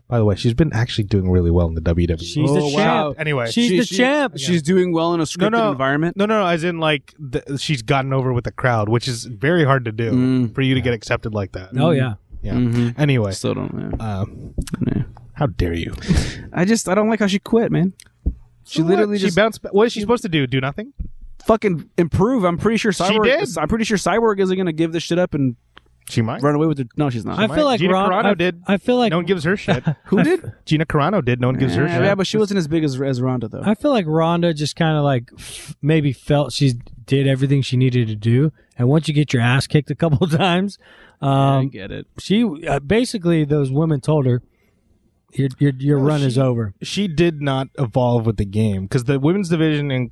S1: by the way, she's been actually doing really well in the E. WWE.
S2: She's
S3: Oh,
S2: the
S3: wow.
S2: champ.
S1: anyway,
S2: She's
S3: She-
S2: the
S3: she-
S2: champ.
S3: She's doing well in a scripted environment.
S1: No, no, no, as in like the, she's gotten over with the crowd, which is very hard to do for you to get accepted like that.
S2: Oh yeah.
S1: yeah. Anyway,
S3: I still don't. yeah.
S1: um,
S3: Yeah.
S1: Mm-hmm. how dare you?
S3: I just I don't like how she quit, man. She literally
S1: she
S3: just
S1: bounced. ba- What is she supposed to do? Do nothing?
S3: fucking improve. I'm pretty sure Cyborg.
S1: did.
S3: I'm pretty sure Cyborg isn't gonna give this shit up and
S1: She might.
S3: run away with it. No, she's not.
S2: I feel
S1: might.
S2: like
S1: Gina
S2: Ron,
S1: Carano
S2: I,
S1: did.
S2: I feel like
S1: no one gives her shit.
S3: Who did?
S1: Gina Carano did. No one gives her
S3: yeah,
S1: shit.
S3: yeah, but she wasn't as big as as Rhonda though.
S2: I feel like Rhonda just kind of like f- maybe felt she did everything she needed to do, and once you get your ass kicked a couple of times,
S3: I
S2: um,
S3: get it.
S2: she uh, basically those women told her, "Your your, your run is over."
S1: she did not evolve with the game because the women's division in,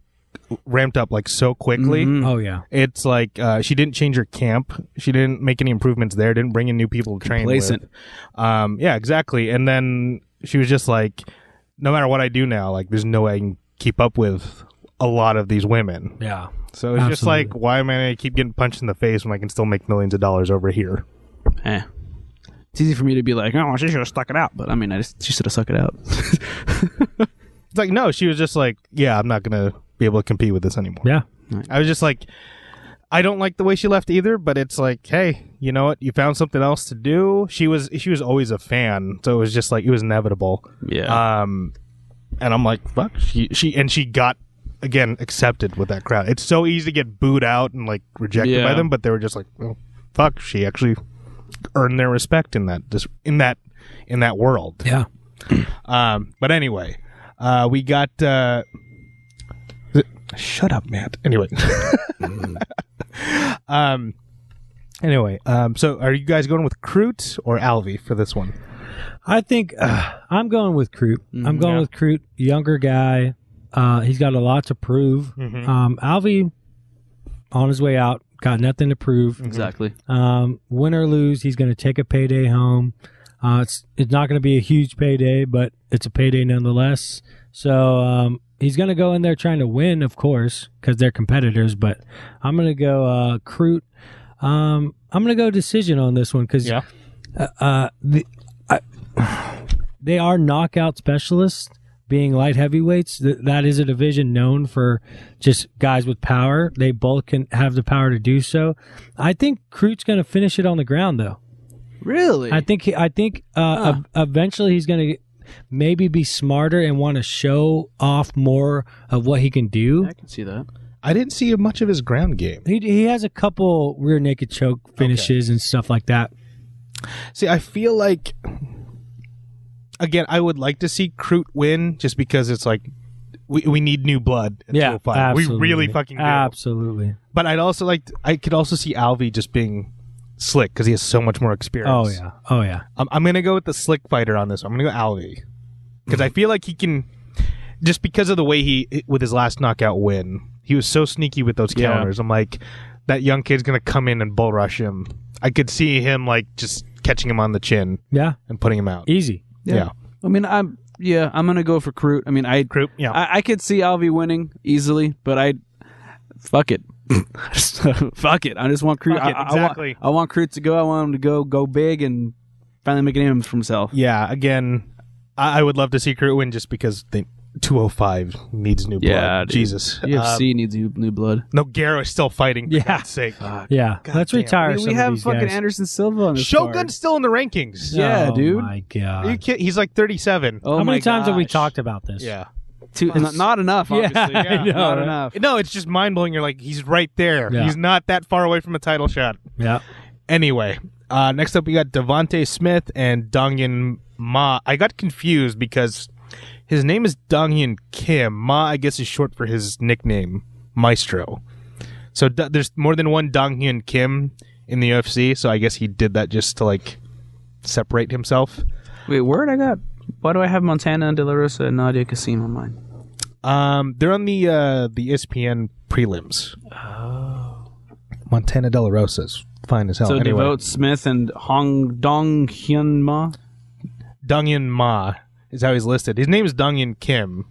S1: ramped up like so quickly.
S3: Mm-hmm.
S2: Oh yeah,
S1: It's like uh, she didn't change her camp. She didn't make any improvements there. Didn't bring in new people to train
S3: Complacent.
S1: with. Um, yeah, exactly. And then she was just like, no matter what I do now, like there's no way I can keep up with a lot of these women.
S2: yeah.
S1: So it's just
S2: Absolutely.
S1: like, why am I gonna keep getting punched in the face when I can still make millions of dollars over here?
S3: Eh. It's easy for me to be like, oh, she should have stuck it out, but I mean, I just she should have stuck it out.
S1: It's like no, she was just like, yeah, I'm not gonna be able to compete with this anymore.
S2: Yeah,
S1: I was just like, I don't like the way she left either, but it's like, hey, you know what? You found something else to do. She was she was always a fan, so it was just like it was inevitable.
S3: Yeah.
S1: Um, and I'm like, fuck. She she and she got again accepted with that crowd. It's so easy to get booed out and like rejected
S3: Yeah.
S1: by them, but they were just like, well, fuck. She actually earned their respect in that dis- in that in that world.
S2: Yeah.
S1: Um, but anyway, uh, we got. Uh, th- shut up, Matt. Anyway. um. Anyway, um, so are you guys going with Crute or Alvi for this one?
S2: I think uh, I'm going with Crute. I'm going
S1: yeah.
S2: with Crute, younger guy. Uh, he's got a lot to prove. Um, Alvi, on his way out, got nothing to prove.
S3: exactly.
S2: Um, win or lose, he's going to take a payday home. Uh, it's it's not going to be a huge payday, but it's a payday nonetheless. So um, he's going to go in there trying to win, of course, because they're competitors. But I'm going to go uh, Crute. Um, I'm going to go decision on this one because
S1: Yeah.
S2: uh, uh, the, I, they are knockout specialists. Being light heavyweights, th- that is a division known for just guys with power. They both can have the power to do so. I think Crute's going to finish it on the ground, though.
S3: Really?
S2: I think he, I think uh, ev- eventually he's going to maybe be smarter and want to show off more of what he can do.
S3: I can see that.
S1: I didn't see much of his ground game.
S2: He, he has a couple rear naked choke finishes and stuff like that.
S1: See, I feel like again, I would like to see Crute win just because it's like we, we need new blood. At 205. we really fucking do.
S2: absolutely.
S1: But I'd also like I could also see Alvi just being slick because he has so much more experience.
S2: Oh yeah, oh yeah.
S1: I'm, I'm gonna go with the slick fighter on this. one. I'm gonna go Alvi because I feel like he can just because of the way he with his last knockout win, he was so sneaky with those
S3: Yeah.
S1: counters. I'm like that young kid's gonna come in and bull rush him. I could see him like just catching him on the chin
S2: Yeah,
S1: and putting him out.
S2: easy.
S1: yeah.
S3: I mean, I'm yeah, I'm gonna go for Crute. I mean, I
S1: Crute, yeah.
S3: I, I could see Alvi winning easily, but I fuck it, Just, fuck it. I just want Crute.
S1: Fuck
S3: I,
S1: it,
S3: I- I want-
S1: exactly.
S3: I want, Crute to go. I want him to go go big and finally make a name for himself.
S1: yeah, again, I, I would love to see Crute win just because they 205 needs new blood.
S3: Yeah, dude.
S1: Jesus. Um,
S3: UFC needs new, new blood.
S1: no, Garro's still fighting, for
S2: Yeah.
S1: God's sake.
S2: Yeah, let's
S1: damn.
S2: retire.
S3: We,
S2: some
S3: we
S2: of
S3: have
S2: these
S3: fucking
S2: guys.
S3: Anderson Silva on this
S1: Shogun's
S3: card.
S1: still in the rankings.
S3: Yeah,
S2: oh,
S3: dude.
S2: My
S1: Are you
S2: God.
S1: kid- He's like 37.
S3: Oh
S2: How
S3: my
S2: many times have we
S3: gosh.
S2: talked about this?
S1: Yeah.
S3: Two, not, not enough.
S2: Yeah,
S3: Obviously.
S2: I know,
S3: not
S2: right?
S3: enough.
S1: No, it's just mind blowing. You're like, he's right there.
S2: Yeah.
S1: He's not that far away from a title shot.
S2: Yeah.
S1: Anyway, uh, next up we got Devonte Smith and Dongyin Ma. I got confused because his name is Dongyin Kim. Ma, I guess, is short for his nickname, Maestro. So d- there's more than one Donghyun Kim in the UFC. So I guess he did that just to like separate himself.
S3: Wait, where'd I got? Why do I have Montana and De La Rosa and Nadia Kasim on mine?
S1: Um, they're on the uh, the ESPN prelims. Oh, Montana De La Rosa's fine as hell.
S2: Oh,
S3: So
S1: anyway,
S3: Devote Smith and Hong Dong Hyun Ma.
S1: Donghyun Ma is how he's listed. His name is Donghyun Kim,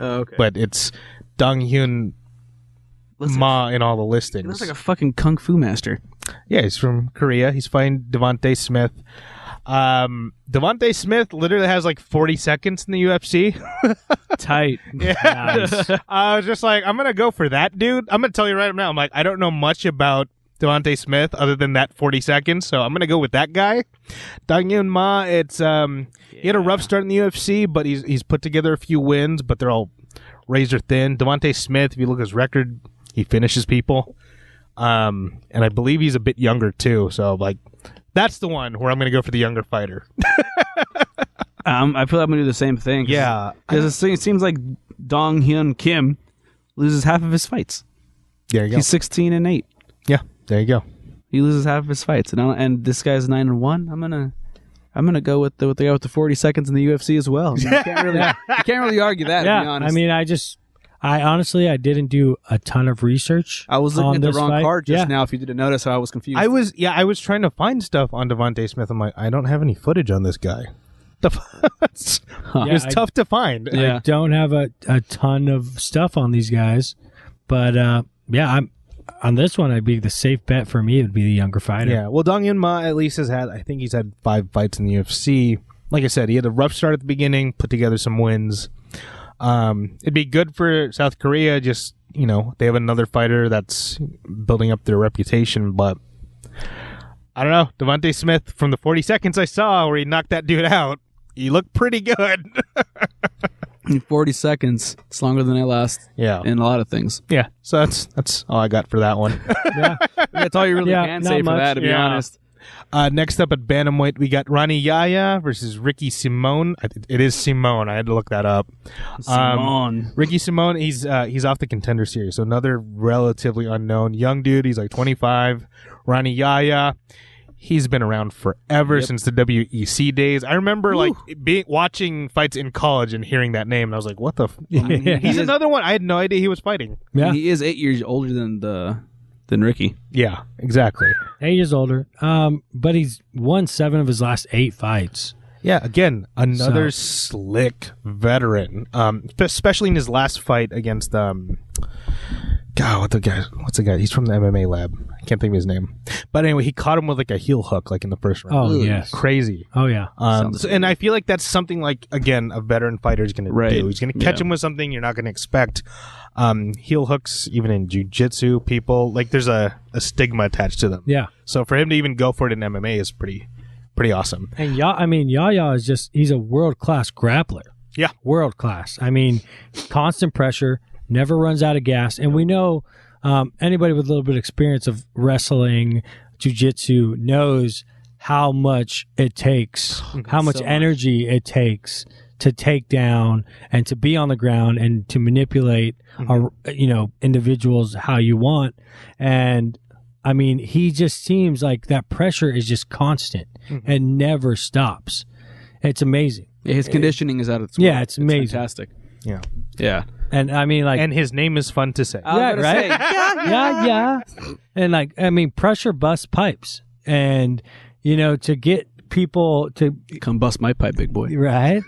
S3: Oh, okay.
S1: but it's Donghyun
S3: Looks like-
S1: Ma in all the
S3: he looks
S1: listings.
S3: like a fucking kung fu master.
S1: yeah, he's from Korea. He's fighting Devonte Smith. Um, Devonte Smith literally has like 40 seconds in the UFC.
S3: Tight.
S2: Nice.
S1: I was just like, I'm gonna go for that dude. I'm gonna tell you right now. I'm like, I don't know much about Devonte Smith other than that 40 seconds, so I'm gonna go with that guy. Dang Yun Ma, it's um, he had a rough start in the UFC, but he's he's put together a few wins, but they're all razor thin. Devonte Smith, if you look at his record, he finishes people. Um, and I believe he's a bit younger too, so like. That's the one where I'm going to go for the younger fighter.
S3: Um, I feel like I'm gonna do the same thing. 'cause-
S1: Yeah.
S3: Because it se- seems like Dong Hyun Kim loses half of his fights.
S1: There you go.
S3: He's 16 and eight.
S1: yeah, there you go.
S3: He loses half of his fights, and I, and this guy's nine and one. I'm gonna. I'm gonna go with the with the guy with the 40 seconds in the UFC as well. I mean, you can't really, you can't really argue that. to be
S2: yeah. I
S3: honest.
S2: mean, I just, I honestly, I didn't do a ton of research.
S3: I was
S2: on
S3: looking at
S2: this
S3: the wrong
S2: fight.
S3: card just
S2: yeah.
S3: now. If you didn't notice, I was confused.
S1: I was yeah, I was trying to find stuff on Devonte Smith. I'm like, I don't have any footage on this guy. The f- it's- it
S2: Yeah,
S1: was
S2: I-
S1: tough to find.
S3: yeah.
S2: Don't have a, a ton of stuff on these guys, but uh, yeah, I'm on this one. I'd be the safe bet for me. It would be the younger fighter.
S1: Yeah. Well, Dong Yun Ma at least has had. I think he's had five fights in the UFC. Like I said, he had a rough start at the beginning, put together some wins. Um, it'd be good for South Korea. Just you know they have another fighter that's building up their reputation, but I don't know Devonte Smith from the 40 seconds I saw where he knocked that dude out. He looked pretty good.
S3: In 40 seconds, it's longer than I last
S1: Yeah,
S3: in a lot of things.
S1: yeah. So that's that's all I got for that one.
S3: That's all you really
S2: Yeah,
S3: can
S2: not
S3: say for
S2: much.
S3: that, to be
S1: Yeah.
S3: honest.
S1: Uh, next up at bantamweight, we got Ronnie Yaya versus Ricky Simone. I th- It is Simone. I had to look that up.
S2: Um,
S3: Simone.
S1: Ricky Simone, he's uh, he's off the contender series, so another relatively unknown young dude. He's like 25. Ronnie Yaya, he's been around forever since the WEC days. I remember like being watching fights in college and hearing that name, and I was like, "What the? F-?
S2: Yeah.
S1: He's
S3: is-
S1: another one. I had no idea he was fighting."
S2: Yeah.
S3: He is eight years older than the than Ricky.
S1: Yeah, exactly.
S2: Eight years older. Um, but he's won seven of his last eight fights.
S1: Yeah, again, another slick veteran. Um, especially in his last fight against um, God, what the guy? What's the guy? He's from the MMA lab. I can't think of his name. But anyway, he caught him with like a heel hook, like in the first round.
S2: Oh
S3: Ugh.
S2: yes.
S1: Crazy.
S2: Oh yeah.
S1: Um,
S3: Sounds
S1: so- and I feel like that's something like again a veteran fighter is going
S3: Right.
S1: to do. He's going to catch
S3: Yeah.
S1: him with something you're not going to expect. Um, heel hooks, even in jujitsu, people like there's a, a stigma attached to them.
S2: Yeah.
S1: So for him to even go for it in MMA is pretty pretty awesome.
S2: And Ya, I mean, Yaya is just—he's a world-class grappler.
S1: Yeah.
S2: world class. I mean, constant pressure, never runs out of gas, and we know um, anybody with a little bit of experience of wrestling, jujitsu knows how much it takes, how much
S3: so much.
S2: energy it takes to take down and to be on the ground and to manipulate,
S3: Mm-hmm.
S2: uh, you know, individuals how you want. And I mean, he just seems like that pressure is just constant and never stops. It's amazing.
S3: Yeah, His conditioning is out of this
S2: Yeah,
S3: world.
S2: it's amazing.
S3: fantastic.
S1: Yeah.
S3: Yeah.
S2: And I mean, like,
S1: and his name is fun to say.
S2: Yeah, right? yeah, yeah. And like, I mean, pressure bust pipes, and you know, to get people to
S3: Come bust my pipe, big boy.
S2: right.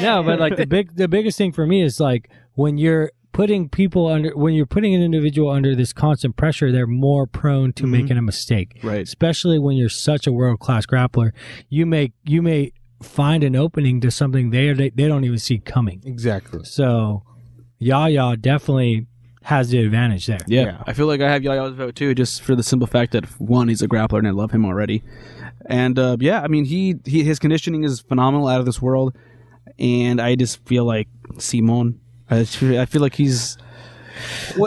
S2: no, but like the big, the biggest thing for me is like when you're putting people under, when you're putting an individual under this constant pressure, they're more prone to making a mistake,
S3: Right.
S2: especially when you're such a world class grappler. You may, you may find an opening to something they they, they don't even see coming.
S1: exactly.
S2: So, Yaya definitely has the advantage there.
S3: Yeah.
S1: Yeah.
S3: I feel like I have Yaya's vote too, just for the simple fact that one, he's a grappler and I love him already. And uh, yeah, I mean, he, he his conditioning is phenomenal, out of this world. And I just feel like Simon. I just feel, I feel like he's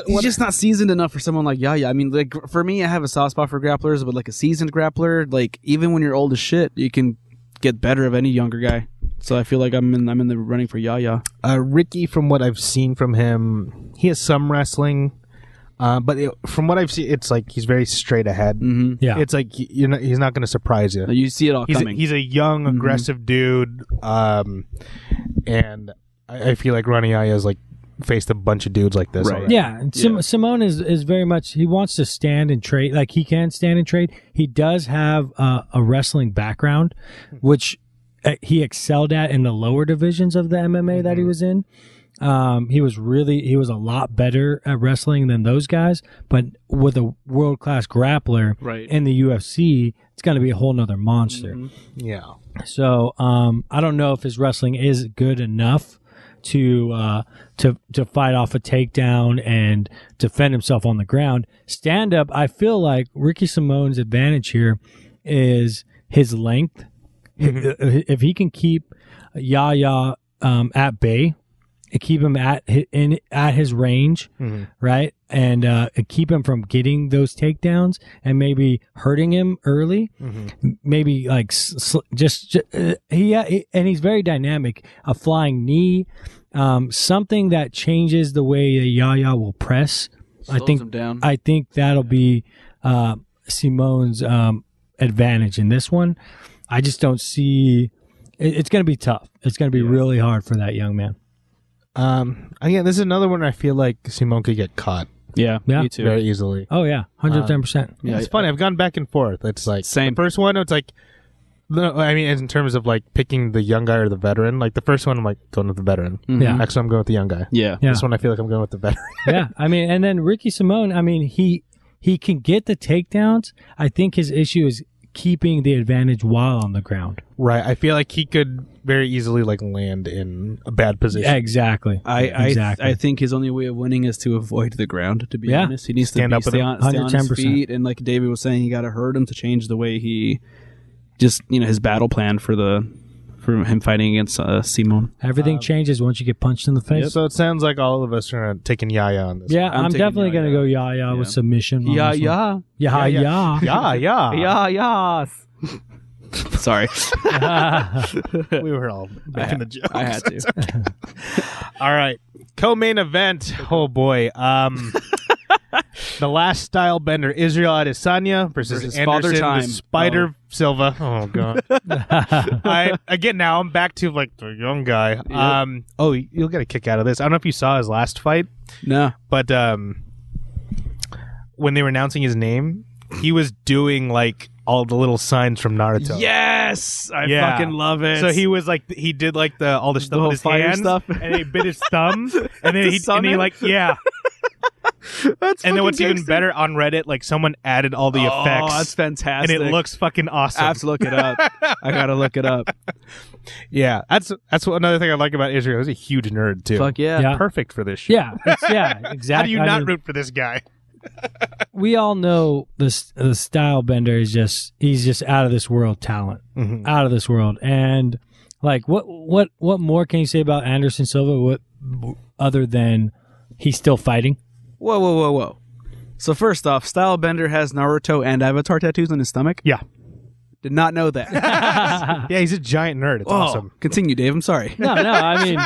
S3: he's just not seasoned enough for someone like Yaya. I mean, like for me, I have a soft spot for grapplers, but like a seasoned grappler, like even when you're old as shit, you can get better of any younger guy. So I feel like I'm in I'm in the running for Yaya.
S1: Uh, Ricky, from what I've seen from him, he has some wrestling, uh, but it, from what I've seen, it's like he's very straight ahead.
S3: Mm-hmm.
S2: Yeah.
S1: It's like he- you're not, he's not going to surprise you.
S3: You see it all
S1: He's a,
S3: coming.
S1: he's a young, aggressive dude, um, and I, I feel like Ronnie Aya's like faced a bunch of dudes like this.
S3: Right.
S1: already.
S2: Yeah, and Sim-
S3: Yeah.
S2: Simone is is very much he wants to stand and trade. Like he can stand and trade. He does have uh, a wrestling background, which uh, he excelled at in the lower divisions of the MMA that he was in. Um, he was really he was a lot better at wrestling than those guys, but with a world class grappler
S3: Right.
S2: in the UFC, it's going to be a whole nother monster.
S1: yeah.
S2: So um, I don't know if his wrestling is good enough to uh, to to fight off a takedown and defend himself on the ground. Stand up, I feel like Ricky Simone's advantage here is his length. uh, If he can keep Yaya um, at bay, and keep him at hi- in at his range, right, and, uh, and keep him from getting those takedowns and maybe hurting him early. M- Maybe like s- sl- just, ju- uh, he, uh, he- and he's very dynamic. A flying knee, um, something that changes the way that Yaya will press. I
S3: Slows
S2: think
S3: him down.
S2: I think that'll be uh, Simone's um, advantage in this one. I just don't see. It, it's going to be tough. It's going to be really hard for that young man.
S1: Um, again, this is another one I feel like Simone could get caught
S3: yeah,
S2: Yeah.
S3: me too.
S1: very easily.
S2: Oh yeah, hundred ten percent.
S3: Yeah,
S1: it's funny. I've gone back and forth. It's like
S3: Same.
S1: The first one, it's like, no, I mean, in terms of like picking the young guy or the veteran. Like the first one, I'm like going with the veteran.
S2: Yeah.
S1: Next one, I'm going with the young guy.
S3: Yeah.
S2: Yeah.
S1: This one, I feel like I'm going with the veteran.
S2: yeah, I mean, and then Ricky Simone. I mean, he he can get the takedowns. I think his issue is keeping the advantage while on the ground.
S1: Right. I feel like he could very easily like land in a bad position.
S2: Exactly.
S3: I I,
S2: exactly.
S3: I think his only way of winning is to avoid the ground. To be
S2: Yeah.
S3: honest, he needs
S1: Stand
S3: to be,
S1: up with
S3: stay,
S1: him.
S3: on, stay on his
S2: 110%.
S3: feet. And like David was saying, he got to hurt him to change the way he just you know his battle plan for the for him fighting against uh, Simon.
S2: Everything changes once you get punched in the face.
S1: So it sounds like all of us are taking yaya on this.
S2: Yeah,
S3: I'm
S2: I'm,
S3: taking
S2: definitely going to
S3: Yaya.
S2: go yah yah with
S3: Yeah.
S2: submission. on
S3: Yeah,
S2: this one.
S3: yeah,
S1: Yeah,
S2: Yah yah.
S1: Yeah, yeah,
S3: yeah, yeah. Sorry,
S1: We were all making the joke.
S3: I had to.
S1: All right. Co-main event. Oh boy. Um The last style bender, Israel Adesanya versus,
S3: Versus Father
S1: Anderson
S3: Time.
S1: the Spider Silva. Oh god. I again now I'm back to like the young guy. Um oh you'll get a kick out of this. I don't know if you saw his last fight,
S3: No,
S1: but um when they were announcing his name, he was doing like all the little signs from Naruto.
S3: yes, I
S1: Yeah.
S3: fucking love it.
S1: So he was like, he did like the all the stuff
S3: whole
S1: with his
S3: fire
S1: hands,
S3: stuff.
S1: and he bit his thumb, and then
S3: To
S1: he
S3: summon?
S1: and he like yeah.
S3: That's
S1: And
S3: fucking
S1: then what's even
S3: gangster.
S1: better on Reddit, like someone added all the
S3: Oh,
S1: effects,
S3: that's
S1: and
S3: fantastic.
S1: it looks fucking awesome.
S3: I have to look it up. I gotta look it up.
S1: Yeah, that's that's what, another thing I like about Israel. He's a huge nerd too.
S3: Fuck yeah.
S2: Yeah.
S1: perfect for this shit.
S2: Yeah, it's- yeah, exactly.
S1: How do you
S2: I
S1: not
S2: mean,
S1: root for this guy?
S2: we all know this the style bender is just he's just out of this world talent
S1: Mhm.
S2: out of this world and like what what what more can you say about anderson silva what other than he's still fighting
S3: Whoa, whoa, whoa, whoa. So first off, Stylebender has Naruto and Avatar tattoos on his stomach.
S1: Yeah,
S3: Did not know that.
S1: yeah, he's a giant nerd. It's
S3: Oh,
S1: awesome.
S3: Continue, Dave. I'm sorry.
S2: no no i mean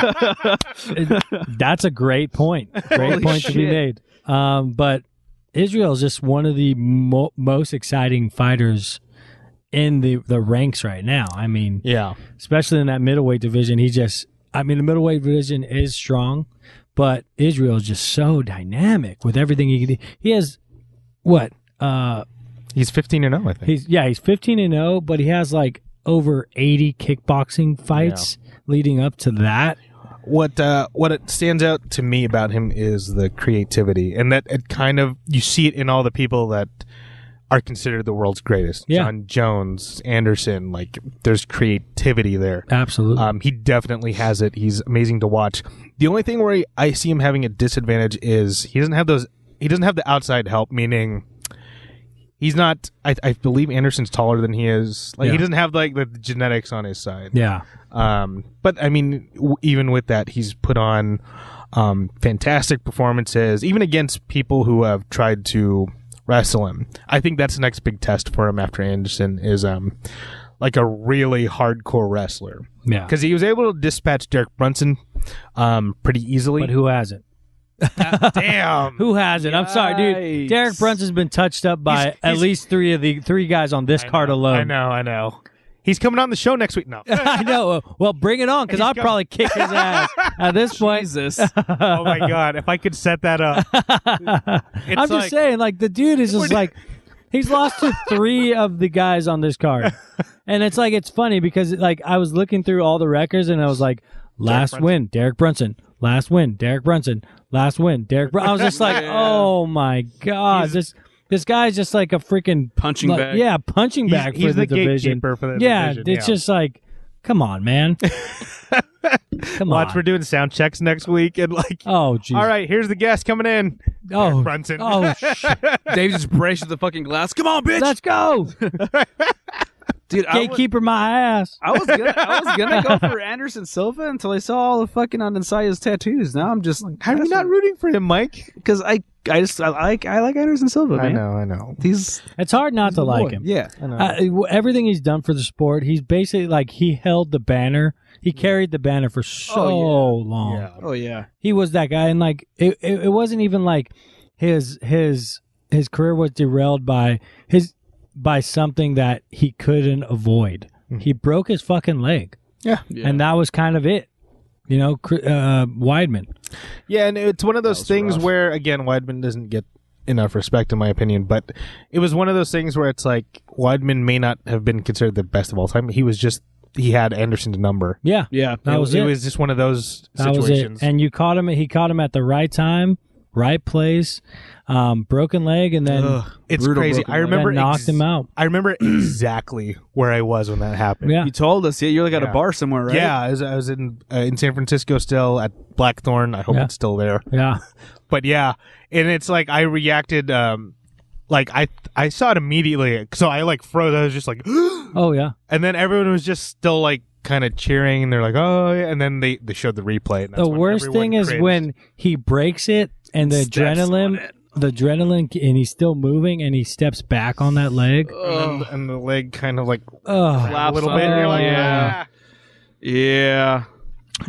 S2: it- that's a great point great
S3: Holy
S2: point to be
S3: shit.
S2: made um, but israel is just one of the mo- most exciting fighters in the the ranks right now i mean
S1: Yeah,
S2: especially in that middleweight division. He just, I mean, the middleweight division is strong, but Israel is just so dynamic with everything he can do. He has what? Uh,
S1: he's fifteen and zero. I think.
S2: he's yeah, he's fifteen and zero, but he has like over eighty kickboxing fights leading up to that.
S1: what uh, what it stands out to me about him is the creativity, and that it kind of you see it in all the people that are considered the world's greatest.
S2: Yeah.
S1: John Jones, Anderson, like there's creativity there.
S2: Absolutely.
S1: Um, he definitely has it. He's amazing to watch. The only thing where he, I see him having a disadvantage is he doesn't have those. He doesn't have the outside help, meaning. He's not. I, I believe Anderson's taller than he is. Like he
S2: Yeah.
S1: doesn't have like the genetics on his side.
S2: yeah.
S1: Um, but I mean, w- even with that, he's put on um, fantastic performances, even against people who have tried to wrestle him. I think that's the next big test for him after Anderson is um, like a really hardcore wrestler
S2: Yeah.
S1: because he was able to dispatch Derek Brunson um, pretty easily.
S2: But who hasn't?
S1: Damn.
S2: Who hasn't? I'm sorry, dude.
S3: Yikes.
S2: Derek Brunson's been touched up by
S1: He's-
S2: at
S1: he's-
S2: least three of the three guys on this card alone.
S1: I know. I know. He's coming on the show next week. No.
S2: I know. Well, bring it on, because I'll probably kick his ass at this point.
S3: Jesus.
S1: oh my god! If I could set that up,
S2: I'm just
S1: like-
S2: saying, like the dude is just like he's lost to three of the guys on this card, and it's like it's funny because like I was looking through all the records and I was like, last win, Derek Brunson. Last win, Derek Brunson. Last win, Derek. Brun I was just like, oh my god, this this guy's just like a freaking
S3: Punching
S2: like,
S3: bag.
S2: Yeah, punching
S1: He's-
S2: bag for
S1: he's the
S2: the, division.
S1: gatekeeper for the
S2: yeah,
S1: division,
S2: it's
S1: yeah.
S2: just like, come on, man. come
S1: watch.
S2: on.
S1: We're doing sound checks next week, and like,
S2: Oh, jeez.
S1: all right, here's the guest coming in.
S2: Oh,
S1: Brunson.
S2: Oh, shit.
S3: Dave just braced the fucking glass. Come on, bitch.
S2: let's go.
S3: Dude, I was,
S2: Gatekeeper, my ass.
S3: I was gonna I was gonna go for Anderson Silva until I saw all the fucking on Ansaya's tattoos. Now I'm just like,
S1: How are you not rooting for him, Mike?
S3: Because I I just I like I like Anderson Silva, man.
S1: I know.
S3: He's
S2: It's hard not to like him.
S3: Yeah.
S2: Uh, w- everything he's done for the sport, he's basically like he held the banner. He carried the banner for so long.
S3: Oh yeah.
S2: He was that guy, and like it, it, it wasn't even like his his his career was derailed by his by something that he couldn't avoid. He broke his fucking leg,
S1: Hmm. Yeah.
S2: and that was kind of it. You know, Cr- uh, Weidman.
S1: Yeah, and it's one of those things
S3: rough.
S1: where again Weidman doesn't get enough respect in my opinion, but it was one of those things where it's like Weidman may not have been considered the best of all time. He was just he had Anderson's number.
S2: Yeah,
S3: Yeah.
S2: that was
S1: it
S2: it.
S1: was just one of those
S2: That was it.
S1: situations.
S2: And you caught him. He caught him at the right time right place, um, broken leg, and then
S1: Ugh, it's
S3: brutal
S1: crazy.
S3: broken
S1: I
S3: leg.
S1: remember
S2: that knocked
S1: ex-
S2: him out.
S1: I remember exactly where I was when that happened.
S2: Yeah.
S3: You told us, yeah, you're like at
S1: Yeah.
S3: a bar somewhere, right?
S1: Yeah, I was, I was in uh, in San Francisco still at Blackthorn. I hope
S2: Yeah.
S1: it's still there.
S2: Yeah.
S1: But yeah, and it's like I reacted um like I I saw it immediately. So I like froze. I was just like
S2: Oh yeah.
S1: and then everyone was just still like kind of cheering and they're like, "Oh," yeah. and then they they showed the replay. And that's
S2: the
S1: when
S2: worst
S1: everyone
S2: thing is
S1: cringed.
S2: when he breaks it and the
S3: Steps on
S2: adrenaline,
S3: it.
S2: the adrenaline, and he's still moving and he steps back on that leg.
S1: and,
S3: Ugh.
S1: then, and the leg kind of like
S2: Oh,
S1: a
S3: Flaps
S1: little
S3: up.
S1: bit. and You're like,
S3: Yeah.
S1: "Ah."
S3: Yeah.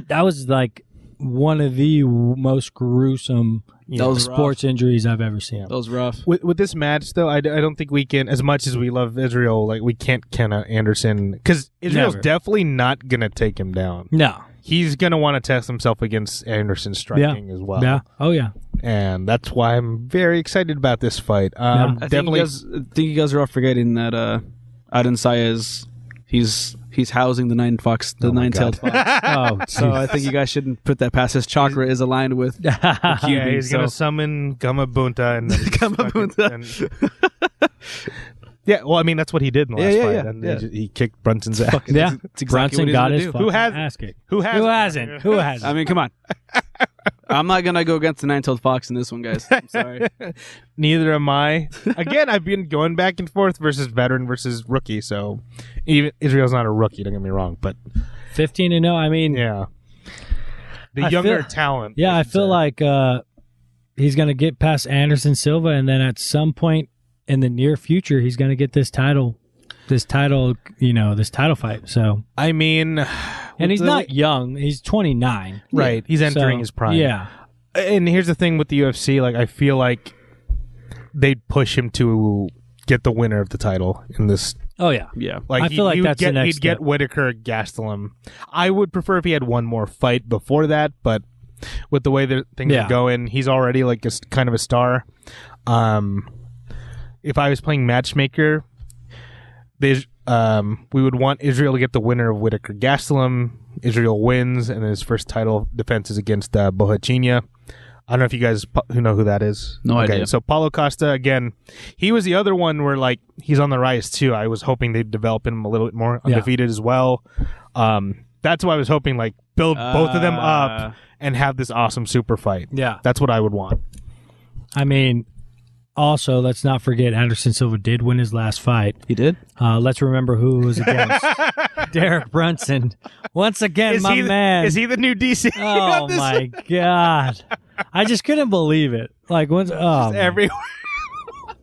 S2: that was like one of the w- most gruesome
S3: That was
S2: sports injuries I've ever seen.
S3: rough. That was rough.
S1: With, with this match though, I, d- I don't think we can as much as we love Israel, like we can't count out Anderson because Israel's
S2: Never.
S1: definitely not gonna take him down.
S2: No.
S1: He's gonna want to test himself against Anderson striking as well.
S2: Yeah. Oh yeah.
S1: and that's why I'm very excited about this fight. Um,
S3: I
S1: definitely,
S3: think you, guys, I think you guys are all forgetting that uh, Aden Saez, he's he's housing the nine fox, the
S1: Oh my
S3: nine tailed
S1: God.
S3: fox.
S2: Oh.
S3: so I think you guys shouldn't put that past. His chakra is aligned with.
S2: geez.
S1: yeah,
S3: QB,
S1: he's gonna
S3: so-
S1: summon Gamabunta and then
S3: Gamabunta.
S1: and- yeah, well, I mean that's what he did in the
S3: Yeah,
S1: last
S3: yeah,
S1: fight.
S3: yeah,
S1: and
S3: yeah.
S1: He, just, he kicked Brunson's ass.
S2: yeah.
S3: It's exactly what
S2: Brunson
S3: he's
S2: got
S3: gonna
S2: his
S3: do.
S2: fucking
S1: Who has-
S2: ass kicked.
S1: Who has?
S2: Who hasn't? Who hasn't?
S3: I mean, come on. I'm not gonna go against the nine-tailed fox in this one, guys. I'm sorry.
S1: Neither am I. Again, I've been going back and forth versus veteran versus rookie. So even Israel's not a rookie. Don't get me wrong, but
S2: Fifteen and no. I mean, yeah,
S1: yeah, the
S2: I
S1: younger
S2: feel-
S1: talent.
S2: I
S1: should
S2: feel
S1: say.
S2: like uh, he's gonna get past Anderson Silva, and then at some point in the near future, he's gonna get this title, this title, you know, this title fight. So,
S1: I mean,
S2: and he's
S1: the-
S2: not young. He's twenty nine.
S1: right. He's entering his prime.
S2: Yeah.
S1: and here's the thing with the UFC, like I feel like they'd push him to get the winner of the title in this.
S2: Oh yeah.
S3: Yeah.
S1: Like
S2: I
S1: he-
S2: feel like
S1: he would
S2: that's the
S1: get,
S2: next
S1: he'd get
S2: step.
S1: Whitaker Gastelum. I would prefer if he had one more fight before that, but with the way that things
S2: Yeah.
S1: are going, he's already like a s kind of a star. Um, if I was playing matchmaker, they um we would want Israel to get the winner of Whitaker Gastelum. Israel wins, and his first title defense is against uh, Bohachinia. I don't know if you guys po- who know who that is.
S3: No idea.
S1: So Paulo Costa again, he was the other one where like he's on the rise too. I was hoping they'd develop him a little bit more
S2: Yeah.
S1: undefeated as well. Um, that's why I was hoping like build both of them
S3: Uh.
S1: up and have this awesome super fight.
S2: Yeah.
S1: That's what I would want.
S2: I mean, also let's not forget Anderson Silva did win his last fight.
S3: He did.
S2: Uh, let's remember who it was against Derek Brunson. Once again, my
S1: he the,
S2: man.
S1: Is he the new DC?
S2: oh
S1: This
S2: my god! I just couldn't believe it. Like once, oh,
S1: is
S2: just,
S1: Every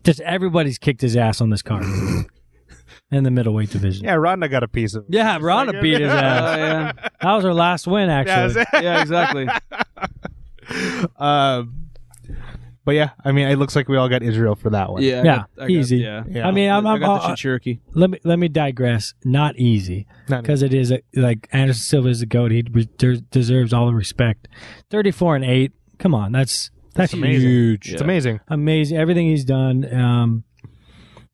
S2: just everybody's kicked his ass on this card in the middleweight division.
S1: yeah, Ronda got a piece of. it.
S2: Yeah, Ronda beat his ass.
S3: Oh, yeah.
S2: That was her last win,
S1: Yeah,
S2: actually.
S3: yeah. Exactly.
S1: Um, but yeah, I mean, it looks like we all got Israel for that one.
S3: Yeah. I
S2: Yeah,
S3: got- I got-
S2: easy.
S3: Yeah.
S1: Yeah.
S2: I mean, I'm,
S3: I
S2: I'm,
S3: got
S2: uh,
S3: the Cherokee.
S2: let me let me digress. Not easy
S1: Not
S2: because it is a, like Anderson Silva is a goat. He de- deserves all the respect. Thirty-four and eight. Come on, that's
S1: That's
S2: that's,
S1: amazing.
S2: huge.
S1: It's amazing.
S2: amazing everything he's done um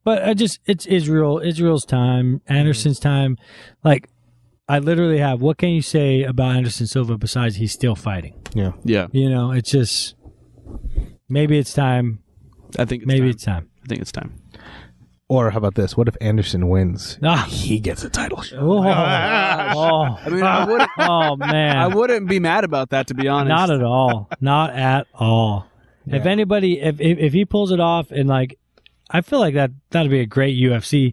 S2: but i just it's israel israel's time anderson's
S3: Mm-hmm.
S2: time like i literally have what can you say about anderson silva besides he's still fighting
S1: Yeah.
S3: Yeah.
S2: you know it's just maybe it's time
S3: I think. It's
S2: maybe
S3: time.
S2: it's time
S3: I think it's time.
S1: Or how about this? What if Anderson wins?
S2: ah.
S1: He gets a title shot.
S2: oh, oh,
S3: I mean, I wouldn't.
S2: oh, man
S3: I wouldn't be mad about that, to be honest.
S2: not at all not at all if
S1: Yeah.
S2: anybody if, if if he pulls it off and like i feel like that that'd be a great ufc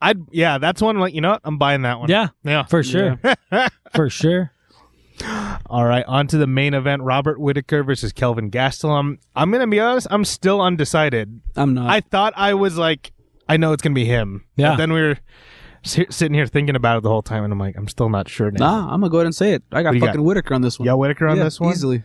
S1: I'd yeah, that's one. Like you know, what? I'm buying that one.
S2: yeah
S1: yeah.
S2: for sure for sure
S1: All right, on to the main event: Robert Whitaker versus Kelvin Gastelum. I'm gonna be honest. I'm still undecided.
S3: I'm not.
S1: I thought I was like, I know it's gonna be him.
S2: Yeah.
S1: But then we were si- sitting here thinking about it the whole time, and I'm like, I'm still not sure. Now.
S3: Nah, I'm gonna go ahead and say it. I got
S1: What do you
S3: fucking Whitaker on this one.
S1: Yeah, Whitaker on this one.
S3: easily.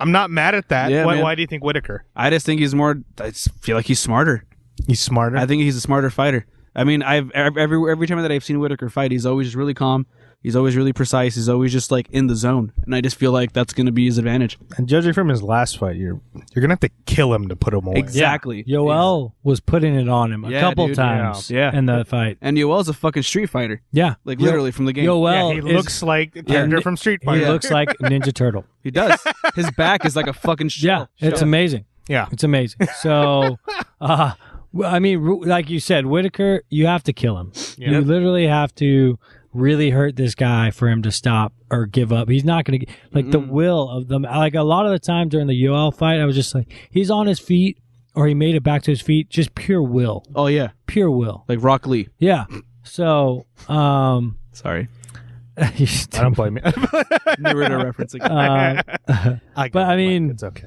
S1: I'm not mad at that.
S3: Yeah,
S1: why,
S3: man.
S1: why do you think Whitaker?
S3: I just think he's more. I just feel like he's smarter.
S1: He's smarter.
S3: I think he's a smarter fighter. I mean, I've ev- every every time that I've seen Whitaker fight, he's always just really calm, He's always really precise. He's always just like in the zone, and I just feel like that's going to be his advantage.
S1: And judging from his last fight, you're you're gonna have to kill him to put him away.
S3: Exactly.
S2: Yoel was putting it on him a
S3: Yeah,
S2: couple
S3: dude,
S2: times
S3: yeah. Yeah.
S2: in the fight.
S3: And Yoel's a fucking street fighter,
S2: Yeah.
S3: like
S2: Yo-
S3: literally from the game.
S2: Yoel
S1: yeah, he
S2: is-
S1: looks like a character
S2: Yeah.
S1: from Street
S2: he
S1: Fighter.
S2: looks like Ninja Turtle.
S3: He does. His back is like a fucking
S2: Yeah,
S3: shell.
S2: it's amazing.
S1: yeah.
S2: It's amazing. So, uh, well, I mean, Ru- like you said, Whitaker, you have to kill him.
S1: Yeah.
S2: You literally have to really hurt this guy for him to stop or give up. He's not going to like the
S3: Mm-hmm.
S2: will of them. Like a lot of the time during the UL fight, I was just like, he's on his feet or he made it back to his feet. Just pure will,
S3: Oh yeah,
S2: pure will.
S3: like Rock Lee.
S2: Yeah. So, um,
S3: Sorry,
S1: I don't blame you.
S3: Naruto reference again.
S2: uh,
S1: I
S2: But, I mean-
S1: it's okay.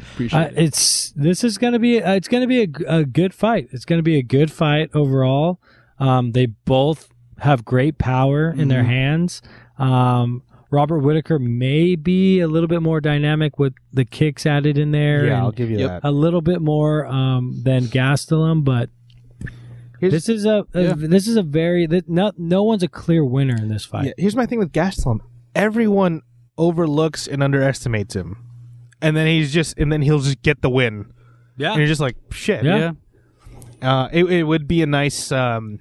S3: Appreciate
S2: I,
S3: it.
S2: it's this is going to be uh, it's going to be a g- a, good fight. It's going to be a good fight overall. Um, they both have great power in their
S1: Mm-hmm.
S3: Mhm.
S2: hands. Um, Robert Whitaker may be a little bit more dynamic with the kicks added in there,
S1: Yeah, I'll
S2: and
S1: give you
S3: Yep.
S1: that.
S2: a little bit more um, than Gastelum. But
S1: Here's-
S2: this is a, a-
S3: Yeah.
S2: this is a very th- no no one's a clear winner in this fight.
S1: Yeah, here's my thing with Gastelum. Everyone overlooks and underestimates him, and then he's just and then he'll just get the win.
S2: Yeah.
S1: and you're just like shit.
S2: Yeah.
S3: yeah,
S1: Uh, it, it would be a nice um,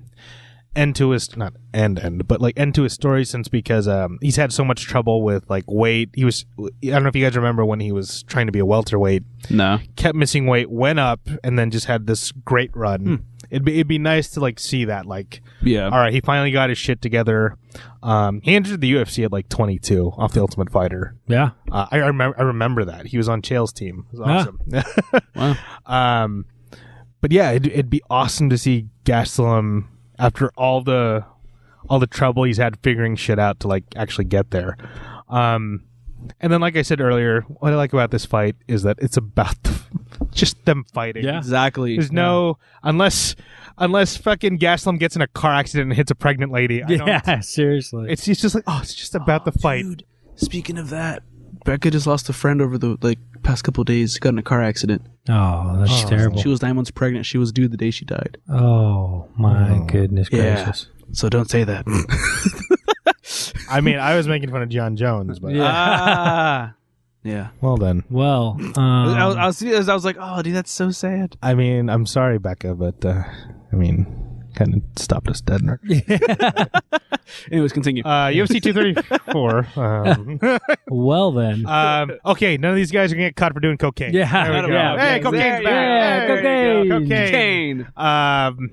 S1: end to his not end end, but like end to his story since because um, he's had so much trouble with like weight. He was I don't know if you guys remember when he was trying to be a welterweight,
S3: no,
S1: kept missing weight, went up, and then just had this great run. It'd be it'd be nice to like see that like
S3: yeah.
S1: all right, he finally got his shit together. Um, he entered the UFC at like 22 off the Ultimate Fighter.
S2: Yeah.
S1: Uh, I, I remember I remember that he was on Chael's team. It was awesome. um, but yeah, it'd, it'd be awesome to see Gastelum after all the all the trouble he's had figuring shit out to like actually get there. Um, and then, like I said earlier, what I like about this fight is that it's about the, just them fighting.
S2: Yeah.
S3: Exactly.
S1: There's no unless unless fucking Gaslam gets in a car accident and hits a pregnant lady. I don't-
S2: Yeah, seriously.
S1: it's, it's just like oh, it's just about the fight.
S3: Dude, speaking of that, Becca just lost a friend over the like past couple days. She got in a car accident.
S2: oh, that's terrible.
S3: She was nine months pregnant. She was due the day she died.
S2: Oh my goodness
S3: Yeah.
S2: gracious.
S3: So don't say that.
S1: I mean, I was making fun of John Jones, but
S2: Yeah.
S3: ah. Yeah.
S1: well then.
S2: Well,
S3: I, was, I,
S2: um,
S3: was, I was like, oh, dude, that's so sad.
S1: I mean, I'm sorry, Becca, but uh, I mean, kind of stopped us dead. in our-
S3: Anyways, continue.
S1: Uh, UFC 234. Um,
S2: well then.
S1: um, okay, none of these guys are gonna get caught for doing cocaine.
S2: Yeah,
S1: There we go.
S2: yeah,
S1: hey,
S3: yeah,
S1: cocaine's
S3: exactly.
S1: back.
S2: Yeah,
S1: Hey, there you go.
S2: cocaine.
S3: Kane.
S1: Um,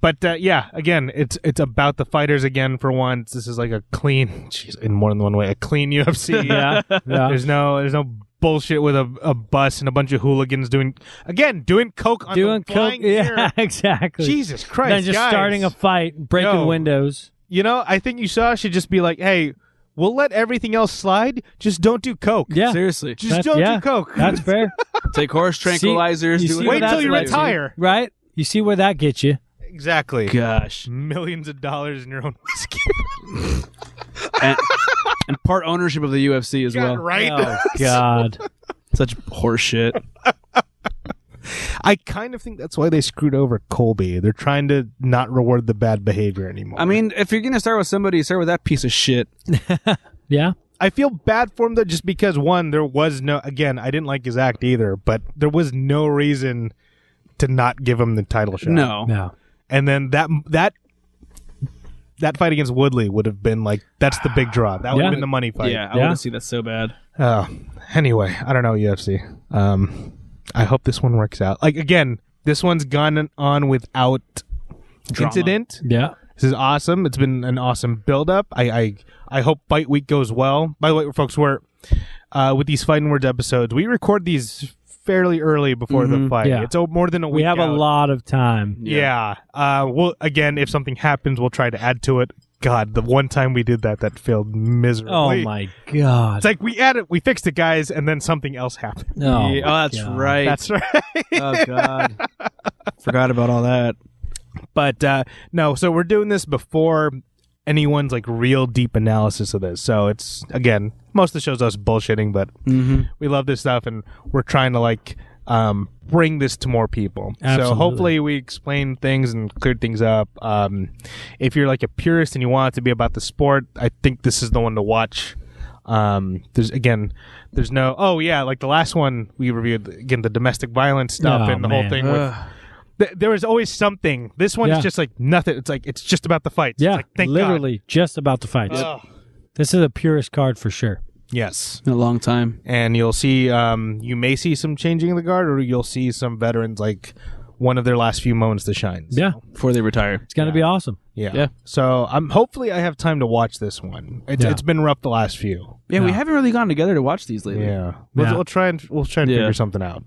S1: but uh, yeah, again, it's it's about the fighters again for once. This is like a clean, jeez, in more than one way, a clean UFC.
S2: yeah, yeah.
S1: There's no there's no bullshit with a, a bus and a bunch of hooligans doing again doing coke on
S2: Doing
S1: the
S2: coke.
S1: flying
S2: Yeah,
S1: mirror.
S2: exactly.
S1: Jesus Christ!
S2: Then just
S1: guys.
S2: starting a fight, breaking
S1: Yo.
S2: windows.
S1: you know, I think USADA should just be like, hey, we'll let everything else slide. Just don't do coke.
S2: Yeah,
S3: Seriously.
S1: Just
S2: That's-
S1: don't
S2: yeah.
S1: do coke.
S2: that's fair,
S3: Take horse tranquilizers.
S2: you
S3: do
S2: see
S1: Wait
S3: whatever
S2: that's
S1: till you
S3: like.
S1: retire.
S2: right? You see where that gets you?
S1: Exactly.
S3: Gosh.
S1: Millions of dollars in your own whiskey.
S3: And, and part ownership of the UFC as well.
S1: right?
S2: Oh God.
S3: Such horse shit.
S1: I kind of think that's why they screwed over Colby. They're trying to not reward the bad behavior anymore.
S3: I mean, if you're going to start with somebody, start with that piece of shit.
S2: Yeah,
S1: I feel bad for him though, just because one, there was no. Again, I didn't like his act either, but there was no reason to not give him the title shot.
S3: No.
S2: no.
S1: and then that that that fight against Woodley would have been like that's the big draw. That would
S2: Yeah.
S1: have been the money fight.
S3: Yeah, I
S2: Yeah.
S3: want to see that so bad.
S1: Uh, anyway, I don't know UFC. Um, I hope this one works out. Like again, this one's gone on without
S3: Drama.
S1: incident.
S2: Yeah,
S1: This is awesome. It's been an awesome build up. I I, I hope fight week goes well. By the way, folks, we're uh, with these fighting words episodes. We record these fairly early before the fight.
S2: Mm-hmm. Yeah.
S1: It's o- more than a week.
S2: we have a
S1: out.
S2: lot of time.
S1: Yeah. Uh, well, again, if something happens, we'll try to add to it. God, the one time we did that, that failed miserably.
S2: Oh my God.
S1: It's like we added, we fixed it, guys, and then something else happened.
S2: Oh,
S3: Yeah, oh, that's
S2: God.
S3: right.
S1: That's right.
S3: oh God, forgot about all that.
S1: but uh, no, so we're doing this before anyone's like real deep analysis of this. So
S2: Mm-hmm.
S1: it's again, most of the show's us bullshitting, but we love this stuff, and we're trying to like um, bring this to more people. So
S2: Absolutely.
S1: hopefully we explain things and cleared things up. Um, if you're like a purist and you want it to be about the sport, I think this is the one to watch. Um, there's again, there's no. Oh yeah, like the last one we reviewed again, the domestic violence stuff
S2: Oh,
S1: and the whole
S2: man.
S1: thing with th- there is always something. This one
S2: Yeah.
S1: is just like nothing. It's like it's just about the fights. It's
S2: Yeah,
S1: like, thank
S2: literally just about the
S1: God.
S2: fights.
S1: Ugh.
S2: This is a purist card for sure.
S1: Yes,
S3: in a long time.
S1: and you'll see. Um, you may see some changing of the guard, or you'll see some veterans like one of their last few moments to shine. So,
S2: Yeah,
S3: before they retire.
S2: it's gonna be awesome.
S1: yeah,
S3: Yeah.
S1: So I'm hopefully I have time to watch this one. It's,
S2: Yeah.
S1: it's been rough the last few.
S3: Yeah, we haven't really gotten together to watch these lately.
S1: Yeah, we'll,
S2: Yeah.
S1: we'll try and we'll try and
S3: Yeah.
S1: figure something out.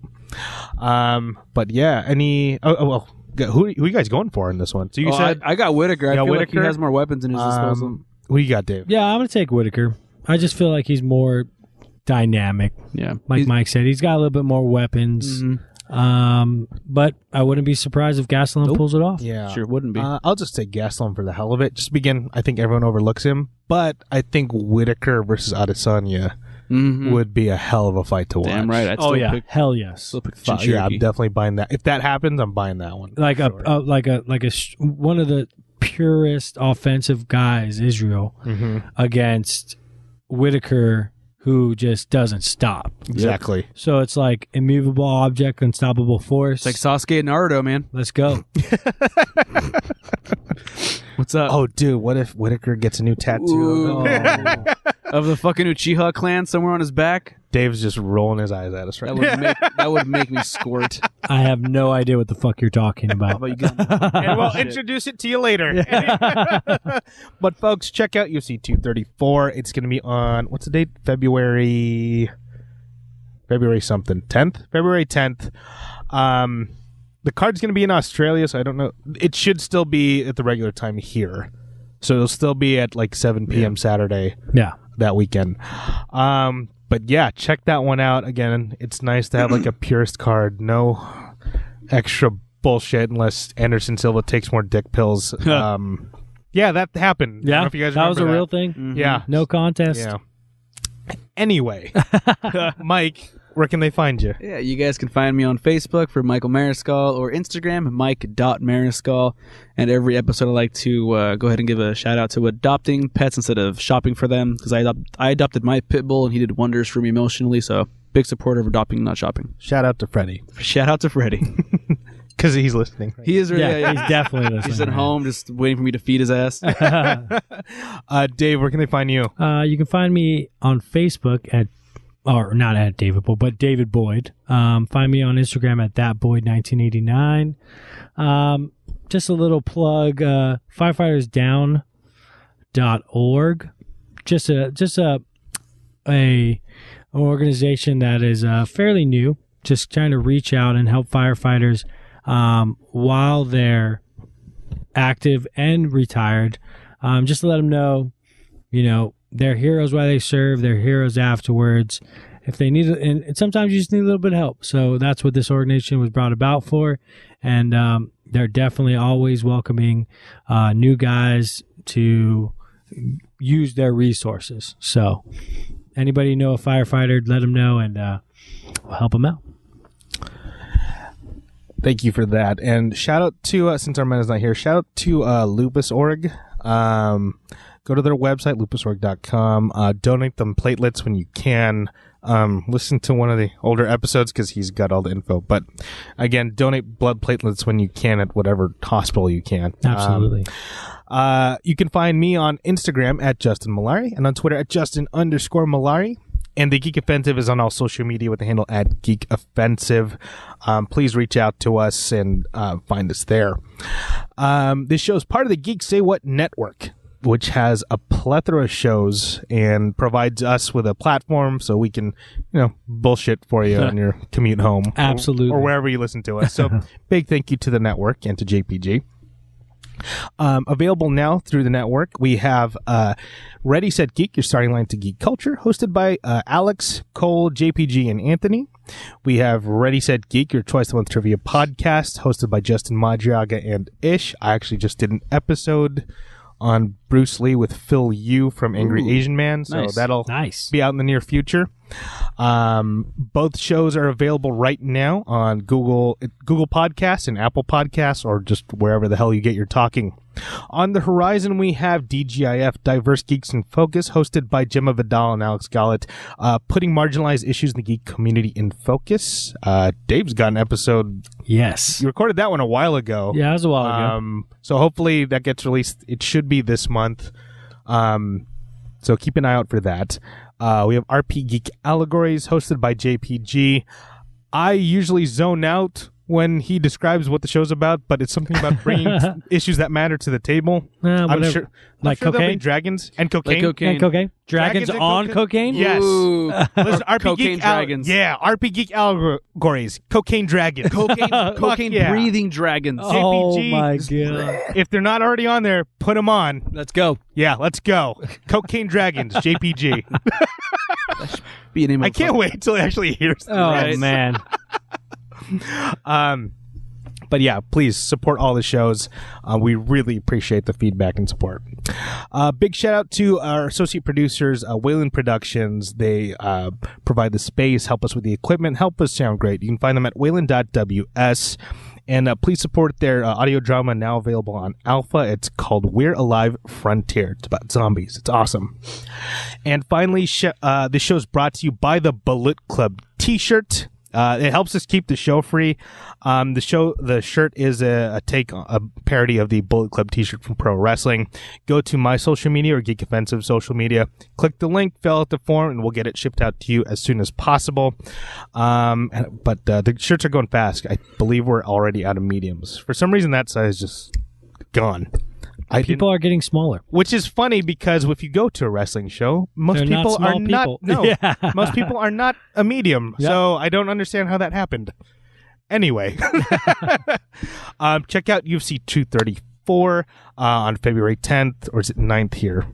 S1: Um, but yeah, any oh, oh well, g- who who you guys going for in this one? So you
S3: Oh,
S1: said
S3: I, I got Whitaker. I
S1: Yeah,
S3: feel like he
S1: Whitaker.
S3: has more weapons in his disposal.
S1: um, who you got, Dave?
S2: Yeah, I'm gonna take Whitaker. I just feel like he's more dynamic.
S3: yeah,
S2: Like
S3: He's-
S2: Mike said, he's got a little bit more weapons.
S3: Mhm.
S2: Um, but I wouldn't be surprised if Gasolin pulls it off.
S1: Yeah,
S3: sure wouldn't be.
S1: Uh, I'll just say Gaslam for the hell of it. Just begin. I think everyone overlooks him, but I think Whitaker versus Adesanya
S3: Mhm.
S1: would be a hell of a fight to watch.
S3: Damn right. I'd still
S2: Oh yeah,
S3: pick,
S2: hell yes.
S3: still pick
S1: Fuck, yeah, I'm
S3: Chinchuriki.
S1: definitely buying that. If that happens, I'm buying that one.
S2: Like a,
S1: Sure.
S2: a like a like a sh- one of the purest offensive guys, Israel
S3: Mm-hmm.
S1: Mhm.
S2: against Whitaker, who just doesn't stop.
S1: Exactly.
S2: So it's like immovable object, unstoppable force.
S3: It's like Sasuke and Naruto, man.
S2: Let's go.
S3: What's up?
S1: Oh, dude, what if Whitaker gets a new tattoo?
S3: Ooh. Of the fucking Uchiha clan somewhere on his back.
S1: Dave's just rolling his eyes at us right now.
S3: That would make that would make me squirt.
S2: I have no idea what the fuck you're talking
S3: How
S2: about.
S3: about you got
S1: and we'll
S3: Shit.
S1: introduce it to you later. but folks, check out UFC 234. It's going to be on what's the date? February February something. 10th? February 10th. Um the card's going to be in Australia, so I don't know. It should still be at the regular time here. So it'll still be at like 7 p.m. Saturday
S2: Yeah.
S1: that weekend. Um, but yeah, check that one out. Again, it's nice to have like a purist card. No extra bullshit unless Anderson Silva takes more dick pills. um, yeah, that happened. I don't know if you guys
S2: that was a
S1: remember
S2: real thing. Mm-hmm.
S1: that. Mm. Yeah.
S2: No contest.
S1: Yeah. Anyway, Mike, where can they find you?
S3: Yeah, you guys can find me on Facebook for Michael Mariscal or Instagram, Mike.Mariscal. And every episode, I like to uh, go ahead and give a shout out to adopting pets instead of shopping for them because I, adopt- I adopted my pit bull and he did wonders for me emotionally. So, big supporter of adopting, not shopping.
S1: Shout out to Freddie
S3: Shout out to Freddie.
S1: because he's listening.
S3: he is really,
S2: Yeah,
S3: yeah, yeah.
S2: he's definitely listening.
S3: he's at home just waiting for me to feed his ass.
S1: Uh, Dave, where can they find you?
S2: Uh, you can find me on Facebook at, or not at David Boyd, but David Boyd. Um, find me on Instagram at that Boyd 1989 Um, just a little plug, uh, firefightersdown.org. Just a, just a, a, an organization that is uh, fairly new, just trying to reach out and help firefighters um, while they're active and retired. Um, just to let them know you know they're heroes while they serve they're heroes afterwards if they need and and sometimes you just need a little bit of help so that's what this organization was brought about for and um, they're definitely always welcoming uh, new guys to use their resources so anybody know a firefighter let them know and uh, we'll help them out
S1: Thank you for that. And shout out to, uh, since our man is not here, shout out to uh, Lupus.org. Um, go to their website, lupusorg.com. Uh, donate them platelets when you can. Um, listen to one of the older episodes because he's got all the info. But again, donate blood platelets when you can at whatever hospital you can. Um,
S2: absolutely
S1: uh, you can find me on Instagram at Justin Malari and on Twitter at Justin underscore Malari. And the Geek Offensive is on all social media with the handle at Geek Offensive. Um, please reach out to us and uh, find us there. Um, this show is part of the Geek Say What Network, which has a plethora of shows and provides us with a platform so we can, you know, bullshit for you on your commute home. or-
S2: Absolutely.
S1: Or, wherever you listen to us. So big thank you to the network and to JPG. Um, available now through the network, we have uh, Ready Set Geek, your starting line to geek culture, hosted by uh, Alex, Cole, JPG, and Anthony. We have Ready Set Geek, your twice a month trivia podcast, hosted by Justin Madriaga and Ish. I actually just did an episode on Bruce Lee with Phil Yu from Angry Asian Man, so
S3: nice.
S1: that'll
S2: nice
S1: be out in the near future. Um, both shows are available right now on Google Google Podcasts and Apple Podcasts, or just wherever the hell you get your talking. On the horizon, we have DGIF, Diverse Geeks in Focus, hosted by Gemma Vidal and Alex Gollett, uh, putting marginalized issues in the geek community in focus. Uh, Dave's got an episode.
S2: Yes.
S1: You recorded that one a while ago.
S2: Yeah, that was a while ago.
S1: Um, so hopefully that gets released. It should be this month. Um, so keep an eye out for that. Uh, we have RP Geek Allegories hosted by JPG. I usually zone out when he describes what the show's about, but it's something about bringing issues that matter to the table.
S2: Eh,
S1: I'm
S2: whatever.
S1: sure, I'm
S2: Like
S1: sure there'll be
S2: cocaine?
S1: dragons and cocaine.
S3: Like cocaine.
S2: And cocaine. Dragons,
S1: Dragons and
S2: on
S1: coca-
S2: cocaine?
S1: Yeah. Yes.
S3: Ooh.
S1: Listen, RP
S3: cocaine
S1: Geek Al-
S3: dragons.
S1: yeah, RP Geek Allegories, cocaine dragons.
S3: Cocaine, cocaine
S1: yeah.
S3: breathing dragons.
S1: Oh.
S2: Oh
S1: JPG.
S2: my god.
S1: if they're not already on there, put them on.
S3: Let's go.
S1: Yeah, let's go. Cocaine Dragons, JPG.
S3: Be an emo
S1: I can't
S3: fuck.
S1: wait till he actually hears
S2: Oh
S3: Right.
S2: man.
S1: Um, but yeah, please support all the shows. Uh, we really appreciate the feedback and support. Uh, big shout out to our associate producers, uh, Wayland Productions. They uh, provide the space, help us with the equipment, help us sound great. You can find them at wayland.ws. And uh, please support their uh, audio drama now available on Alpha. It's called We're Alive Frontier. It's about zombies. It's awesome. And finally, sh- uh, this show is brought to you by the Bullet Club T-shirt. Uh, it helps us keep the show free. Um, the show, the shirt is a, a take, a parody of the Bullet Club T-shirt from pro wrestling. Go to my social media or Geek Offensive social media. Click the link, fill out the form, and we'll get it shipped out to you as soon as possible. Um, and- but uh, the shirts are going fast. I believe we're already out of mediums. For some reason, that size just gone. I didn't-
S2: People are getting smaller.
S1: which is funny because if you go to a wrestling show, most
S2: They're not
S1: people
S2: small
S1: are not
S2: people.
S1: no,
S2: Yeah.
S1: most people are not a medium. So I don't understand how that happened. Anyway, um, check out UFC 234 uh, on February 10th or is it 9th here?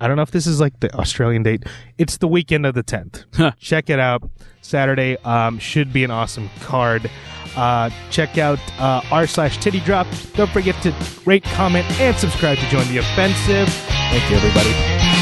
S1: I don't know if this is like the Australian date. It's the weekend of the 10th. Check it out. Saturday um, should be an awesome card. Uh, check out uh, r slash titty drop. Don't forget to rate, comment, and subscribe to join the offensive. Thank you, everybody.